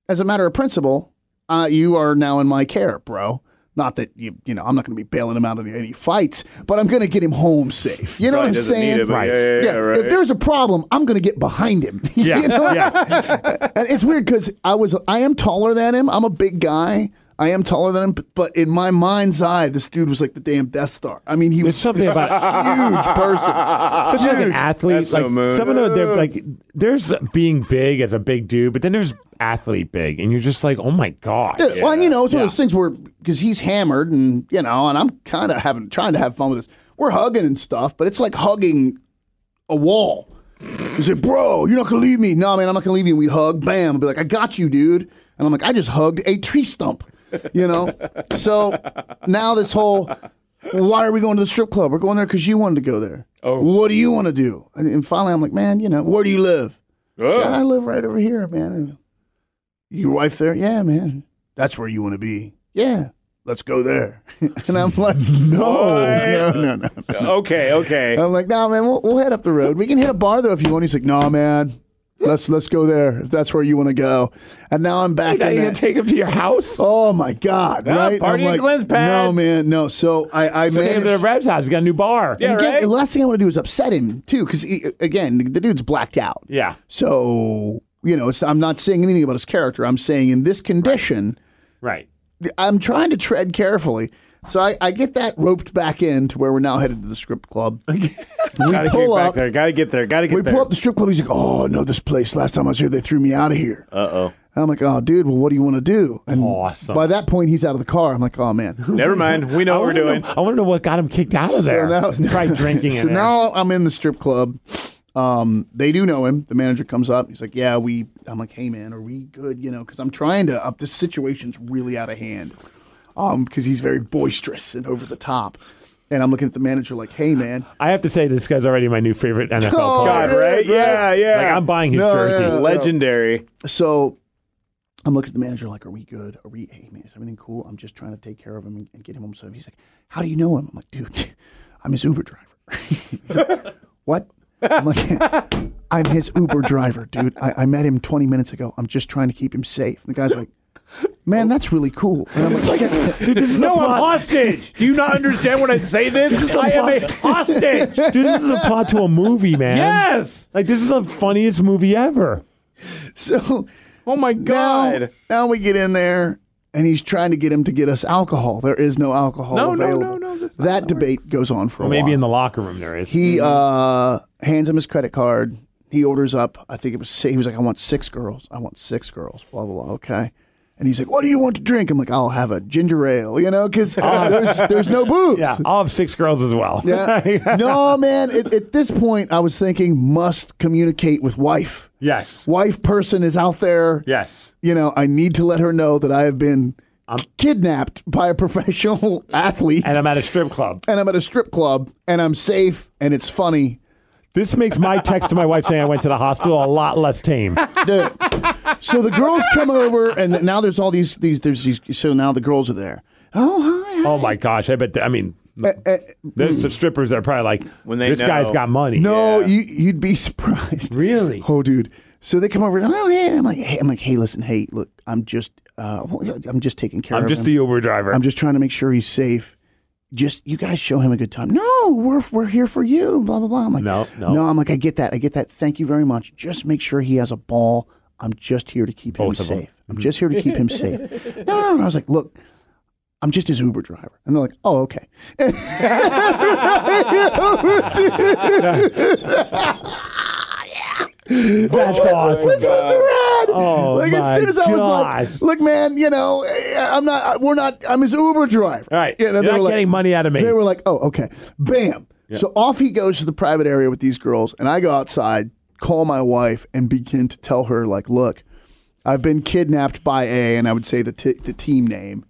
[SPEAKER 3] as a matter of principle. Uh, you are now in my care, bro. Not that you, you know, I'm not going to be bailing him out of any fights, but I'm going to get him home safe. You know what I'm saying?
[SPEAKER 1] Right.
[SPEAKER 2] right. Yeah, yeah, yeah, right.
[SPEAKER 3] If there's a problem, I'm going to get behind him.
[SPEAKER 1] Yeah,
[SPEAKER 3] you know?
[SPEAKER 1] yeah.
[SPEAKER 3] And it's weird because I was I am taller than him. I'm a big guy. I am taller than him, b- but in my mind's eye, this dude was like the damn Death Star. I mean, he
[SPEAKER 1] There's
[SPEAKER 3] was
[SPEAKER 1] something about
[SPEAKER 3] a huge person.
[SPEAKER 1] especially like an athlete.
[SPEAKER 2] That's no
[SPEAKER 1] Like
[SPEAKER 2] moon.
[SPEAKER 1] some of them, they're like there's being big as a big dude, but then there's athlete big, and you're just like, oh my god.
[SPEAKER 3] Yeah, Uh, Well, and, you know, it's one of those things where because he's hammered, and you know, and I'm kind of having trying to have fun with this. We're hugging and stuff, but it's like hugging a wall. He's like, "Bro, you're not gonna leave me." No, man, I'm not gonna leave you. And we hug, bam. I'll be like, "I got you, dude." And I'm like, "I just hugged a tree stump," you know. so now this whole, why are we going to the strip club? We're going there because you wanted to go there. Oh, what do you want to do? And, and finally, I'm like, "Man, you know, where do you live?" I live right over here, man. Your wife there? Yeah, man. That's where you want to be. Yeah. Let's go there. and I'm like, no, no, no, no.
[SPEAKER 2] Okay, okay.
[SPEAKER 3] I'm like, nah, man, we'll, we'll head up the road. We can hit a bar though if you want. He's like, nah, man. Let's let's go there if that's where you want to go. And now I'm back
[SPEAKER 1] Now
[SPEAKER 3] in
[SPEAKER 1] you gonna
[SPEAKER 3] that.
[SPEAKER 1] take him to your house?
[SPEAKER 3] oh my god,
[SPEAKER 2] Ah,
[SPEAKER 3] right?
[SPEAKER 2] party
[SPEAKER 3] I'm
[SPEAKER 2] at
[SPEAKER 3] like,
[SPEAKER 2] Glenn's pad.
[SPEAKER 3] No, man, no. So I I
[SPEAKER 1] Take him to the
[SPEAKER 3] managed,
[SPEAKER 1] Rev's house. He's got a new bar.
[SPEAKER 2] Yeah,
[SPEAKER 3] and again,
[SPEAKER 2] right?
[SPEAKER 3] the last thing I want to do is upset him too, because again, the, the dude's blacked out.
[SPEAKER 1] Yeah.
[SPEAKER 3] So you know, it's, I'm not saying anything about his character. I'm saying in this condition,
[SPEAKER 1] Right.
[SPEAKER 3] I'm trying to tread carefully. So I, I get that roped back in to where we're now headed to the strip club. we
[SPEAKER 2] Gotta get
[SPEAKER 3] pull
[SPEAKER 2] back
[SPEAKER 3] up.
[SPEAKER 2] there. Gotta get there. Gotta get
[SPEAKER 3] We
[SPEAKER 2] there.
[SPEAKER 3] pull up the strip club. He's like, "Oh no, this place. Last time I was here, they threw me out of here." Uh oh. I'm like, "Oh, dude. Well, what do you want to do?" And
[SPEAKER 1] Awesome.
[SPEAKER 3] by that point, he's out of the car. I'm like, "Oh man."
[SPEAKER 2] Never mind. We know
[SPEAKER 1] I
[SPEAKER 2] what we're
[SPEAKER 1] wanna know-
[SPEAKER 2] doing.
[SPEAKER 1] I want to know what got him kicked out of there.
[SPEAKER 3] now-
[SPEAKER 1] Try drinking.
[SPEAKER 3] so
[SPEAKER 1] in
[SPEAKER 3] now I'm in the strip club. Um, they do know him. The manager comes up. He's like, "Yeah, we." I'm like, "Hey, man, are we good?" You know, because I'm trying to. up this situation's really out of hand. Um, because he's very boisterous and over the top. And I'm looking at the manager like, "Hey, man."
[SPEAKER 1] there. I have to say, this guy's already my new favorite NFL
[SPEAKER 3] Oh,
[SPEAKER 1] player.
[SPEAKER 2] God,
[SPEAKER 3] dude,
[SPEAKER 2] right? Yeah, yeah.
[SPEAKER 1] Like I'm buying his
[SPEAKER 3] No,
[SPEAKER 1] jersey.
[SPEAKER 3] yeah.
[SPEAKER 2] Legendary.
[SPEAKER 3] So I'm looking at the manager like, "Are we good? Are we? Hey man, is everything cool? I'm just trying to take care of him and, and get him home." So he's like, "How do you know him?" I'm like, "Dude, I'm his Uber driver." He's like, what? I'm like, "I'm his Uber driver, dude. I, I met him 20 minutes ago. I'm just trying to keep him safe." And the guy's like, "Man, that's really cool." And I'm like,
[SPEAKER 1] Dude, this is
[SPEAKER 2] No,
[SPEAKER 1] the
[SPEAKER 2] I'm
[SPEAKER 1] plot.
[SPEAKER 2] hostage. Do you not understand when I say this? I am a hostage.
[SPEAKER 1] Dude, this is a plot to a movie, man.
[SPEAKER 2] Yes.
[SPEAKER 1] Like this is the funniest movie ever.
[SPEAKER 3] "So
[SPEAKER 2] Oh my
[SPEAKER 3] now,
[SPEAKER 2] God.
[SPEAKER 3] now we get in there." And he's trying to get him to get us alcohol. There is no alcohol
[SPEAKER 2] No, no, no,
[SPEAKER 3] available.
[SPEAKER 2] no, that's not
[SPEAKER 3] That debate goes on for a while.
[SPEAKER 1] Maybe in the locker room there is.
[SPEAKER 3] He uh, hands him his credit card. He orders up. I think it was si- he was like, "I want six girls. I want six girls." Blah blah blah. Okay. And he's like, "What do you want to drink?" I'm like, "I'll have a ginger ale," you know, because there's, there's no booze.
[SPEAKER 1] Ah. Yeah, I'll have six girls as well.
[SPEAKER 3] Yeah. no, man. At, at this point, I was thinking must communicate with wife.
[SPEAKER 1] yes.
[SPEAKER 3] Wife person is out there.
[SPEAKER 1] Yes.
[SPEAKER 3] You know, I need to let her know that I have been kidnapped by a professional athlete,
[SPEAKER 1] And I'm at a strip club.
[SPEAKER 3] and I'm at a strip club, and I'm safe, and it's funny.
[SPEAKER 1] This makes my text to my wife saying I went to the hospital a lot less tame.
[SPEAKER 3] Dude. so the girls come over, and th- now there's all these these there's these. So now the girls are there. Oh hi. hi.
[SPEAKER 1] Oh my gosh! I bet. th- I mean,
[SPEAKER 3] Eh,
[SPEAKER 1] there's some strippers that are probably like,
[SPEAKER 2] When they
[SPEAKER 1] this
[SPEAKER 2] know.
[SPEAKER 1] guy's got money.
[SPEAKER 3] no, you you'd be surprised.
[SPEAKER 1] Really?
[SPEAKER 3] Oh, dude. So they come over. and, Oh yeah. I'm like hey, I'm like hey listen hey look I'm just uh I'm just taking care
[SPEAKER 1] I'm
[SPEAKER 3] of
[SPEAKER 1] just
[SPEAKER 3] him.
[SPEAKER 1] the Uber driver.
[SPEAKER 3] I'm just trying to make sure he's safe. Just you guys show him a good time. No, we're we're here for you. Blah blah blah. I'm like,
[SPEAKER 1] No, no.
[SPEAKER 3] no. I'm like, I get that. I get that. Thank you very much. Just make sure he has a ball. I'm just here to keep him
[SPEAKER 1] of them. Mm-hmm.
[SPEAKER 3] safe. I'm just here to keep him safe. No, no, no. I was like, look, I'm just his Uber driver, and they're like, oh, okay.
[SPEAKER 1] That's awesome.
[SPEAKER 3] Which was rad.
[SPEAKER 1] Oh,
[SPEAKER 3] like
[SPEAKER 1] my
[SPEAKER 3] as soon as I was
[SPEAKER 1] God.
[SPEAKER 3] like, look, man, you know, eh, I'm not. We're not. I'm his Uber driver.
[SPEAKER 1] All right.
[SPEAKER 3] You know,
[SPEAKER 1] You're
[SPEAKER 3] they
[SPEAKER 1] not
[SPEAKER 3] were like-
[SPEAKER 1] getting money out of me.
[SPEAKER 3] They were like, oh, okay. Bam. So off he goes to the private area with these girls, and I go outside, call my wife, and begin to tell her, like, look, I've been kidnapped by A, and I would say the, t- the team name.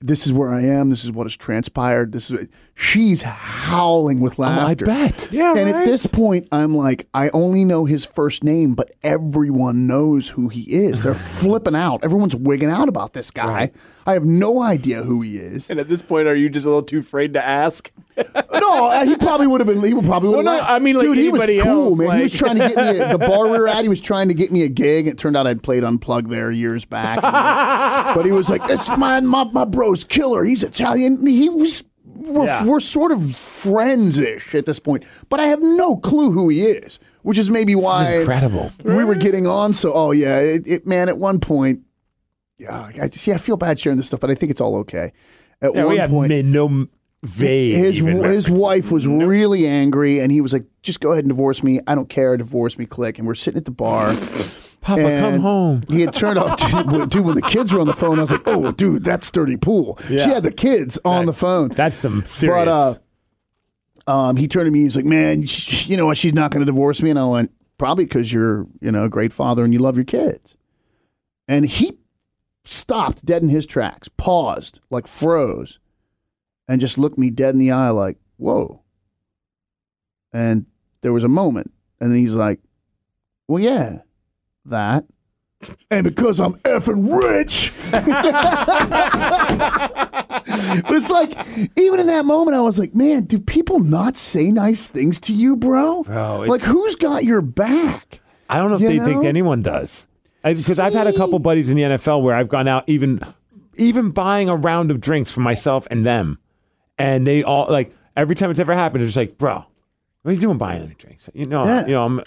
[SPEAKER 3] This is where I am. This is what has transpired. This is. She's howling with
[SPEAKER 1] Oh, I
[SPEAKER 3] laughter.
[SPEAKER 1] bet. Yeah.
[SPEAKER 3] And at this point, I'm like, I only know his first name, but everyone knows who he is. They're flipping out. Everyone's wigging out about this guy. I have no idea who he is.
[SPEAKER 2] And at this point, are you just a little too afraid to ask?
[SPEAKER 3] no, uh, he probably would have been. He would probably would
[SPEAKER 2] Well,
[SPEAKER 3] have.
[SPEAKER 2] no, I mean, like
[SPEAKER 3] dude, he was
[SPEAKER 2] anybody
[SPEAKER 3] cool,
[SPEAKER 2] else,
[SPEAKER 3] man. He was
[SPEAKER 2] like-
[SPEAKER 3] trying to get me a, the bar we were at. He was trying to get me a gig. It turned out I'd played Unplugged there years back. but he was like, "This my my, my bro's killer. He's Italian." He was. We're,
[SPEAKER 1] Yeah.
[SPEAKER 3] we're sort of friends-ish at this point, but I have no clue who he is, which is maybe why
[SPEAKER 1] incredible.
[SPEAKER 3] we were getting on. So, oh yeah, it, it man. At one point, yeah, I just yeah, I feel bad sharing this stuff, but I think it's all okay. At
[SPEAKER 1] Yeah,
[SPEAKER 3] one
[SPEAKER 1] we have
[SPEAKER 3] point,
[SPEAKER 1] made no vague.
[SPEAKER 3] his
[SPEAKER 1] even
[SPEAKER 3] his
[SPEAKER 1] reference.
[SPEAKER 3] wife was really angry, and he was like, "Just go ahead and divorce me. I don't care. Divorce me, click." And we're sitting at the bar.
[SPEAKER 1] Papa, come
[SPEAKER 3] and
[SPEAKER 1] home.
[SPEAKER 3] He had turned off, dude, when- dude. When the kids were on the phone, I was like, "Oh, dude, that's dirty pool." She
[SPEAKER 1] Yeah.
[SPEAKER 3] had the kids on the
[SPEAKER 1] That's-
[SPEAKER 3] phone.
[SPEAKER 1] That's some serious.
[SPEAKER 3] But uh, um, he turned to me. He's like, "Man, sh- you know what? She's not going to divorce me." And I went, "Probably because you're, you know, a great father and you love your kids." And he stopped dead in his tracks, paused, like froze, and just looked me dead in the eye, like, "Whoa." And there was a moment, and then he's like, "Well, yeah, that." And because I'm effing rich. But it's like, even in that moment, I was like, man, do people not say nice things to you, bro?
[SPEAKER 1] Bro, it's-
[SPEAKER 3] like, who's got your back?
[SPEAKER 1] I don't know if
[SPEAKER 3] you
[SPEAKER 1] they think
[SPEAKER 3] know?
[SPEAKER 1] anyone does. Because I've had a
[SPEAKER 3] See?
[SPEAKER 1] couple buddies in the NFL where I've gone out even even buying a round of drinks for myself and them. And they all like every time it's ever happened, it's just like, bro, what are you doing buying any drinks? You know,
[SPEAKER 3] Yeah.
[SPEAKER 1] you know, I'm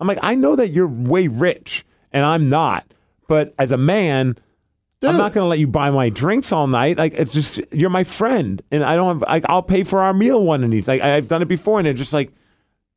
[SPEAKER 1] I'm like, I know that you're way rich and I'm not. But as a man, I'm not going to let you buy my drinks all night. Like it's just you're my friend, and I don't have. Like I'll pay for our meal one of these. Like I've done it before, and it's just like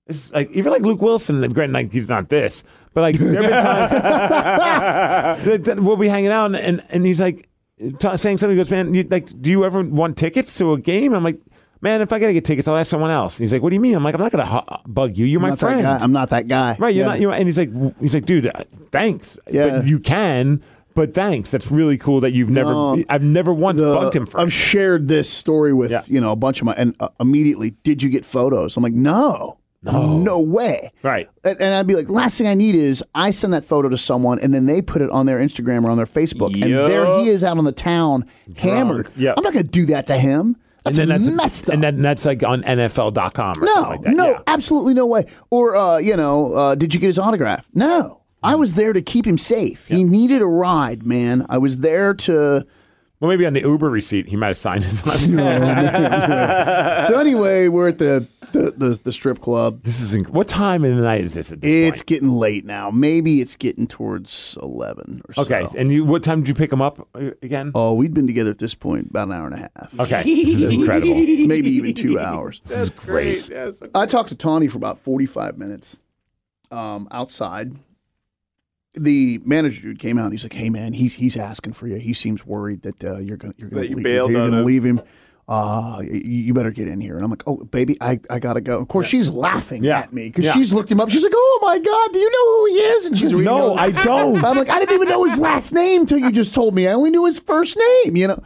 [SPEAKER 1] it's like even like Luke Wilson. Like, granted, like he's not this, but like there have been times that, that we'll be hanging out, and and, and he's like t- saying something. He goes, man, you, like, do you ever want tickets to a game? I'm like. Man, if I gotta get tickets, I'll ask someone else. And he's like, "What do you mean?" I'm like, "I'm not gonna hu- uh, bug you. You're
[SPEAKER 3] I'm
[SPEAKER 1] my
[SPEAKER 3] not that
[SPEAKER 1] friend."
[SPEAKER 3] guy. I'm not that guy.
[SPEAKER 1] Right, you're
[SPEAKER 3] Yeah.
[SPEAKER 1] not. You're, and he's like, w- he's like, dude, uh, thanks.
[SPEAKER 3] Yeah.
[SPEAKER 1] But you can, but thanks. That's really cool that you've never.
[SPEAKER 3] No.
[SPEAKER 1] I've never once
[SPEAKER 3] the-
[SPEAKER 1] bugged him for.
[SPEAKER 3] I've
[SPEAKER 1] it.
[SPEAKER 3] shared this story with
[SPEAKER 1] Yeah.
[SPEAKER 3] you know a bunch of my and uh, immediately did you get photos? I'm like no, no, way.
[SPEAKER 1] Right.
[SPEAKER 3] And, and I'd be like, last thing I need is I send that photo to someone and then they put it on their Instagram or on their Facebook, and there he is out on the town hammered.
[SPEAKER 1] Yep.
[SPEAKER 3] I'm not going to do that to him. That's,
[SPEAKER 1] and then that's
[SPEAKER 3] messed up.
[SPEAKER 1] And then that's like on NFL.com. Or
[SPEAKER 3] no,
[SPEAKER 1] something like that.
[SPEAKER 3] no,
[SPEAKER 1] Yeah.
[SPEAKER 3] absolutely no way. Or uh, you know, uh, did you get his autograph? No.
[SPEAKER 1] Mm.
[SPEAKER 3] I was there to keep him safe. He needed a ride, man. I was there to
[SPEAKER 1] Well, maybe on the Uber receipt, he might have signed it.
[SPEAKER 3] So anyway, we're at the the, the, the strip club.
[SPEAKER 1] this is inc- what time in the night is this? At this
[SPEAKER 3] It's getting late now. Maybe it's getting towards eleven or
[SPEAKER 1] point? okay.
[SPEAKER 3] so.
[SPEAKER 1] And you, what time did you pick him up uh, again?
[SPEAKER 3] Oh, we'd been together at this point about an hour and a half,
[SPEAKER 1] Okay, this is incredible. This
[SPEAKER 3] maybe even two hours.
[SPEAKER 1] is great.
[SPEAKER 3] I talked to Tawny for about forty five minutes um, outside, the manager dude came out and he's like, "Hey man, he's he's asking for you. He seems worried that uh, you're gonna you're gonna
[SPEAKER 2] That you
[SPEAKER 3] leave,
[SPEAKER 2] bailed
[SPEAKER 3] you're
[SPEAKER 2] on
[SPEAKER 3] gonna
[SPEAKER 2] him.
[SPEAKER 3] leave him. Uh, you, you better get in here." And I'm like, "Oh baby, I, I gotta go." Of course, she's laughing
[SPEAKER 1] Yeah.
[SPEAKER 3] at me because
[SPEAKER 1] Yeah.
[SPEAKER 3] she's looked him up. She's like, "Oh my god, do you know who he is?" And she's reading
[SPEAKER 1] No,
[SPEAKER 3] all-
[SPEAKER 1] I don't.
[SPEAKER 3] I'm like, I didn't even know his last name until you just told me. I only knew his first name, you know.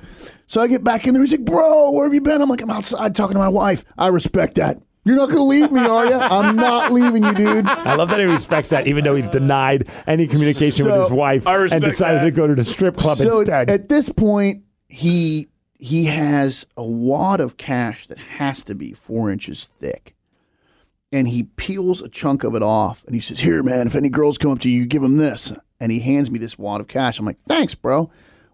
[SPEAKER 3] So I get back in there. He's like, "Bro, where have you been?" I'm like, "I'm outside talking to my wife." I respect that. You're not gonna leave me, are you? I'm not leaving you, dude.
[SPEAKER 1] I love that he respects that, even though he's denied any communication
[SPEAKER 3] So-
[SPEAKER 1] with his wife
[SPEAKER 2] I
[SPEAKER 1] and
[SPEAKER 2] respect
[SPEAKER 1] decided
[SPEAKER 2] that.
[SPEAKER 1] to go to the strip club
[SPEAKER 3] so
[SPEAKER 1] instead.
[SPEAKER 3] At, at this point, he he has a wad of cash that has to be four inches thick. And he peels a chunk of it off and he says, Here, man, if any girls come up to you, you give them this. And he hands me this wad of cash. I'm like, Thanks, bro.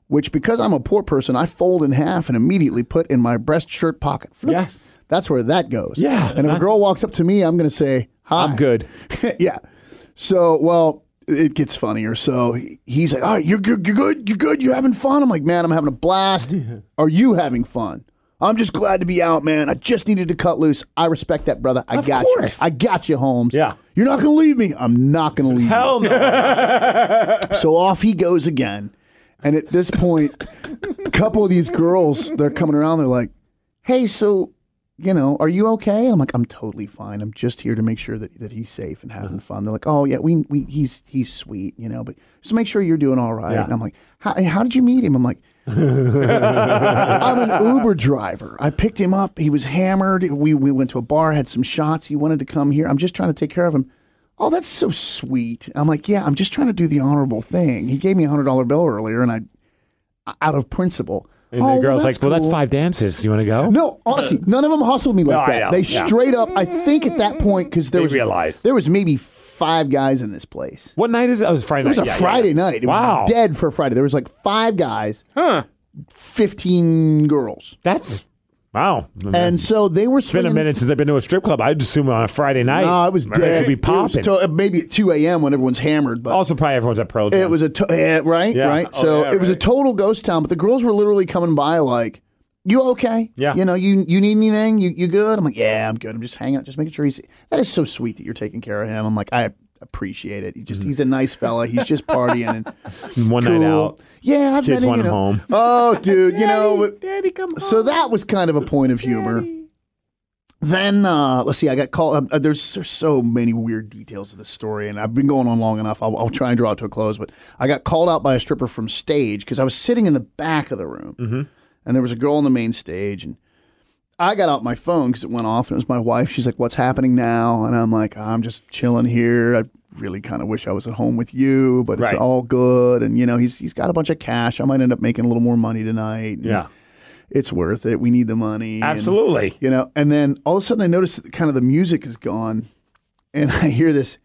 [SPEAKER 3] Which, because I'm a poor person, I fold in half and immediately put in my breast shirt pocket. Flip.
[SPEAKER 1] Yes.
[SPEAKER 3] That's where that goes.
[SPEAKER 1] Yeah.
[SPEAKER 3] And if a girl walks up to me, I'm going to say, Hi.
[SPEAKER 1] I'm good.
[SPEAKER 3] yeah. So, well, it gets funnier. So he- he's like, "All right, you're good, you're good, you're good, you're having fun." I'm like, "Man, I'm having a blast. Are you having fun?" I'm just glad to be out, man. I just needed to cut loose. I respect that, brother. I
[SPEAKER 1] Of
[SPEAKER 3] got
[SPEAKER 1] course.
[SPEAKER 3] you. I got you, Holmes.
[SPEAKER 1] Yeah.
[SPEAKER 3] You're not going to leave me. I'm not going to leave you.
[SPEAKER 1] Hell no.
[SPEAKER 3] So off he goes again. And at this point, a couple of these girls, they're coming around. They're like, hey, so, you know, are you okay? I'm like, I'm totally fine. I'm just here to make sure that, that he's safe and
[SPEAKER 1] Mm-hmm.
[SPEAKER 3] having fun. They're like, oh, yeah, we, we he's he's sweet, you know, but just make sure you're doing all right.
[SPEAKER 1] Yeah.
[SPEAKER 3] And I'm like, how, how did you meet him? I'm like, I'm an Uber driver. I picked him up. He was hammered. We, we went to a bar, had some shots. He wanted to come here. I'm just trying to take care of him. Oh, that's so sweet. I'm like, yeah, I'm just trying to do the honorable thing. He gave me a hundred dollar bill earlier, and I, out of principle.
[SPEAKER 1] And
[SPEAKER 3] oh,
[SPEAKER 1] the girl's like, well, that's
[SPEAKER 3] cool."
[SPEAKER 1] five dances. You want to go?
[SPEAKER 3] No, honestly, none of them hustled me
[SPEAKER 1] No,
[SPEAKER 3] like
[SPEAKER 1] I
[SPEAKER 3] that.
[SPEAKER 1] know,
[SPEAKER 3] They
[SPEAKER 1] yeah.
[SPEAKER 3] straight up. I think at that point because there
[SPEAKER 1] They
[SPEAKER 3] was
[SPEAKER 1] realized.
[SPEAKER 3] there was maybe five guys in this place.
[SPEAKER 1] What night is it? Oh, it was Friday
[SPEAKER 3] It was
[SPEAKER 1] night.
[SPEAKER 3] a
[SPEAKER 1] Yeah, yeah,
[SPEAKER 3] Friday
[SPEAKER 1] yeah.
[SPEAKER 3] night. It
[SPEAKER 1] wow.
[SPEAKER 3] was dead for a Friday. There was like five guys,
[SPEAKER 2] Huh.
[SPEAKER 3] fifteen girls,
[SPEAKER 1] That's, wow.
[SPEAKER 3] and so they were
[SPEAKER 1] It's been
[SPEAKER 3] swinging.
[SPEAKER 1] a minute since I've been to a strip club. I'd assume on a Friday night.
[SPEAKER 3] No, it was dead.
[SPEAKER 1] It should be
[SPEAKER 3] It was
[SPEAKER 1] popping. Oh,
[SPEAKER 3] till- uh, maybe at two a.m. when everyone's hammered, but.
[SPEAKER 1] also, probably everyone's at Pearl Jam.
[SPEAKER 3] It was a to- yeah, right,
[SPEAKER 1] Yeah.
[SPEAKER 3] right.
[SPEAKER 1] Oh,
[SPEAKER 3] so
[SPEAKER 2] yeah,
[SPEAKER 3] it was a
[SPEAKER 2] right.
[SPEAKER 3] total ghost town. But the girls were literally coming by like, "You okay?
[SPEAKER 1] Yeah.
[SPEAKER 3] You know, you you need anything? You you good?" I'm like, "Yeah, I'm good. I'm just hanging out, just making sure he's." That is so sweet that you're taking care of him. I'm like, I appreciate it. He just he's a nice fella. He's just partying and
[SPEAKER 1] one
[SPEAKER 3] cool.
[SPEAKER 1] night out.
[SPEAKER 3] Yeah, I've
[SPEAKER 1] kids
[SPEAKER 3] been in,
[SPEAKER 1] want
[SPEAKER 3] you
[SPEAKER 1] him
[SPEAKER 3] know-
[SPEAKER 1] home.
[SPEAKER 3] Oh, dude, you know.
[SPEAKER 1] Daddy, come
[SPEAKER 3] So that was kind of a point of humor. Then uh, let's see. I got called. Um, uh, there's there's so many weird details of this story, and I've been going on long enough. I'll, I'll try and draw it to a close. But I got called out by a stripper from stage because I was sitting in the back of the room,
[SPEAKER 1] Mm-hmm.
[SPEAKER 3] and there was a girl on the main stage, and I got out my phone because it went off, and it was my wife. She's like, "What's happening now?" And I'm like, "I'm just chilling here. I really kind of wish I was at home with you, but
[SPEAKER 1] Right.
[SPEAKER 3] it's all good." And you know, he's he's got a bunch of cash. I might end up making a little more money tonight. and
[SPEAKER 1] Yeah,
[SPEAKER 3] it's worth it. We need the money. and-
[SPEAKER 1] absolutely.
[SPEAKER 3] you know, and then all of a sudden I notice that kind of the music is gone and I hear this,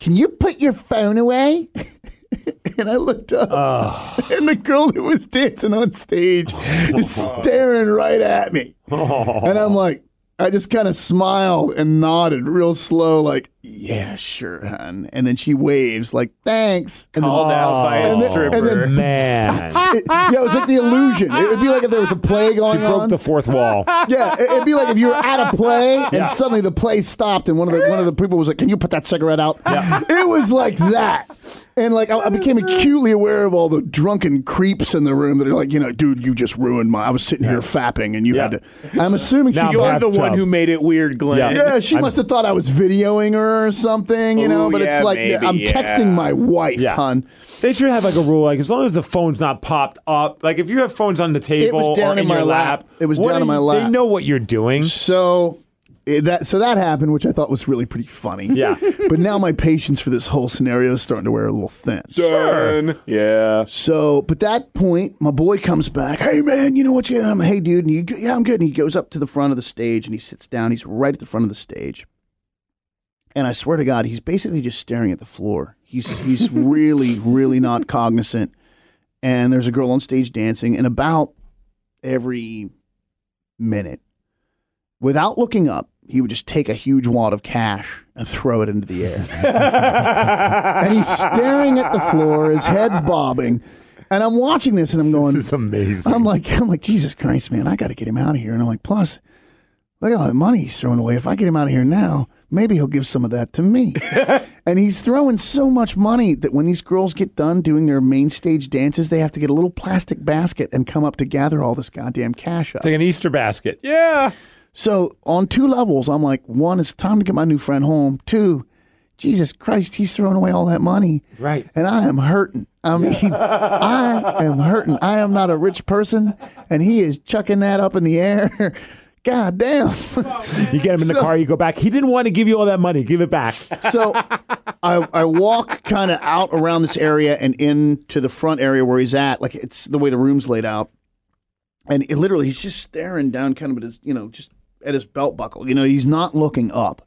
[SPEAKER 3] can you put your phone away? and I looked up and the girl who was dancing on stage is staring right at me. And I'm like, I just kind of smiled and nodded real slow, like, yeah, sure, hon. And then she waves, like, thanks. And then-
[SPEAKER 2] Called out by a
[SPEAKER 3] And then-
[SPEAKER 2] stripper.
[SPEAKER 3] and then-
[SPEAKER 1] Man, she
[SPEAKER 3] it, yeah, it was like the illusion. It would be like if there was a play going on.
[SPEAKER 1] broke the fourth wall.
[SPEAKER 3] Yeah, it- it'd be like if you were at a play and suddenly the play stopped and one of the one of the people was like, "Can you put that cigarette out?" It was like that, and like I, I became acutely aware of all the drunken creeps in the room that are like, you know, dude, you just ruined my. I was sitting here fapping and you had to. I'm assuming she.
[SPEAKER 1] Now
[SPEAKER 2] You're the
[SPEAKER 1] Bathtub.
[SPEAKER 2] one who made it weird, Glenn.
[SPEAKER 1] Yeah.
[SPEAKER 3] Yeah, she must have thought I was videoing her or something, you know.
[SPEAKER 2] Ooh,
[SPEAKER 3] But
[SPEAKER 2] yeah,
[SPEAKER 3] it's like
[SPEAKER 2] maybe,
[SPEAKER 3] I'm texting
[SPEAKER 2] yeah.
[SPEAKER 3] my wife,
[SPEAKER 1] Yeah.
[SPEAKER 3] hon.
[SPEAKER 1] They should have like a rule, like as long as the phone's not popped up. Like if you have phones on the table
[SPEAKER 3] down
[SPEAKER 1] or in,
[SPEAKER 3] in my
[SPEAKER 1] your
[SPEAKER 3] lap.
[SPEAKER 1] lap,
[SPEAKER 3] It was
[SPEAKER 1] what
[SPEAKER 3] down
[SPEAKER 1] are
[SPEAKER 3] in my
[SPEAKER 1] you-
[SPEAKER 3] lap.
[SPEAKER 1] They know what you're doing.
[SPEAKER 3] So eh, that so that happened, which I thought was really pretty funny.
[SPEAKER 1] Yeah.
[SPEAKER 3] but now my patience for this whole scenario is starting to wear a little thin.
[SPEAKER 2] Done. Yeah.
[SPEAKER 3] So, but that point, my boy comes back. Hey, man, you know what? You, I'm, hey, dude, and you, go, yeah, I'm good. And he goes up to the front of the stage and he sits down. He's right at the front of the stage, and I swear to God, he's basically just staring at the floor. He's he's really, really not cognizant. And there's a girl on stage dancing, and about every minute, without looking up, he would just take a huge wad of cash and throw it into the air and he's staring at the floor, his head's bobbing. And I'm watching this and I'm going,
[SPEAKER 1] This is amazing.
[SPEAKER 3] I'm like, I'm like, Jesus Christ, man, I got to get him out of here. And I'm like, plus, look at all the money he's throwing away. If I get him out of here now, maybe he'll give some of that to me. and he's throwing so much money that when these girls get done doing their main stage dances, they have to get a little plastic basket and come up to gather all this goddamn cash up.
[SPEAKER 1] It's like an Easter basket. Yeah.
[SPEAKER 3] So on two levels, I'm like, one, it's time to get my new friend home. Two, Jesus Christ, he's throwing away all that money.
[SPEAKER 1] Right.
[SPEAKER 3] And I am hurting. I mean, I am hurting. I am not a rich person, and he is chucking that up in the air. God damn.
[SPEAKER 1] You get him in the
[SPEAKER 3] So-
[SPEAKER 1] car, you go back. He didn't want to give you all that money. Give it back.
[SPEAKER 3] so I, I walk kind of out around this area and into the front area where he's at. Like it's the way the room's laid out. And it, literally, he's just staring down, kind of at his, you know, just at his belt buckle. You know, he's not looking up.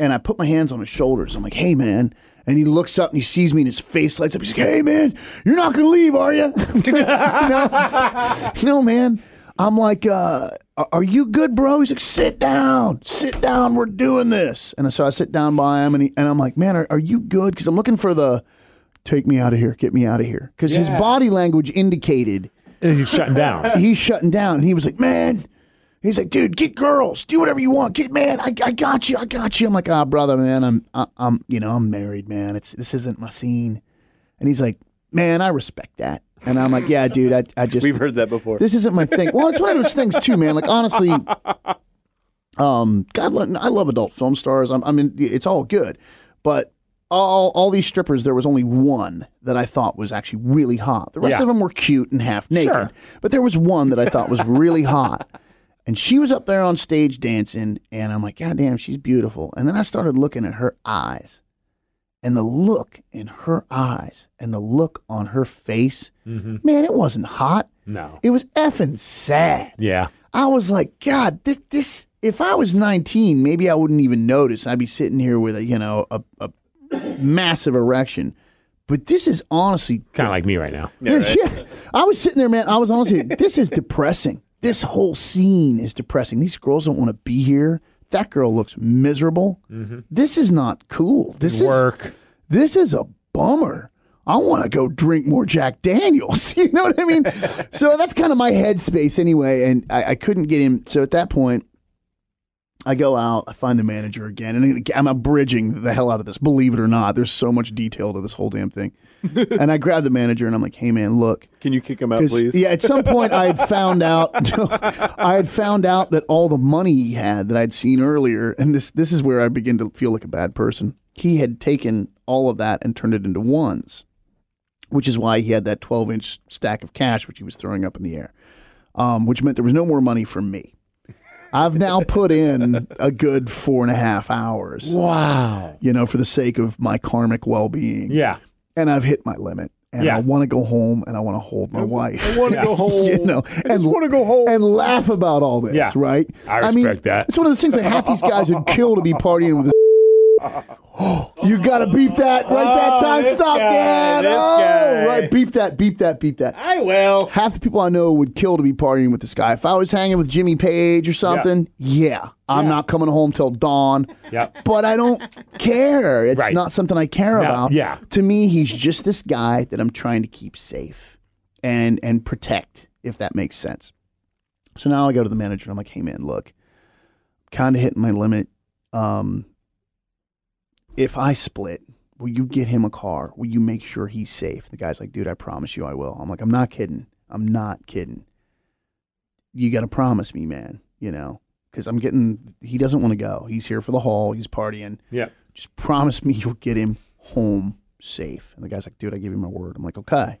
[SPEAKER 3] And I put my hands on his shoulders. I'm like, hey, man. And he looks up and he sees me and his face lights up. He's like, hey, man, you're not going to leave, are you? no, no, man. I'm like, uh, are- are you good, bro? He's like, sit down, sit down. We're doing this. And so I sit down by him, and he, and I'm like, man, are, are you good? Because I'm looking for the take me out of here, get me out of here. Because his body language indicated
[SPEAKER 1] And he's shutting down.
[SPEAKER 3] he's shutting down. And he was like, man, he's like, dude, get girls, do whatever you want, get man, I, I got you, I got you. I'm like, ah, brother, man, I'm, I, I'm, you know, I'm married, man. It's this isn't my scene. And he's like, man, I respect that. And I'm like, yeah, dude, I, I just
[SPEAKER 2] We've heard that before.
[SPEAKER 3] this isn't my thing. Well, it's one of those things too, man. Like honestly, um, God, lo- I love adult film stars. I'm, I mean, it's all good, but all all these strippers, there was only one that I thought was actually really hot. The rest
[SPEAKER 1] Yeah.
[SPEAKER 3] of them were cute and half naked,
[SPEAKER 1] Sure.
[SPEAKER 3] but there was one that I thought was really hot. And she was up there on stage dancing, and I'm like, God damn, she's beautiful. And then I started looking at her eyes, and the look in her eyes, and the look on her face.
[SPEAKER 1] Mm-hmm.
[SPEAKER 3] Man, it wasn't hot.
[SPEAKER 1] No.
[SPEAKER 3] It was effing sad.
[SPEAKER 1] Yeah.
[SPEAKER 3] I was like, God, this, this, if I was 19, maybe I wouldn't even notice. I'd be sitting here with a, you know, a, a massive erection. But this is honestly,
[SPEAKER 1] Kind of like me right now.
[SPEAKER 3] yeah, I was sitting there, man. I was honestly, this is depressing. This whole scene is depressing. These girls don't want to be here. That girl looks miserable. This is not cool. This is
[SPEAKER 1] Work.
[SPEAKER 3] this is a bummer. I want to go drink more Jack Daniels. You know what I mean? so that's kind of my headspace anyway. And I, I couldn't get him. So at that point, I go out, I find the manager again, and I'm abridging the hell out of this. Believe it or not, there's so much detail to this whole damn thing. and I grab the manager and I'm like, hey, man, look.
[SPEAKER 2] Can you kick him out,
[SPEAKER 3] 'Cause,
[SPEAKER 2] please?
[SPEAKER 3] Yeah, at some point I had found out I had found out that all the money he had that I'd seen earlier, and this this is where I begin to feel like a bad person. He had taken all of that and turned it into ones, which is why he had that twelve inch stack of cash which he was throwing up in the air. Um, which meant there was no more money for me. I've now put in a good four and a half hours,
[SPEAKER 1] Wow.
[SPEAKER 3] you know, for the sake of my karmic well being
[SPEAKER 1] Yeah.
[SPEAKER 3] and I've hit my limit. And
[SPEAKER 1] Yeah.
[SPEAKER 3] I want to go home and I want to hold my wife. I
[SPEAKER 1] wanna go home.
[SPEAKER 3] you know, and
[SPEAKER 1] wanna go home.
[SPEAKER 3] and laugh about all this,
[SPEAKER 1] Yeah.
[SPEAKER 3] right?
[SPEAKER 1] I respect that.
[SPEAKER 3] It's one of those things that half these guys would kill to be partying with. this- you got to beep that right that
[SPEAKER 1] Oh,
[SPEAKER 3] time.
[SPEAKER 1] this
[SPEAKER 3] Stop
[SPEAKER 1] guy,
[SPEAKER 3] that.
[SPEAKER 1] this
[SPEAKER 3] Oh,
[SPEAKER 1] guy.
[SPEAKER 3] right. Beep that, beep that, beep that.
[SPEAKER 1] I will.
[SPEAKER 3] Half the people I know would kill to be partying with this guy. If I was hanging with Jimmy Page or something, yeah, I'm not coming home till dawn
[SPEAKER 1] Yep.
[SPEAKER 3] but I don't care. It's
[SPEAKER 1] Right.
[SPEAKER 3] not something I care about.
[SPEAKER 1] yeah.
[SPEAKER 3] To me, he's just this guy that I'm trying to keep safe and and protect, if that makes sense. So now I go to the manager and I'm like, hey man, look, kind of hitting my limit. Um, if I split, will you get him a car? Will you make sure he's safe? The guy's like, dude, I promise you I will. I'm like, I'm not kidding. I'm not kidding. You got to promise me, man, you know, because I'm getting, he doesn't want to go. He's here for the haul, he's partying.
[SPEAKER 1] Yeah.
[SPEAKER 3] Just promise me you'll get him home safe. And the guy's like, dude, I give you my word. I'm like, okay.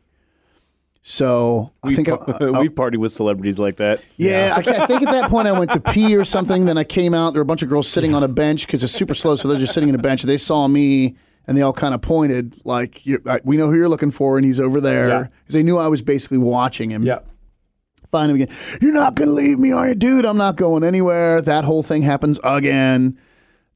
[SPEAKER 3] So I
[SPEAKER 2] We've
[SPEAKER 3] think I-
[SPEAKER 2] par-
[SPEAKER 3] I- I-
[SPEAKER 2] Uh, we've partied with celebrities like that.
[SPEAKER 3] yeah, I, can't- I think at that point I went to pee or something. Then I came out. There were a bunch of girls sitting on a bench because it's super slow, so they're just sitting on a bench. They saw me and they all kind of pointed like, you I, "We know who you're looking for," and he's over there
[SPEAKER 1] Yeah.
[SPEAKER 3] 'Cause they knew I was basically watching him.
[SPEAKER 1] Yep.
[SPEAKER 3] Find him again. You're not gonna leave me, are you, dude? I'm not going anywhere. That whole thing happens again.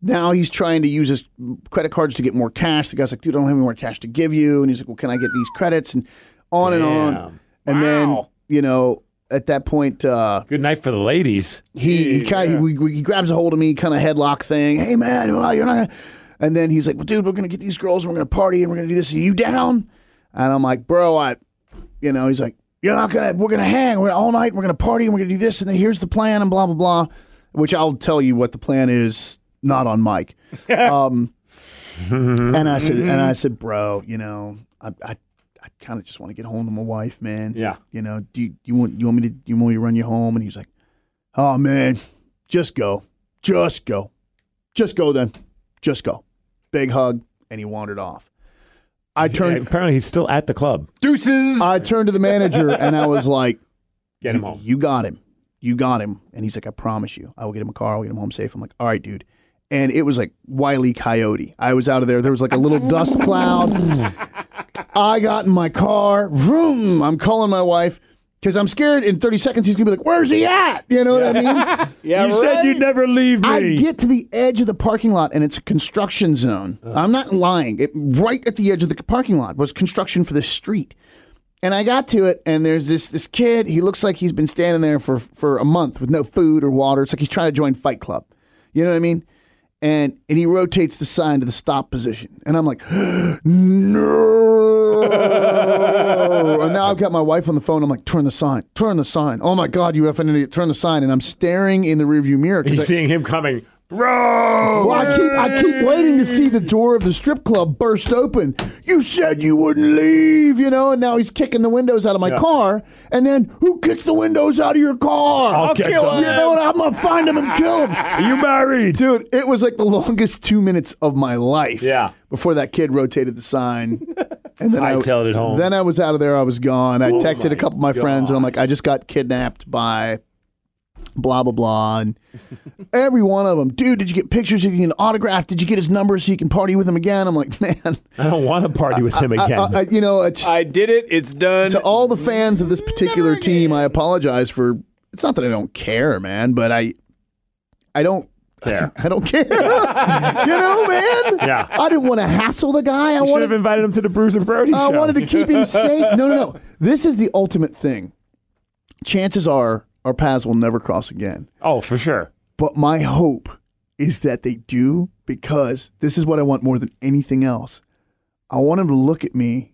[SPEAKER 3] Now he's trying to use his credit cards to get more cash. The guy's like, "Dude, I don't have any more cash to give you," and he's like, "Well, can I get these credits?" And on and on.
[SPEAKER 1] Damn.
[SPEAKER 3] And then
[SPEAKER 1] Wow.
[SPEAKER 3] you know, at that point. Uh,
[SPEAKER 1] Good night for the ladies.
[SPEAKER 3] he he kind of we, we, he grabs a hold of me, kind of headlock thing. Hey man, well, you're not. Gonna... And then he's like, well, dude, we're gonna get these girls, and we're gonna party, and we're gonna do this. Are you down? And I'm like, bro, I, you know, he's like, you're not gonna. We're gonna hang. We're all night. We're gonna party, and we're gonna do this. And then here's the plan, and blah blah blah. Which I'll tell you what the plan is not on mic. Um, and I said, and I said, bro, you know, I, I, I kind of just want to get home to my wife, man.
[SPEAKER 1] Yeah.
[SPEAKER 3] You know, do you, you want you want me to you want me to run you home? And he's like, oh man, just go, just go, just go then, just go. Big hug, and he wandered off. I turned,
[SPEAKER 1] Apparently, he's still at the club.
[SPEAKER 2] Deuces.
[SPEAKER 3] I turned to the manager, and I was like.
[SPEAKER 1] Get him home.
[SPEAKER 3] You got him. You got him. And he's like, I promise you, I will get him a car. I'll get him home safe. I'm like, all right, dude. And it was like Wiley E. Coyote. I was out of there. There was like a little dust cloud. I got in my car. Vroom. I'm calling my wife because I'm scared in 30 seconds he's going to be like, where's he at? You know what I mean?
[SPEAKER 2] yeah,
[SPEAKER 1] you said
[SPEAKER 2] right?
[SPEAKER 1] you'd never leave me.
[SPEAKER 3] I get to the edge of the parking lot and it's a construction zone. I'm not lying. It, right at the edge of the parking lot was construction for the street. And I got to it and there's this this kid, he looks like he's been standing there for for a month with no food or water. It's like he's trying to join Fight Club. You know what I mean? And and he rotates the sign to the stop position. And I'm like, no. and now I've got my wife on the phone. I'm like, turn the sign, turn the sign. Oh my God, you effing idiot, turn the sign. And I'm staring in the rearview mirror. 'cause
[SPEAKER 1] He's
[SPEAKER 3] I-
[SPEAKER 1] seeing him coming. Bro!
[SPEAKER 3] well, Oh, I keep I keep waiting to see the door of the strip club burst open. You said you wouldn't leave, you know, and now he's kicking the windows out of my car. And then who kicked the windows out of your car?
[SPEAKER 1] I'll kick
[SPEAKER 3] you
[SPEAKER 1] them.
[SPEAKER 3] know what? I'm gonna find him and kill him,
[SPEAKER 1] Are you married?
[SPEAKER 3] dude. It was like the longest two minutes of my life.
[SPEAKER 1] Yeah.
[SPEAKER 3] Before that kid rotated the sign, and then
[SPEAKER 1] I tailed it home.
[SPEAKER 3] Then I was out of there. I was gone. I texted
[SPEAKER 1] my
[SPEAKER 3] a couple of my friends, and I'm like, I just got kidnapped by blah blah blah and every one of them dude did you get pictures did you get an autograph did you get his number so you can party with him again i'm like man
[SPEAKER 1] I don't want to party with him
[SPEAKER 3] I,
[SPEAKER 1] again.
[SPEAKER 3] I- you know it's
[SPEAKER 2] I did it. It's done.
[SPEAKER 3] to all the fans of this particular team i apologize for it's not that i don't care man but i i don't care i don't care you know man
[SPEAKER 1] Yeah.
[SPEAKER 3] i didn't want to hassle the guy i
[SPEAKER 1] you should
[SPEAKER 3] wanted
[SPEAKER 1] have invited him to the Bruce and Brody
[SPEAKER 3] I
[SPEAKER 1] show.
[SPEAKER 3] wanted to keep him safe. No, no, no. This is the ultimate thing. Chances are our paths will never cross again.
[SPEAKER 1] oh, for sure.
[SPEAKER 3] But my hope is that they do because this is what I want more than anything else. I want him to look at me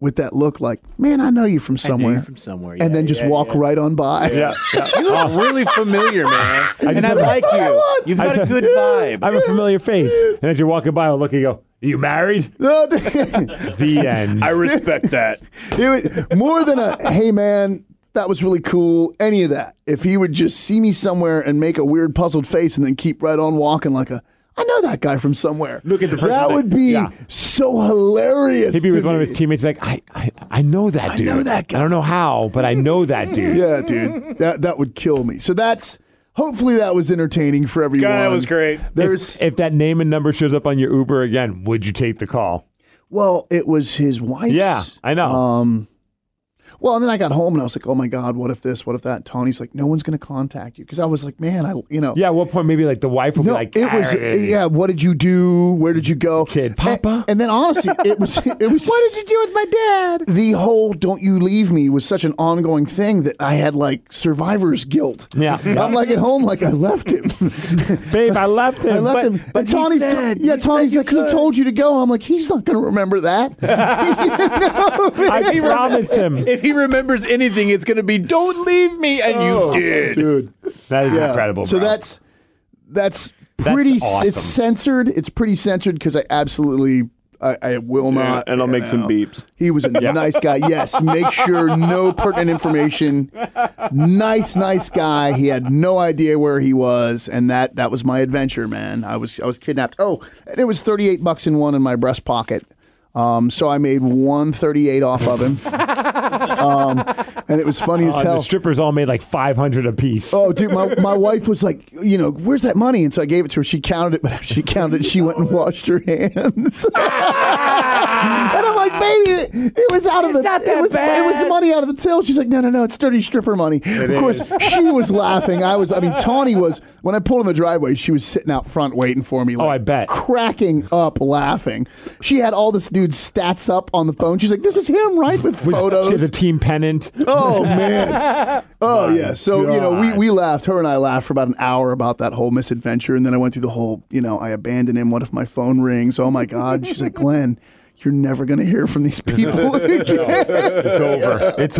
[SPEAKER 3] with that look like, man, I know you from somewhere.
[SPEAKER 2] from somewhere,
[SPEAKER 3] and then just walk right on by.
[SPEAKER 1] Yeah. yeah.
[SPEAKER 2] You look really familiar, man. and
[SPEAKER 1] just
[SPEAKER 2] I
[SPEAKER 1] have a-
[SPEAKER 2] like you. You've
[SPEAKER 1] I
[SPEAKER 2] got a
[SPEAKER 1] just-
[SPEAKER 2] good vibe.
[SPEAKER 1] I have a familiar face. And as you're walking by, I'll look and go, you married?
[SPEAKER 3] No, it
[SPEAKER 1] The end.
[SPEAKER 2] respect that.
[SPEAKER 3] was more than a, hey, man, that was really cool, any of that. If he would just see me somewhere and make a weird puzzled face and then keep right on walking like a, I know that guy from somewhere.
[SPEAKER 1] Look at the person
[SPEAKER 3] That
[SPEAKER 1] that-
[SPEAKER 3] would be
[SPEAKER 1] yeah.
[SPEAKER 3] so hilarious.
[SPEAKER 1] He'd be
[SPEAKER 3] to
[SPEAKER 1] with one of
[SPEAKER 3] me.
[SPEAKER 1] his teammates, like, I, I, I know that dude.
[SPEAKER 3] know that
[SPEAKER 1] I don't know how, but I know that dude.
[SPEAKER 3] Yeah, dude, that that would kill me. So that's hopefully that was entertaining for everyone.
[SPEAKER 2] God, that was great.
[SPEAKER 3] There's
[SPEAKER 1] If that name and number shows up on your Uber again, would you take the call?
[SPEAKER 3] well, it was his wife.
[SPEAKER 1] Yeah, I know.
[SPEAKER 3] Um, well, and then I got home and I was like, oh my god, what if this? What if that? Tony's like, no one's gonna contact you because I was like, man, I you know.
[SPEAKER 1] Yeah, at what point maybe like the wife will
[SPEAKER 3] No,
[SPEAKER 1] be like,
[SPEAKER 3] it was uh,
[SPEAKER 1] "Karen."
[SPEAKER 3] yeah. What did you do? Where did you go,
[SPEAKER 1] Kid,
[SPEAKER 3] A-
[SPEAKER 1] Papa?
[SPEAKER 3] And, then honestly, it was it was.
[SPEAKER 1] What did you do with my dad?
[SPEAKER 3] the whole "Don't you leave me" was such an ongoing thing that I had like survivor's guilt.
[SPEAKER 1] Yeah.
[SPEAKER 3] I'm like at home, like I left him.
[SPEAKER 1] Babe, I left him.
[SPEAKER 3] I left
[SPEAKER 1] but,
[SPEAKER 3] him.
[SPEAKER 1] But
[SPEAKER 3] and Tony's
[SPEAKER 1] he said,
[SPEAKER 3] yeah,
[SPEAKER 1] he said
[SPEAKER 3] Tony's
[SPEAKER 1] you
[SPEAKER 3] like, he
[SPEAKER 1] could."
[SPEAKER 3] told you to go. I'm like, he's not going to remember that.
[SPEAKER 1] I promised him.
[SPEAKER 2] If he remembers anything, it's going to be "Don't leave me," and you did.
[SPEAKER 3] Dude,
[SPEAKER 1] That is
[SPEAKER 3] yeah.
[SPEAKER 1] incredible.
[SPEAKER 3] So
[SPEAKER 1] bro.
[SPEAKER 3] that's that's pretty.
[SPEAKER 1] awesome.
[SPEAKER 3] It's censored. It's pretty censored because I absolutely. I, I will not.
[SPEAKER 2] and I'll
[SPEAKER 3] you
[SPEAKER 2] make some
[SPEAKER 3] know.
[SPEAKER 2] beeps.
[SPEAKER 3] He was a nice guy. Yes, make sure no pertinent information. Nice, nice guy. He had no idea where he was, and that that was my adventure, man. I was I was kidnapped. Oh, and it was thirty eight bucks in one in my breast pocket. Um, so I made one thirty eight off of him, um, and it was funny as
[SPEAKER 1] Oh, and
[SPEAKER 3] hell.
[SPEAKER 1] the strippers all made like 500 apiece.
[SPEAKER 3] Oh, dude, my, my wife was like, you know, where's that money? And so I gave it to her. She counted it, but after she counted it, she went and washed her hands. and I'm like, baby, it, it was out of the it was it was money out of the till. She's like, no, no, no, it's dirty stripper money. of course, she was laughing. I was, I mean, Tawny was when I pulled in the driveway. She was sitting out front waiting for me. Like,
[SPEAKER 1] Oh, I bet.
[SPEAKER 3] cracking up laughing. She had all this dude's stats up on the phone. She's like, this is him, right? With photos.
[SPEAKER 1] She has a team pennant.
[SPEAKER 3] Oh man. Oh yeah. So you know, we,
[SPEAKER 1] God.
[SPEAKER 3] we laughed. Her and I laughed for about an hour about that whole misadventure, and then I went through the whole. You know, I abandoned him. What if my phone rings? Oh my God. She's like, Glenn, you're never going to hear from these people again.
[SPEAKER 1] It's over. It's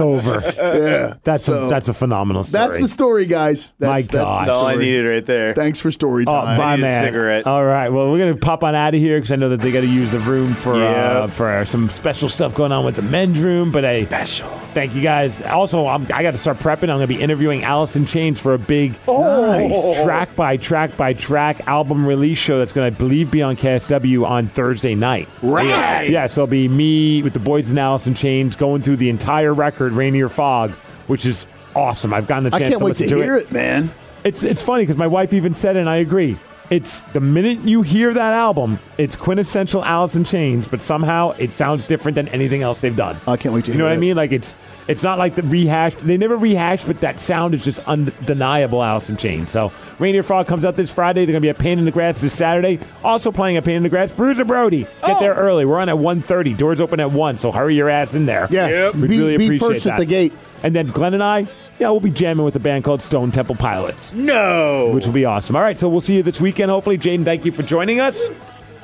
[SPEAKER 1] over.
[SPEAKER 3] yeah.
[SPEAKER 1] That's a,
[SPEAKER 3] So-
[SPEAKER 1] that's a phenomenal story.
[SPEAKER 3] That's the story, guys. That's,
[SPEAKER 1] My
[SPEAKER 3] that's the
[SPEAKER 1] God.
[SPEAKER 2] That's all I
[SPEAKER 3] story.
[SPEAKER 2] needed right there.
[SPEAKER 3] Thanks for story
[SPEAKER 1] Oh,
[SPEAKER 3] time.
[SPEAKER 1] my
[SPEAKER 2] need a
[SPEAKER 1] man.
[SPEAKER 2] cigarette.
[SPEAKER 1] All right. Well, we're gonna pop on out of here because I know that they got to use the room for uh,
[SPEAKER 2] Yeah.
[SPEAKER 1] for some special stuff going on with the men's room. But hey, special. Thank you guys. Also, I'm, I got to start prepping. I'm gonna be interviewing Allison Chains for a big
[SPEAKER 3] Oh.
[SPEAKER 1] nice. track by track by track album release show that's gonna, I believe, be on KSW on Thursday night.
[SPEAKER 2] Right.
[SPEAKER 1] Yeah. So it'll be me with the boys and Allison Chains going through the entire record, Rainier Fog, which is awesome. I've gotten the
[SPEAKER 3] I
[SPEAKER 1] chance
[SPEAKER 3] can't
[SPEAKER 1] to
[SPEAKER 3] wait to
[SPEAKER 1] listen to
[SPEAKER 3] hear
[SPEAKER 1] it.
[SPEAKER 3] it, man.
[SPEAKER 1] It's it's funny because my wife even said, it, and I agree. It's the minute you hear that album, it's quintessential Alice in Chains, but somehow it sounds different than anything else they've done.
[SPEAKER 3] I can't wait to
[SPEAKER 1] You know
[SPEAKER 3] hear
[SPEAKER 1] what I
[SPEAKER 3] it.
[SPEAKER 1] mean? Like it's it's not like the rehashed. They never rehashed, but that sound is just undeniable. Alice in Chains. So Reindeer Frog comes out this Friday. They're gonna be a Pain in the Grass this Saturday. Also playing a Pain in the Grass. Bruiser Brody. Get there early. We're on at 1.30. Doors open at one. So hurry your ass in there.
[SPEAKER 3] Yeah.
[SPEAKER 2] Yep.
[SPEAKER 1] We'd
[SPEAKER 3] Be,
[SPEAKER 1] really
[SPEAKER 3] be
[SPEAKER 1] appreciate
[SPEAKER 3] first
[SPEAKER 1] that.
[SPEAKER 3] at the gate.
[SPEAKER 1] And then Glenn and I, yeah, we'll be jamming with a band called Stone Temple Pilots,
[SPEAKER 2] No.
[SPEAKER 1] which will be awesome. All right, so we'll see you this weekend, hopefully. Jaden, thank you for joining us.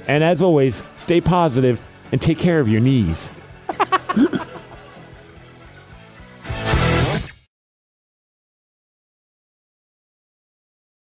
[SPEAKER 1] And as always, stay positive and take care of your knees.